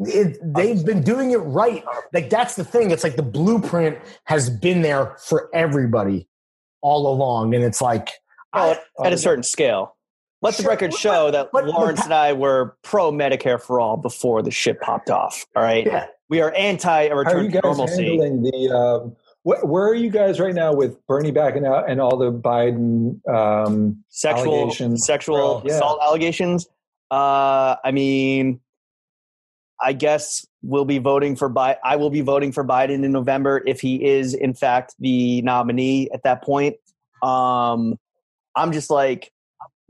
It, they've been doing it right. Like that's the thing. It's like the blueprint has been there for everybody all along, and it's like um,
Well, at a certain scale. Let the
Oh, Sure,
record
but-
show that
but- but
Lawrence
Pat-
and I were pro Medicare for all before the shit popped off. All right,
Yeah.
we are anti a
How are you
return to
guys
normalcy.
handling the? Um, wh- where are you guys right now with Bernie backing out and all the Biden? Um,
Sexual
Allegations.
sexual
Well, yeah.
assault allegations. Uh, I mean, I guess we'll be voting for Bi- I will be voting for Biden in November if he is in fact the nominee at that point. Um, I'm just like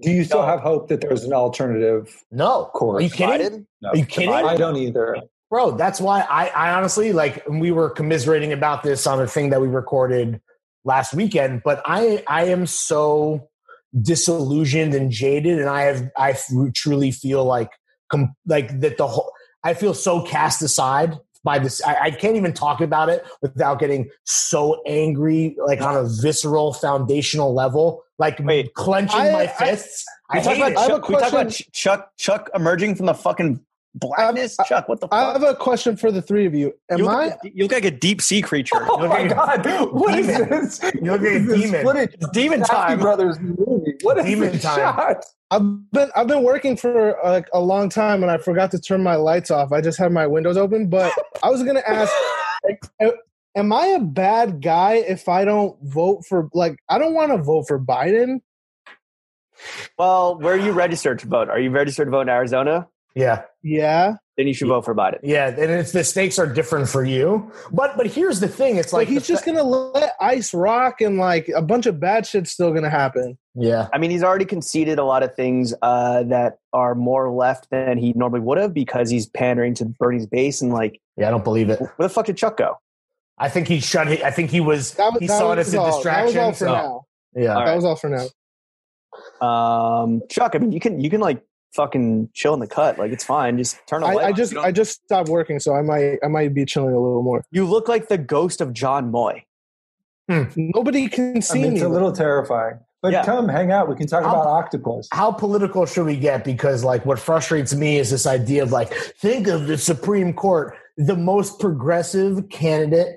do you still
No.
have hope that there's an alternative
no. Are
course?
you kidding?
Biden.
Are you kidding?
I don't either.
bro that's why I, I honestly like and we were commiserating about this on a thing that we recorded last weekend but i i am so disillusioned and jaded and i have i truly feel like com- like that the whole i feel so cast aside by this I, I can't even talk about it without getting so angry like on a visceral foundational level like
Wait,
clenching
I-
my
I-
fists i,
We talk
hate
about
it.
I have a
Chuck, we talk about
question.
Ch- Chuck Chuck emerging from the fucking blackness.
I-
Chuck, what the fuck?
I have a question for the three of you. Am
you, look
I
like a, you look like a deep sea creature.
Oh my
at it.
God! What is
Demon.
this?
You look like a
What is this
demon.
Footage?
It's demon
Nasty
time.
Brothers movie. What is
Demon
this
time.
shot?
I've been I've been working for uh, like a long time and I forgot to turn my lights off. I just had my windows open, but I was gonna ask, like, a- am I a bad guy if I don't vote for like I don't want to vote for Biden?
Well, where are you registered to vote? Are you registered to vote in Arizona?
yeah
Yeah,
Then you should vote for Biden.
Yeah, and it's the stakes are different for you. But but here's the thing: it's
like
like
he's
the
just
fa-
gonna let ice rock and like a bunch of bad shit's still gonna happen.
yeah.
I mean, he's already conceded a lot of things uh, that are more left than he normally would have because he's pandering to Bernie's base. And like,
Yeah, I don't believe it.
where the fuck did Chuck go?
I think he shut. I think he was.
That was,
he
that
saw it
was
as a
all.
distraction. Oh,
That was all for
so
now.
yeah,
All
That
right.
was all for now.
Um, Chuck, I mean, you can you can like fucking chill in the cut. Like, it's fine. Just turn a
I,
light.
I
on.
just
You don't-
I just stopped working, so I might I might be chilling a little more.
you look like the ghost of John Moy.
Nobody can
I
Hmm.
see
mean,
me.
it's a little terrifying. But
Yeah.
come hang out. We can talk
I'll-
about octopus.
how political should we get? Because like what frustrates me is this idea of like think of the Supreme Court, the most progressive candidate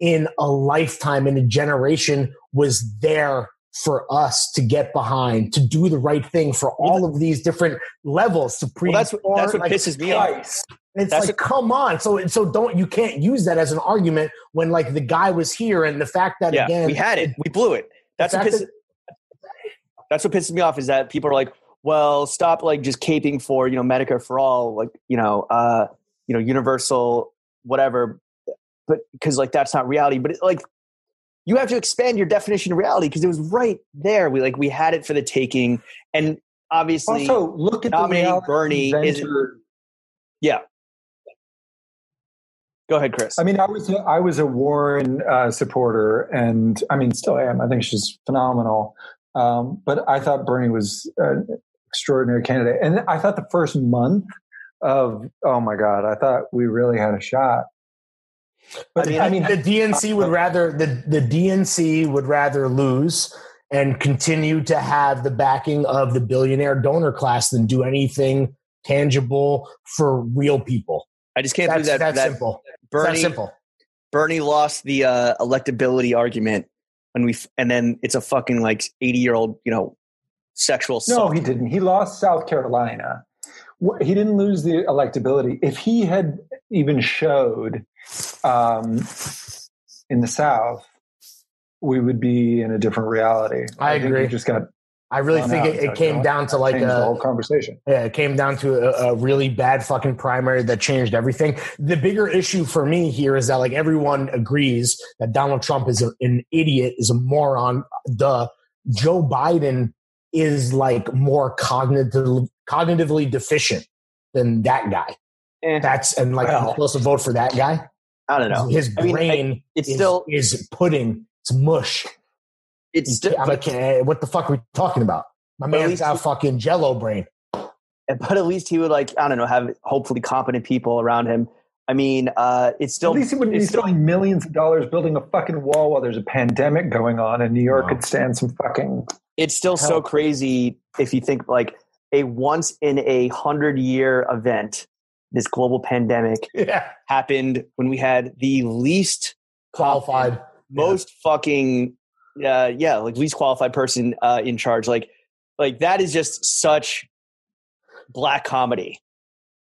in a lifetime in a generation was there for us to get behind to do the right thing for all of these different levels. Supreme
Well, that's what-
Court,
that's what
like,
pisses me off.
Christ. And it's
That's
like, come on. So so don't you can't use that as an argument when like the guy was here and the fact that
yeah,
again
we had it. We blew it. That's what
fact
pisses, that's what pisses me off is that people are like, well, stop like just caping for you know Medicare for all, like you know, uh, you know, universal whatever, but because like that's not reality. But it, like, you have to expand your definition of reality because it was right there. We like we had it for the taking, and obviously,
Also, look at the
nominating
reality
Bernie
inventor.
isn't- go ahead, Chris.
I mean, I was a, I was a Warren uh, supporter, and I mean, still am. I think she's phenomenal. Um, but I thought Bernie was an extraordinary candidate, and I thought the first month of oh my god, I thought we really had a shot. But
I mean,
I mean, uh,
the DNC would rather the, the DNC would rather lose and continue to have the backing of the billionaire donor class than do anything tangible for real people.
I just can't
That's,
believe that,
that's
that
simple.
Bernie
that's simple.
Bernie lost the uh, electability argument when we, f- and then it's a fucking like eighty year old, you know, sexual.
No,
assault.
he didn't. He lost South Carolina. Wh- He didn't lose the electability. If he had even showed um, in the South, we would be in a different reality.
I
think
agree.
he just got
I really
Well,
think
no,
it,
no,
it came
no.
down to like uh,
changed the
a,
whole conversation.
Yeah, it came down to a, a really bad fucking primary that changed everything. The bigger issue for me here is that like everyone agrees that Donald Trump is a, an idiot, is a moron. Duh. Joe Biden is like more cognitive, cognitively deficient than that guy.
Eh.
That's and like I'm
Well.
supposed to vote for that guy.
I don't know.
His
I mean,
brain
It's
is,
still,
is pudding. It's mush.
it's still,
I'm like, eh, what the fuck are we talking about? My
But at
man's
least
got
he-
fucking Jello brain.
but at least he would like, I don't know, have hopefully competent people around him. I mean, uh, it's still,
At least he wouldn't be
it's still,
spending millions of dollars building a fucking wall while there's a pandemic going on, and New York
Wow.
could stand some fucking.
it's still so
Hell.
crazy if you think like a once in a hundred year event, this global pandemic
Yeah,
happened when we had the least
qualified.
most fucking uh, yeah like least qualified person uh, in charge like like that is just such black comedy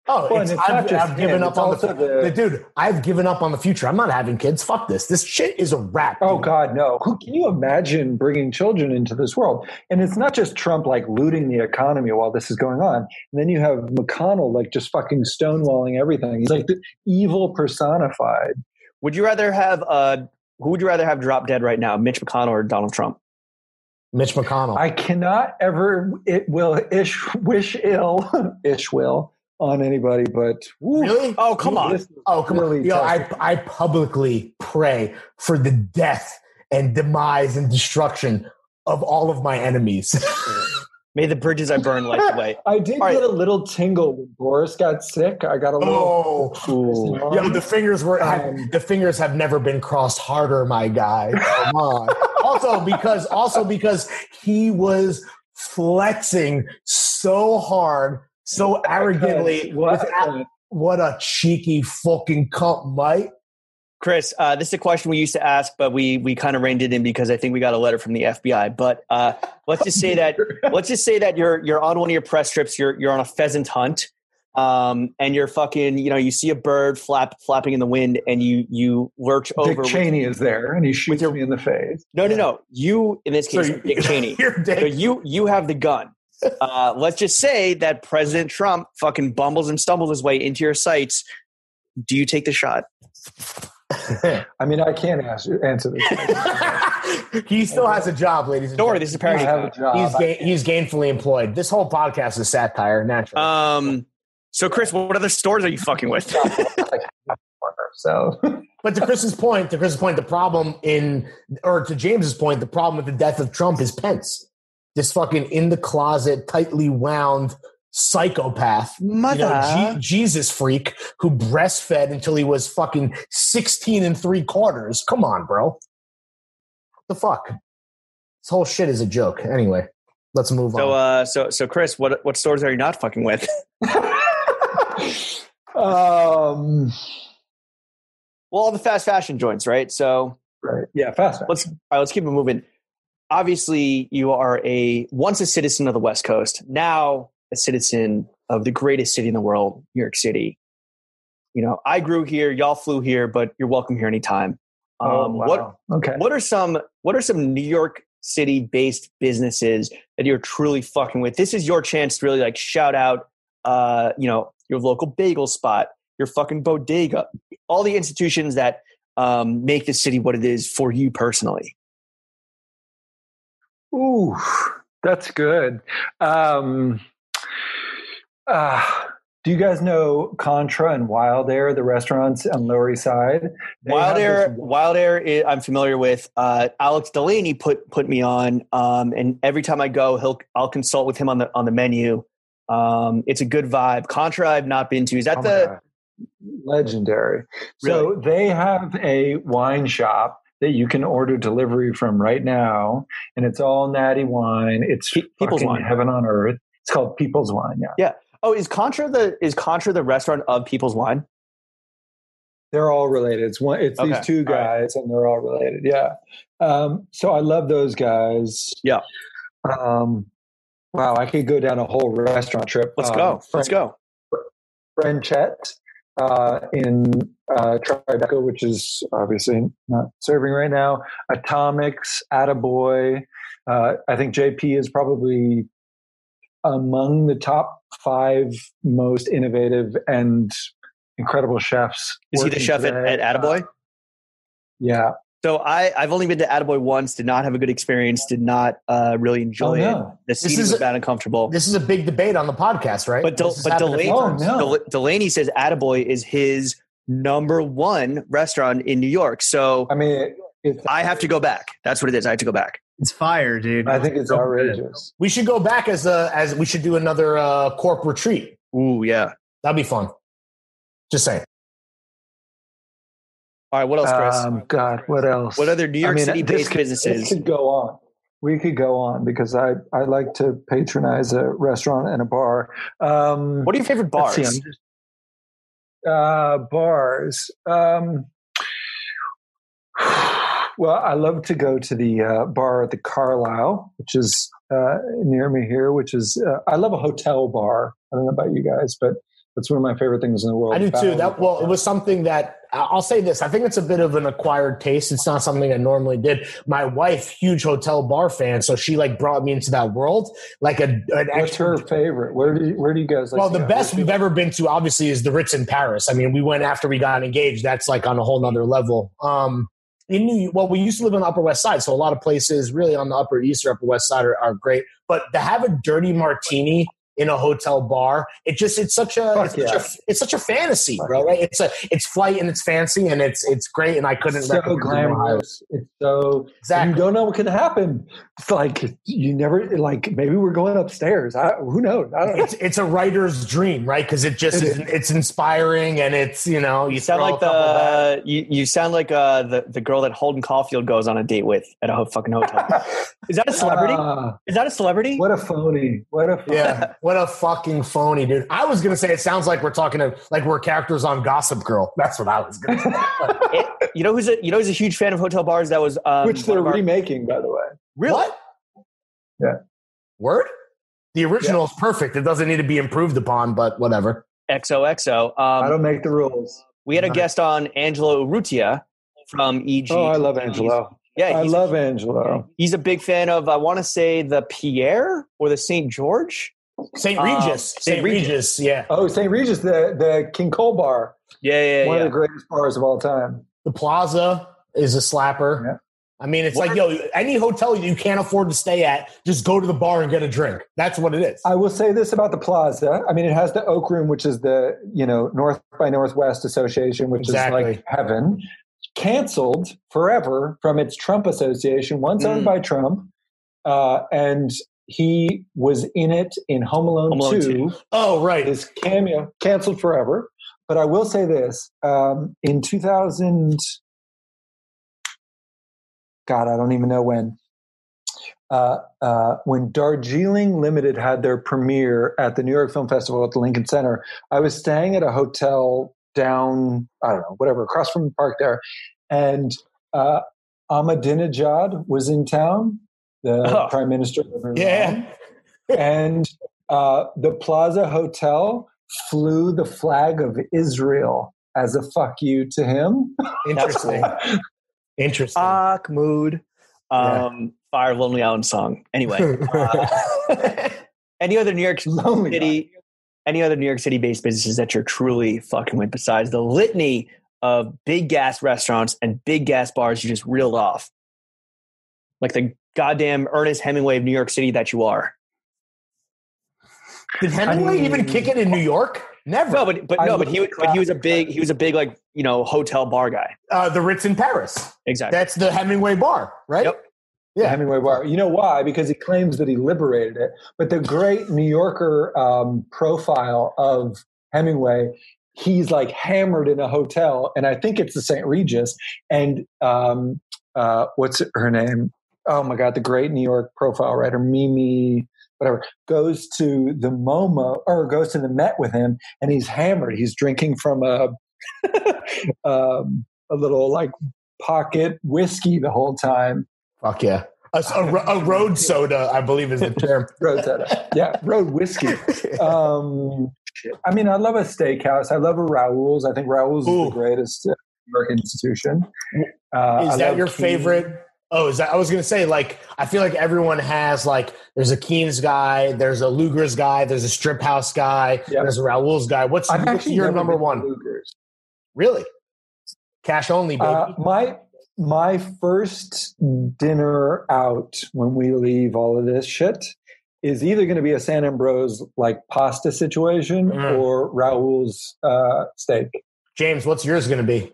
Oh,
Well,
it's,
and it's not
I've,
just
I've given
him,
up
it's
on the,
also the-
the- dude. I've given up on the future. I'm not having kids. Fuck this. This shit is a wrap.
Oh
dude.
God, no! Who can you imagine bringing children into this world? And it's not just Trump like looting the economy while this is going on. And then you have McConnell like just fucking stonewalling everything. He's like the evil personified.
would you rather have uh who would you rather have drop dead right now mitch mcconnell or donald trump
Mitch McConnell.
I cannot ever it will ish wish ill ish will on anybody, but woo,
really?
oh come on
this is
Oh come on.
really
Yo, I
tough.
I publicly pray for the death and demise and destruction of all of my enemies.
may the bridges i burn light the way
I did
All right.
get a little tingle when Boris got sick. I got a little.
oh.
Ooh.
Yo, the fingers were
Um,
the fingers have never been crossed harder, my guy. Come on. also because also because he was flexing so hard, so arrogantly.
What?
without- what a cheeky fucking cunt, Mike.
chris uh, this is a question we used to ask but we we kind of reined it in because i think we got a letter from the fbi but uh let's just say that let's just say that you're you're on one of your press trips. You're you're on a pheasant hunt, um, and you're fucking. You know, you see a bird flap flapping in the wind, and you you lurch over.
Dick
with-
Cheney is there, and he shoots
your-
me in the face.
no, no, no. You in this case,
So you-
Dick Cheney.
You're
So
dead.
you you have the gun. Uh, let's just say that President Trump fucking bumbles and stumbles his way into your sights. Do you take the shot?
I mean, I can't answer, answer this. question.
he still has a job, ladies and
Don't worry,
gentlemen.
this uh, is a parody.
I have a job.
He's, ga- he's gainfully employed. This whole podcast is satire, naturally.
Um, so Chris, what other stores are you fucking with?
so
But to Chris's point, to Chris's point, the problem in or to James's point, the problem with the death of Trump is Pence. This fucking in the closet, tightly wound psychopath, you know, Je- Jesus freak who breastfed until he was fucking sixteen and three quarters. Come on, bro. The fuck. This whole shit is a joke. Anyway, let's move
So,
on.
uh, so, so, Chris, what what stores are you not fucking with?
um,
Well, all the fast fashion joints, right? So,
yeah, fast.
let's all right, let's keep it moving. Obviously, you are a once a citizen of the West Coast, now a citizen of the greatest city in the world, New York City. You know, I grew here, y'all flew here, but you're welcome here anytime. Um,
Oh,
What
wow. okay.
what are some what are some New York City based businesses that you're truly fucking with? This is your chance to really like shout out, uh, you know, your local bagel spot, your fucking bodega, all the institutions that um, make the city what it is for you personally.
Ooh, that's good. Um, uh, do you guys know Contra and Wild Air, the restaurants on Lower East Side? They
Wild
have
Air,
this-
Wild Air, i- eh, I'm familiar with. Uh, Alex Delaney put put me on, um, and every time I go, he'll I'll consult with him on the on the menu. Um, it's a good vibe. Contra, I've not been to. Is that
oh my
the
God. legendary? So they have a wine shop that you can order delivery from right now, and it's all natty wine. It's
Pe- People's
fucking
Wine.
heaven on earth. It's called People's Wine. Yeah,
Oh, is Contra the is Contra the restaurant of People's Wine?
They're all related. It's one. It's
Okay.
these two
All right.
guys, and they're all related. Yeah. Um, so I love those guys.
Yeah.
Um, wow, I could go down a whole restaurant trip.
Let's
Um,
go. Let's go.
Franchette uh, in uh, Tribeca, which is obviously not serving right now. Atomics, Attaboy. Uh, I think JP is probably among the top five most innovative and incredible chefs.
Is he the
working uh,
chef at,
today.
at Attaboy?
Yeah. Oh,
So I I've only been to Attaboy once. Did not have a good experience. Did not uh, really enjoy
oh,
it.
no.
The seating
is
was
a-
bad and comfortable.
This is a big debate on the podcast, right?
But Del-
This has
but
happened a few
Delaney-
Oh,
times.
no.
Del- Delaney says Attaboy is his number one restaurant in New York. So
I mean, it's,
I have to go back. That's what it is. I have to go back.
It's fire, dude.
I think it's outrageous.
We should go back as a as we should do another uh, corp retreat.
Ooh yeah.
That'd be fun. Just saying.
All right. What else, Chris?
Um, God, what else?
what other New York
I mean,
City
this
based
could- This
businesses?
could go on. We could go on because I, I like to patronize a restaurant and a bar. Um,
What are your favorite bars?
let's see, I'm just- uh, bars. Um, well, I love to go to the uh, bar at the Carlisle, which is uh, near me here. Which is uh, I love a hotel bar. I don't know about you guys, but that's one of my favorite things in the world.
I do too.
Battle
That well, it was something that I- I'll say this. I think it's a bit of an acquired taste. It's not something I normally did. My wife, huge hotel bar fan, so she like brought me into that world. Like a an
What's
extra.
her favorite? Where do you, where do you guys? Like
well,
to
the
go?
best we've ever been to, obviously, is the Ritz in Paris. I mean, we went after we got engaged. That's like on a whole nother level. Um, in New, well, we used to live on the Upper West Side, so a lot of places really on the Upper East or Upper West Side are, are great. But to have a dirty martini in a hotel bar, it just it's such a,
Fuck
it's, such,
yeah.
a it's such a fantasy,
Fuck
bro. Right? It's a it's flight and it's fancy and it's it's great. And I couldn't
It's so
recommend it more highly.
glamorous. It's so
Exactly.
you don't know what can happen. It's like you never like maybe we're going upstairs. I, who knows? I don't know.
It's it's a writer's dream, right? Because it just
It
is.
is.
it's inspiring and it's you know
You sound
throw a
like
couple back.
the you, you sound like uh, the the girl that Holden Caulfield goes on a date with at a ho- fucking hotel. Is that a celebrity?
Ah,
Is that a celebrity?
what a phony. What a phony.
Yeah, what a fucking phony, dude. I was gonna say it sounds like we're talking to like we're characters on Gossip Girl. That's what I was gonna say.
It- you know who's a you know who's a huge fan of hotel bars? That was um,
Which
one
they're
of our-
remaking, by the way.
really
What?
Yeah.
Word? The original is perfect. It doesn't need to be improved upon, but whatever.
XOXO.
I don't
Um,
make the rules.
we had a guest on Angelo Urrutia from EG.
Oh, I love Angelo.
Yeah,
I
he's,
love Angelo.
he's a big fan of I want to say the Pierre or the Saint George.
St.
Um,
Regis.
St.
St.
Regis.
Regis, yeah.
Oh, St. Regis, the the King Cole Bar,
Yeah, yeah,
one
yeah.
of the greatest bars of all time.
The plaza is a slapper.
Yeah.
I mean, it's
What
like, yo, any hotel you can't afford to stay at, just go to the bar and get a drink. That's what it is.
I will say this about the plaza. I mean, it has the Oak Room, which is the you know North by Northwest Association, which
Exactly.
is like heaven. Canceled forever from its Trump Association, once owned
Mm.
by Trump, uh, and he was in it in Home Alone,
Home Alone
2,
oh, right.
His cameo canceled forever. But I will say this: um, in 2000, God, I don't even know when. uh, uh, when Darjeeling Limited had their premiere at the New York Film Festival at the Lincoln Center, I was staying at a hotel down, I don't know, whatever, across from the park there. And uh, Ahmadinejad was in town, the
Oh.
prime minister of Iran.
Yeah.
and uh, the Plaza Hotel flew the flag of Israel as a fuck you to him.
Interesting. Interesting.
Fuck mood. Um, Fire Lonely Island song. Anyway, uh, any other New York
Lonely
City, any other New York City based businesses that you're truly fucking with besides the litany of big gas restaurants and big gas bars you just reeled off, like the goddamn Ernest Hemingway of New York City that you are.
Did Hemingway
mean-
even kick it in New York? Never.
No, but but
I
no,
would
but he was- but he was a big he was a big like you know hotel bar guy.
uh, the Ritz in Paris.
Exactly.
That's the Hemingway bar, right?
Yep.
yeah.
Yeah.
Hemingway Bar. You know why? Because he claims that he liberated it. But the great New Yorker um, profile of Hemingway, he's like hammered in a hotel, and I think it's the St. Regis. And um, uh, what's her name? Oh my God, the great New York profile writer, Mimi, whatever, goes to the MoMA or goes to the Met with him, and he's hammered. He's drinking from a um, a little like pocket whiskey the whole time.
Fuck yeah. A, a ro- a road soda, I believe, is the term.
road soda. Yeah, road whiskey. Um, I mean, I love a steakhouse. I love a Raoul's. I think Raoul's
Ooh.
is the greatest uh, New York institution. Uh,
is
I
that
love
your
Keen.
favorite? Oh, is that? I was gonna say, like, I feel like everyone has like, there's a Keens guy, there's a Luger's guy, there's a Strip House guy,
Yeah.
there's a Raoul's guy. What's
I've
what's
actually
your
never
number
been to
one?
Luger's.
Really? Cash only, baby.
Uh, my my first dinner out when we leave all of this shit is either going to be a San Ambrose like pasta situation
Mm.
or Raoul's uh, steak.
James, what's yours gonna be?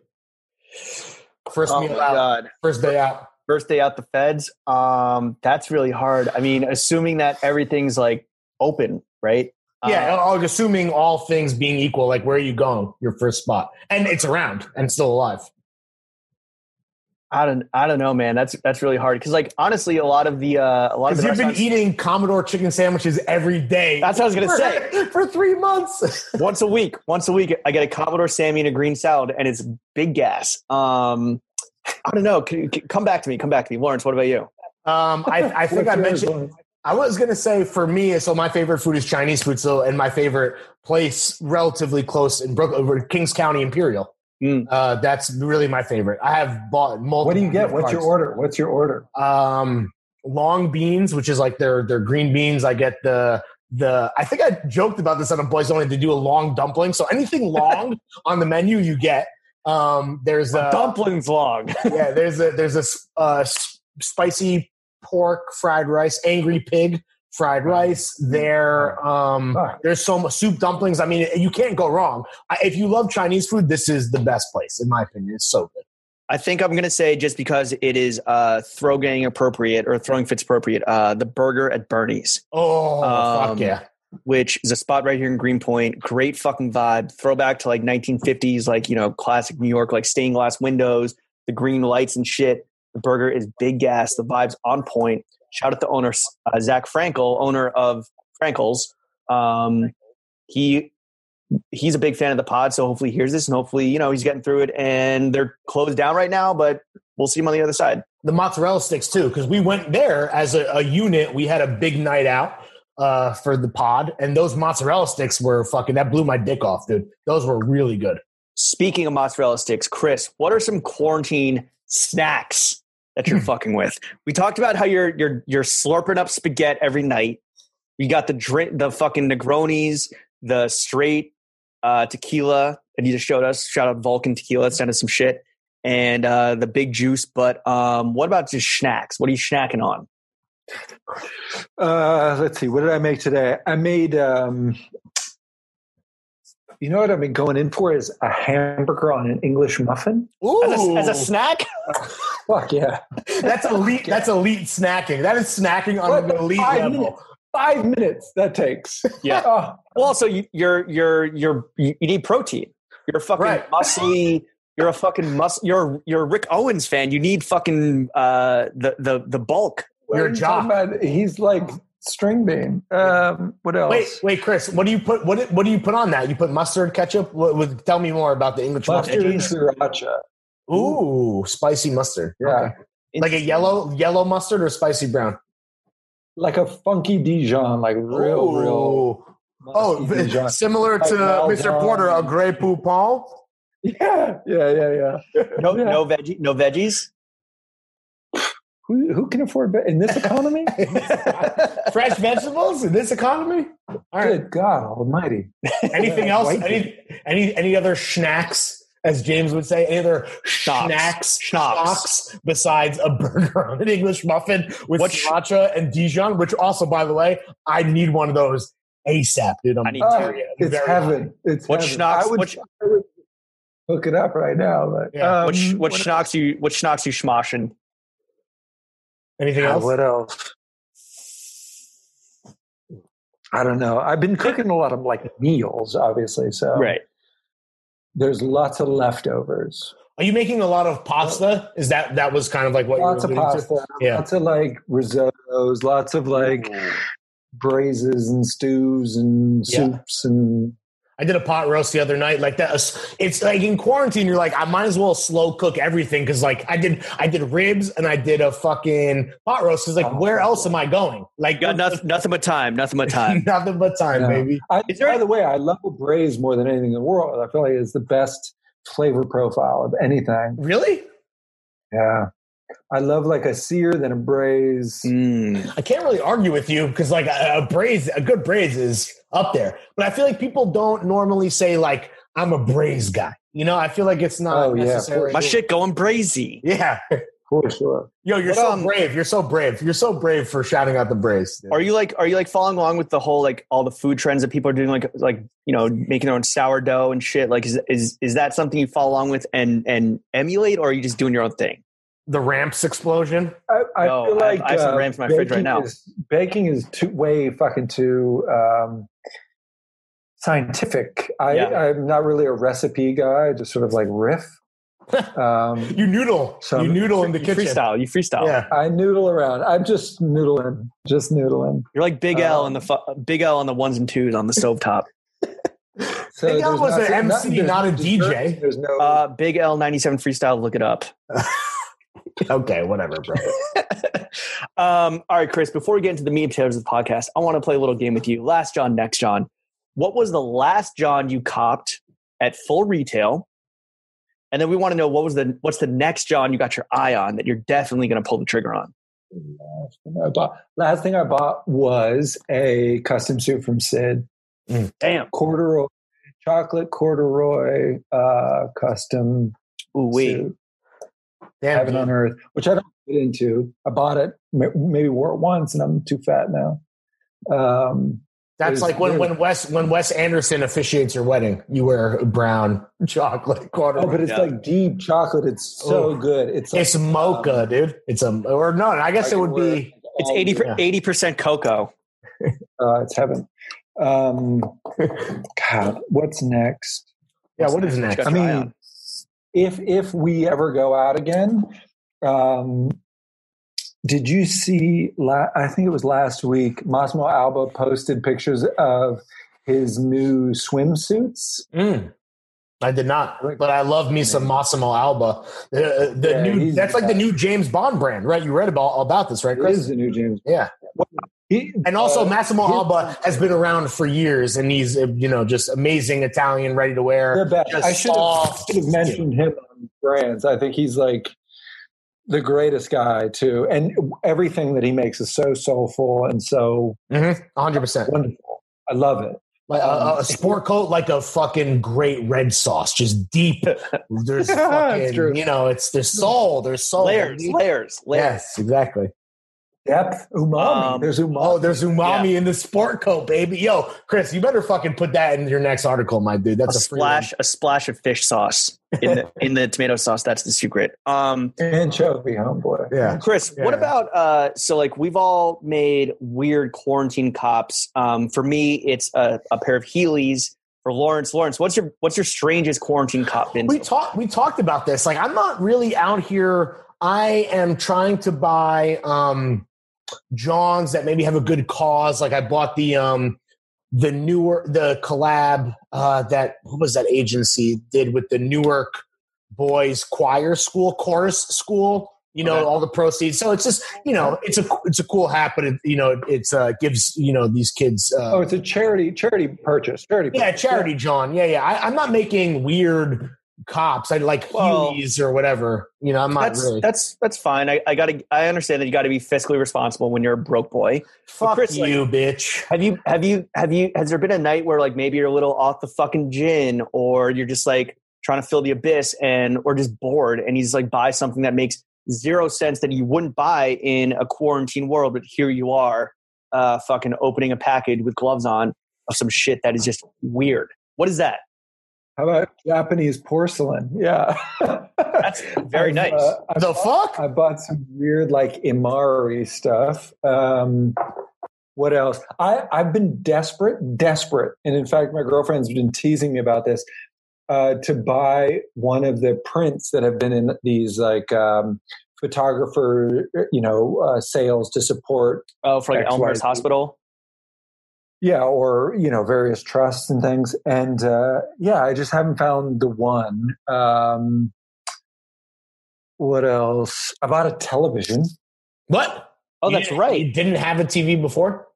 First
Oh my
meal out,
god.
first day out.
first day out the feds um that's really hard i mean assuming that everything's like open right
Yeah,
Um,
uh, like assuming all things being equal, like where are you going? Your first spot, and it's around and still alive.
i don't i don't know man that's that's really hard because like honestly a lot of the uh a lot of
Because
the
you've been
restaurants-
eating Commodore chicken sandwiches every day.
that's what i was gonna
for,
say
for three months.
once a week once a week i get a commodore sammy and a green salad and it's big gas um i don't know C- c- come back to me come back to me lawrence what about you
Um, I, I think I
What's yours,
mentioned.
Lawrence?
I was gonna say for me, so my favorite food is Chinese food. So, and my favorite place, relatively close in Brooklyn, over Kings County Imperial.
Mm.
Uh, that's really my favorite. I have bought multiple.
What do you get? What's your
cards.
order? What's your order?
um, long beans, which is like their their green beans. I get the the I think I joked about this on a boys only to do a long dumpling. So anything long on the menu you get. Um, there's a
dumplings long
yeah, there's a there's a s- uh, s- spicy pork fried rice, angry pig fried rice. There, um,
Fuck.
there's so much soup dumplings. I mean, you can't go wrong. I, if you love Chinese food, this is the best place in my opinion. It's so good.
I think I'm going to say just because it is uh, throw gang appropriate or throwing fits appropriate, uh, the burger at Bernie's,
Oh
Um,
fuck yeah!
which is a spot right here in Greenpoint. Great fucking vibe. Throwback to like 1950s, like, you know, classic New York, like stained glass windows, the green lights and shit. The burger is big gas. The vibe's on point. Shout out to owner uh, Zach Frankel, owner of Frankel's. Um, he he's a big fan of the pod, so hopefully he hears this and hopefully you know he's getting through it. And they're closed down right now, but we'll see him on the other side.
the mozzarella sticks too because we went there as a, a unit we had a big night out uh, for the pod and those mozzarella sticks were fucking that blew my dick off dude those were really good
Speaking of mozzarella sticks, Chris, what are some quarantine snacks that you're fucking with? We talked about how you're you're you're slurping up spaghetti every night. You got the drink, the fucking Negronis, the straight uh, tequila that you just showed us. Shout out Vulcan Tequila, sent us some shit, and uh, the big juice. But um, what about just snacks? What are you snacking on?
Uh, let's see. What did I make today? I made. Um, you know what I've been going in for is a hamburger on an English muffin.
Ooh,
As a, as a snack?
Fuck yeah!
that's elite that's elite snacking that is snacking on an
What?
elite
Five
level
minutes. Five minutes that takes.
Yeah.
Oh,
Well, also you, you're you're you're you you need protein. You're a fucking
Right.
muscly. You're a fucking muscle. You're you're a Rick Owens fan. You need fucking uh, the the the bulk.
What
Your
are you
job.
talking about? He's like string bean. Um, what else?
Wait, wait, Chris. What do you put? What, do- what do you put on that? You put mustard, ketchup. What, what, tell me more about the English mustard.
Mustard and sriracha.
Ooh, spicy mustard.
Yeah,
Okay. like a yellow yellow mustard or spicy brown.
like a funky Dijon, like real, real.
Ooh. Oh,
musky Dijon.
similar to
Like
Mr.
Maldon.
Porter, a Grey Poupon.
yeah, yeah, yeah, yeah.
No,
Yeah.
no veggie, no veggies.
Who who can afford be- in this economy?
Fresh vegetables in this economy. All right.
Good God Almighty!
Anything else? Any, any any other schnacks, as James would say? Any other
Schnocks.
schnacks,
Schnocks.
schnocks besides a burger on an English muffin with
What sh-
sriracha and Dijon? Which also, by the way, I need one of those ASAP, dude. I'm
I need
Oh,
two.
It's
very-
heaven. It's
What
heaven.
schnocks-
I would,
what sch-
I would hook it up right now. But,
Yeah.
um,
What, sh- what schnocks you? What schnocks you schmoshing?
Anything
Uh,
else?
what else? I don't know. I've been cooking a lot of like meals, obviously. So
Right.
there's lots of leftovers.
Are you making a lot of pasta? Is that that was kind of like what
Lots
you
of
were alluding
pasta.
To? Yeah.
Lots of like risottos. Lots of like braises and stews and
Yeah.
soups and
I did a pot roast the other night. Like that, uh, it's like in quarantine. You're like, I might as well slow cook everything because, like, I did, I did ribs and I did a fucking pot roast. It's like, where else am I going? Like,
You got nothing, nothing but time. Nothing but time.
nothing but time,
Yeah.
baby.
I,
Is there-
by the way, I love a braise more than anything in the world. I feel like it's the best flavor profile of anything.
Really?
Yeah. I love like a sear, then a braise.
Mm.
I can't really argue with you because, like, a, a braise, a good braise is up there. But I feel like people don't normally say like, I'm a braise guy. You know, I feel like it's not
Oh, yeah, of
necessarily.
My shit going brazy.
Yeah.
For sure.
Yo, you're
What
so
up?
brave. You're so brave. You're so brave for shouting out the brace. dude.
Are you like are you like following along with the whole like all the food trends that people are doing like like you know making their own sourdough and shit like is is is that something you follow along with and and emulate or are you just doing your own thing?
the ramps explosion?
I, I
No,
feel
I-
like uh,
I have some Rams in my fridge right
baking
now.
Is, baking is too, way fucking too um, scientific. I,
Yeah.
I'm not really a recipe guy. I just sort of like riff. Um,
You noodle.
So-
you noodle in the
You
kitchen.
freestyle, you freestyle.
Yeah.
I noodle around. I'm just noodling, just noodling.
You're like Big L
Um,
on the fu- Big L on the ones and twos on the stovetop.
So
Big L
there's
was an MC,
there's
not a
no
DJ.
desserts, There's no.
Uh, Big L ninety seven freestyle. Look it up.
Okay, whatever, bro.
Um, all right, Chris. Before we get into the meat and potatoes of the podcast, I want to play a little game with you. Last John, next John. What was the last John you copped at full retail? And then we want to know what was the what's the next John you got your eye on that you're definitely going to pull the trigger on.
last thing I bought. Last thing I bought was a custom suit from Sid.
Damn.
Corduroy, chocolate corduroy uh, custom
Ooh wee.
suit.
Damn,
Heaven on
dude.
Earth, which I don't get into. I bought it, m- maybe wore it once, and I'm too fat now. Um,
that's
is
like when,
weird.
when Wes when Wes Anderson officiates your wedding, you wear brown chocolate quarter.
oh, but it's
Yeah.
like deep chocolate. It's so
Ooh.
good. It's like,
it's mocha, dude. It's a or no, I guess
I
it
can
would
wear
be
It's
all-
80
yeah.
80 percent cocoa.
Uh, it's heaven. Um, God, what's next?
yeah. What is
Got
next?
your
I
eye
mean,
on.
if if we ever go out again, um, did you see? La- I think it was last week. Massimo Alba posted pictures of his new swimsuits.
Mm. I did not, but I love me some Massimo Alba. The, the
Yeah,
new
he's-
that's like the new James Bond brand, right? You read about all about this, right,
It
Chris?
is the new James.
Yeah.
He-
And also,
uh,
Massimo
his-
Alba has been around for years, and he's uh, you know just amazing Italian, ready to
They're
wear.
back.
Just
I should have,
soft
should have mentioned him on brands. I think he's like the greatest guy too, and everything that he makes is so soulful and so
One hundred percent.
wonderful. I love it.
Like a, a sport coat, like a fucking great red sauce, just deep. There's
That's
fucking,
true.
you know, it's there's soul, there's soul.
layers, layers, layers.
Yes, exactly.
Depth, umami.
Um,
There's umami.
Oh, there's umami in the sport coat, baby. Yo, Chris, you better fucking put that in your next article, my dude.
A
That's a, free one.
splash, a splash of fish sauce in the in the tomato sauce. That's the secret. Um,
Anchovy, homeboy.
Yeah.
Chris,
Yeah.
what about uh, so like we've all made weird quarantine cops. Um, for me, it's a, a pair of Heelys. For Lawrence, Lawrence, what's your what's your strangest quarantine cop been?
we talked we talked about this like i'm not really out here i am trying to buy um Johns that maybe have a good cause. Like I bought the um the newer the collab uh that what was that agency did with the Newark boys choir school chorus school you know
Okay.
all the proceeds so it's just you know it's a it's a cool hat but it, you know it's uh gives you know these kids uh,
Oh, it's a charity charity purchase. Charity.
yeah,
purchase.
charity, John. Yeah, yeah. I, I'm not making weird cops. I like
Well,
Hueys or whatever. You know, I'm not
That's
really.
that's that's fine. I, I gotta I understand that you gotta be fiscally responsible when you're a broke boy.
Fuck
Chris, like-
you, bitch.
Have you have you have you has there been a night where like maybe you're a little off the fucking gin or you're just like trying to fill the abyss and or just bored and you just like buy something that makes zero sense that you wouldn't buy in a quarantine world, but here you are, uh, fucking opening a package with gloves on of some shit that is just weird. What is that?
How about Japanese porcelain? Yeah.
That's very
I've,
nice.
uh, I've
The fuck?
I bought some weird like Imari stuff. Um, what else? I, I've been desperate, desperate, and in fact, my girlfriend's been teasing me about this uh, to buy one of the prints that have been in these like um, photographer, you know, uh, sales to support,
Oh, for like
XYZ.
Elmer's Hospital.
yeah, or you know, various trusts and things. And uh, yeah, I just haven't found the one. Um, what else? I bought a television.
What?
Oh,
You
that's
didn't-
right.
You didn't have a TV before.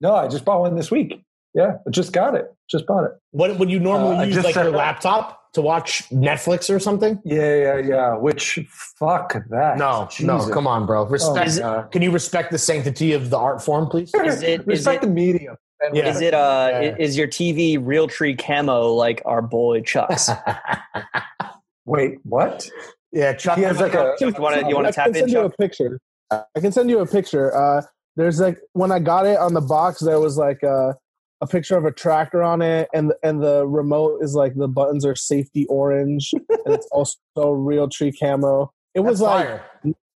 No, I just bought one this week. Yeah, I just got it. Just bought it.
What would you normally
Uh, I
use,
just
like
set
your
it up.
laptop to watch Netflix or something?
Yeah, yeah, yeah. Which fuck that. Oh
No, no. Come on, bro. Respect. Oh. Can you respect the sanctity of the art form, please?
Is it- is
Respect
it-
the medium. And
Yeah.
Is it uh
Yeah.
is your TV real tree camo like our boy Chuck's?
Wait, what?
yeah, Chuck.
He has like a.
you wanna you wanna
I
tap
can
in,
send you a
Chuck?
picture. I can send you a picture. Uh, there's like when I got it on the box, there was like a, a picture of a tractor on it, and and the remote is like the buttons are safety orange, and it's also real tree camo. It was like
fire.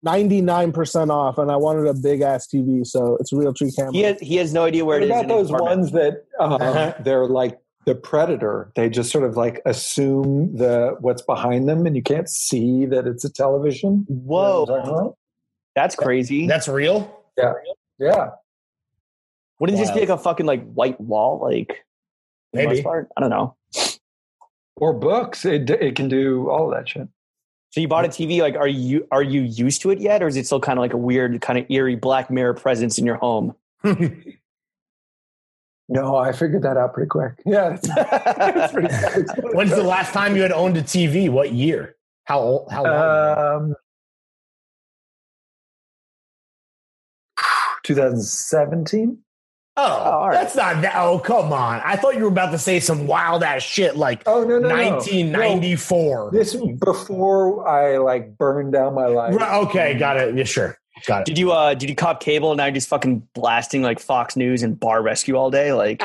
ninety nine percent off, and I wanted a big ass TV, so it's real tree camo.
He has he has no idea where it is.
What about
in his
those
apartment. Uh-huh.
ones that um, they're like the predator? They just sort of like assume the what's behind them, and you can't see that it's a television. You know what I'm talking
Whoa,
about?
that's crazy.
That's real.
Yeah.
Wouldn't it just be like a fucking like white wall, like for the
Maybe.
most part? I don't know.
Or books. It it can do all that shit.
So you bought a TV. Like, are you are you used to it yet, or is it still kind of like a weird, kind of eerie Black Mirror presence in your home?
No, I figured that out pretty quick. Yeah. That's pretty
When's the last time you had owned a TV? What year? How old? How long?
Um, 2017.
oh,
all right.
that's not that. Oh, come on! I thought you were about to say some wild ass shit like
Oh no, no, no.
1994.
No, This before I like burned down my life.
Right, okay, got it. Yeah, sure, got it.
Did you uh did you cop cable and now you're just fucking blasting like Fox News and Bar Rescue all day? Like,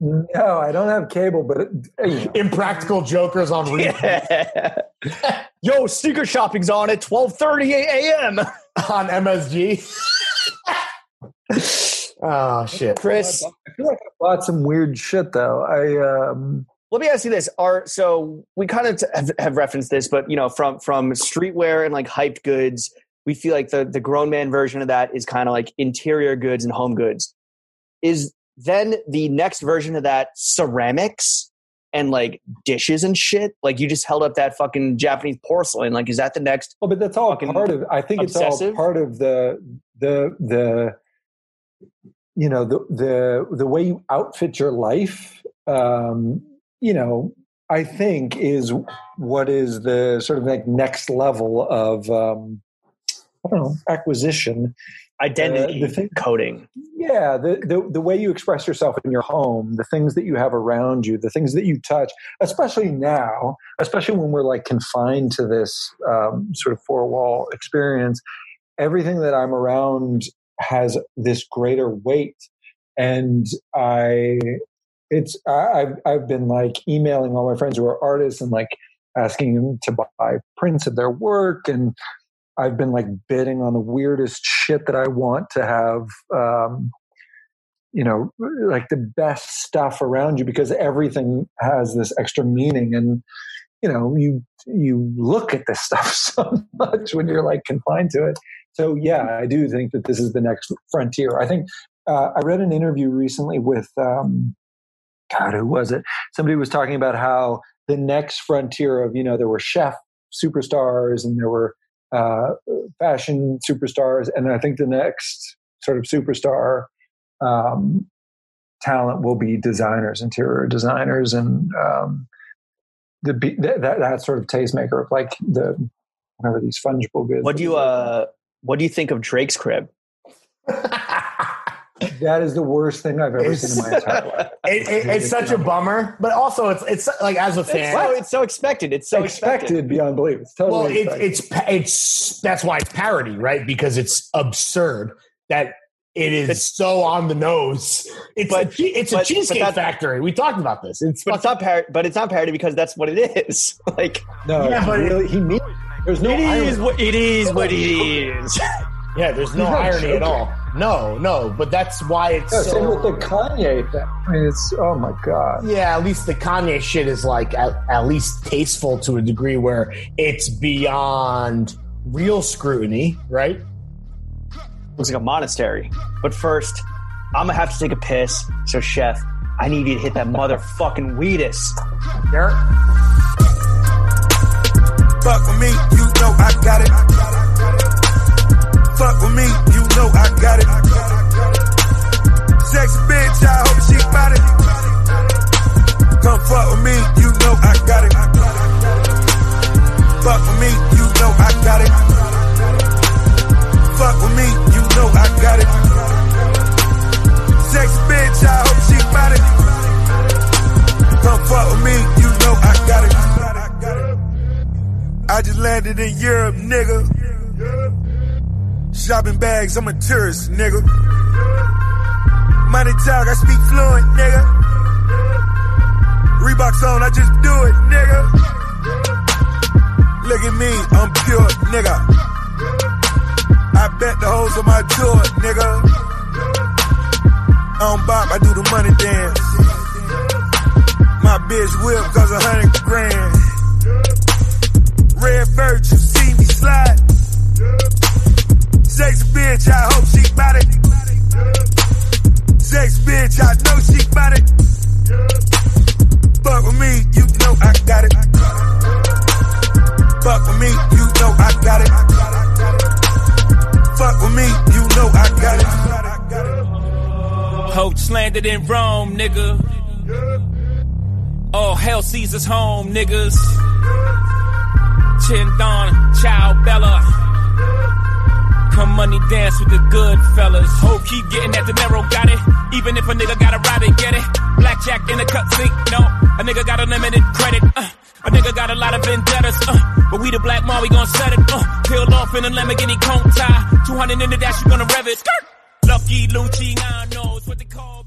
No, I don't have cable, but it, you know,
Impractical jokers on repeat
Ah.
yo, sneaker shopping's on at twelve thirty a.m.
on MSG. oh shit!
Chris,
I feel like I bought some weird shit though. I um,
let me ask you this are so we kind of t- have, have referenced this but you know from from streetwear and like hyped goods we feel like the the grown man version of that is kind of like interior goods and home goods is then the next version of that ceramics and like dishes and shit like you just held up that fucking japanese porcelain like is that the next
well, Oh, but that's all
Fucking
part of. I think it's all
obsessive?
part of the the the you know the the the way you outfit your life. Um, you know, I think is what is the sort of like next level of um, I don't know acquisition
identity
Uh, the thing-
coding
Yeah, the, the the way you express yourself in your home, the things that you have around you, the things that you touch, especially now, especially when we're like confined to this um, sort of four wall experience, everything that I'm around has this greater weight, and I, it's I, I've I've been like emailing all my friends who are artists and like asking them to buy prints of their work and I've been like bidding on the weirdest shit that I want to have, um, you know, like the best stuff around you because everything has this extra meaning. And, you know, you, you look at this stuff so much when you're like confined to it. So yeah, I do think that this is the next frontier. I think uh, I read an interview recently with um, God, who was it? Somebody was talking about how the next frontier of you know there were chef superstars and there were uh, fashion superstars, and I think the next sort of superstar um, talent will be designers, interior designers, and um, the be- that, that that sort of tastemaker of like the whatever these fungible goods.
What do you uh what do you think of Drake's crib?
That is the worst thing I've ever seen in my entire life.
It, it, it's such a bummer, but also it's it's like as a
It's
fan,
so, it's so expected. It's so expected.
expected beyond belief. It's totally
well, it,
expected.
it's pa- it's that's why it's parody, right? Because it's absurd that it is so on the nose. It's a
But-
che- it's
but-
a
but
cheesecake
that-
factory. We talked about this. It's
But it's not parody. But it's not parody because that's what it is. Like
no,
yeah, but it-
really, he needs. There's no
it
irony.
is what it is. What it is.
yeah. There's no
He's not
irony at
joking.
all. No, no. But that's why it's
No, same
so.
with the Kanye thing. I mean, it's oh my god.
yeah, at least the Kanye shit is like at, at least tasteful to a degree where it's beyond real scrutiny, right?
Looks like a monastery. But first, I'm gonna have to take a piss. So chef, I need you to hit that motherfucking weedus.
Fuck with me, you know I got it. Fuck with me, you know I got it. Sexy bitch, I hope she got it. Come fuck with me, you know I got it. Fuck with me, you know I got it. Fuck with me, you know I got it. Sexy bitch, I hope she got it. Come fuck with me, you know I got it. I got it. I just landed in Europe, nigga. Shopping bags, I'm a tourist, nigga. Money talk, I speak fluent, nigga. Reeboks on, I just do it, nigga. Look at me, I'm pure, nigga. I bet the hoes on my tour, nigga. I don't bop, I do the money dance. My bitch whip cause a hundred grand. Red bird, you see me slide. Sex bitch, I hope she bout it. Sex bitch, I know she bout it. Fuck with me, you know I got it. Fuck with me, you know I got it. Fuck with me, you know I got it.
Coach landed in Rome, nigga. All hell sees us home, niggas. Chin Don, Chow Bella. Come money dance with the good fellas. Ho, keep getting that dinero, got it. Even if a nigga got a ride, it, get it. Blackjack in the cut sink, no. A nigga got unlimited credit, uh. A nigga got a lot of vendettas, uh. But we the black mom, we gon' set it, uh. Peeled off in a Lamborghini cone tie. 200 in the dash, you gonna rev it. Skirt. Lucky Lucci, now knows what they call me.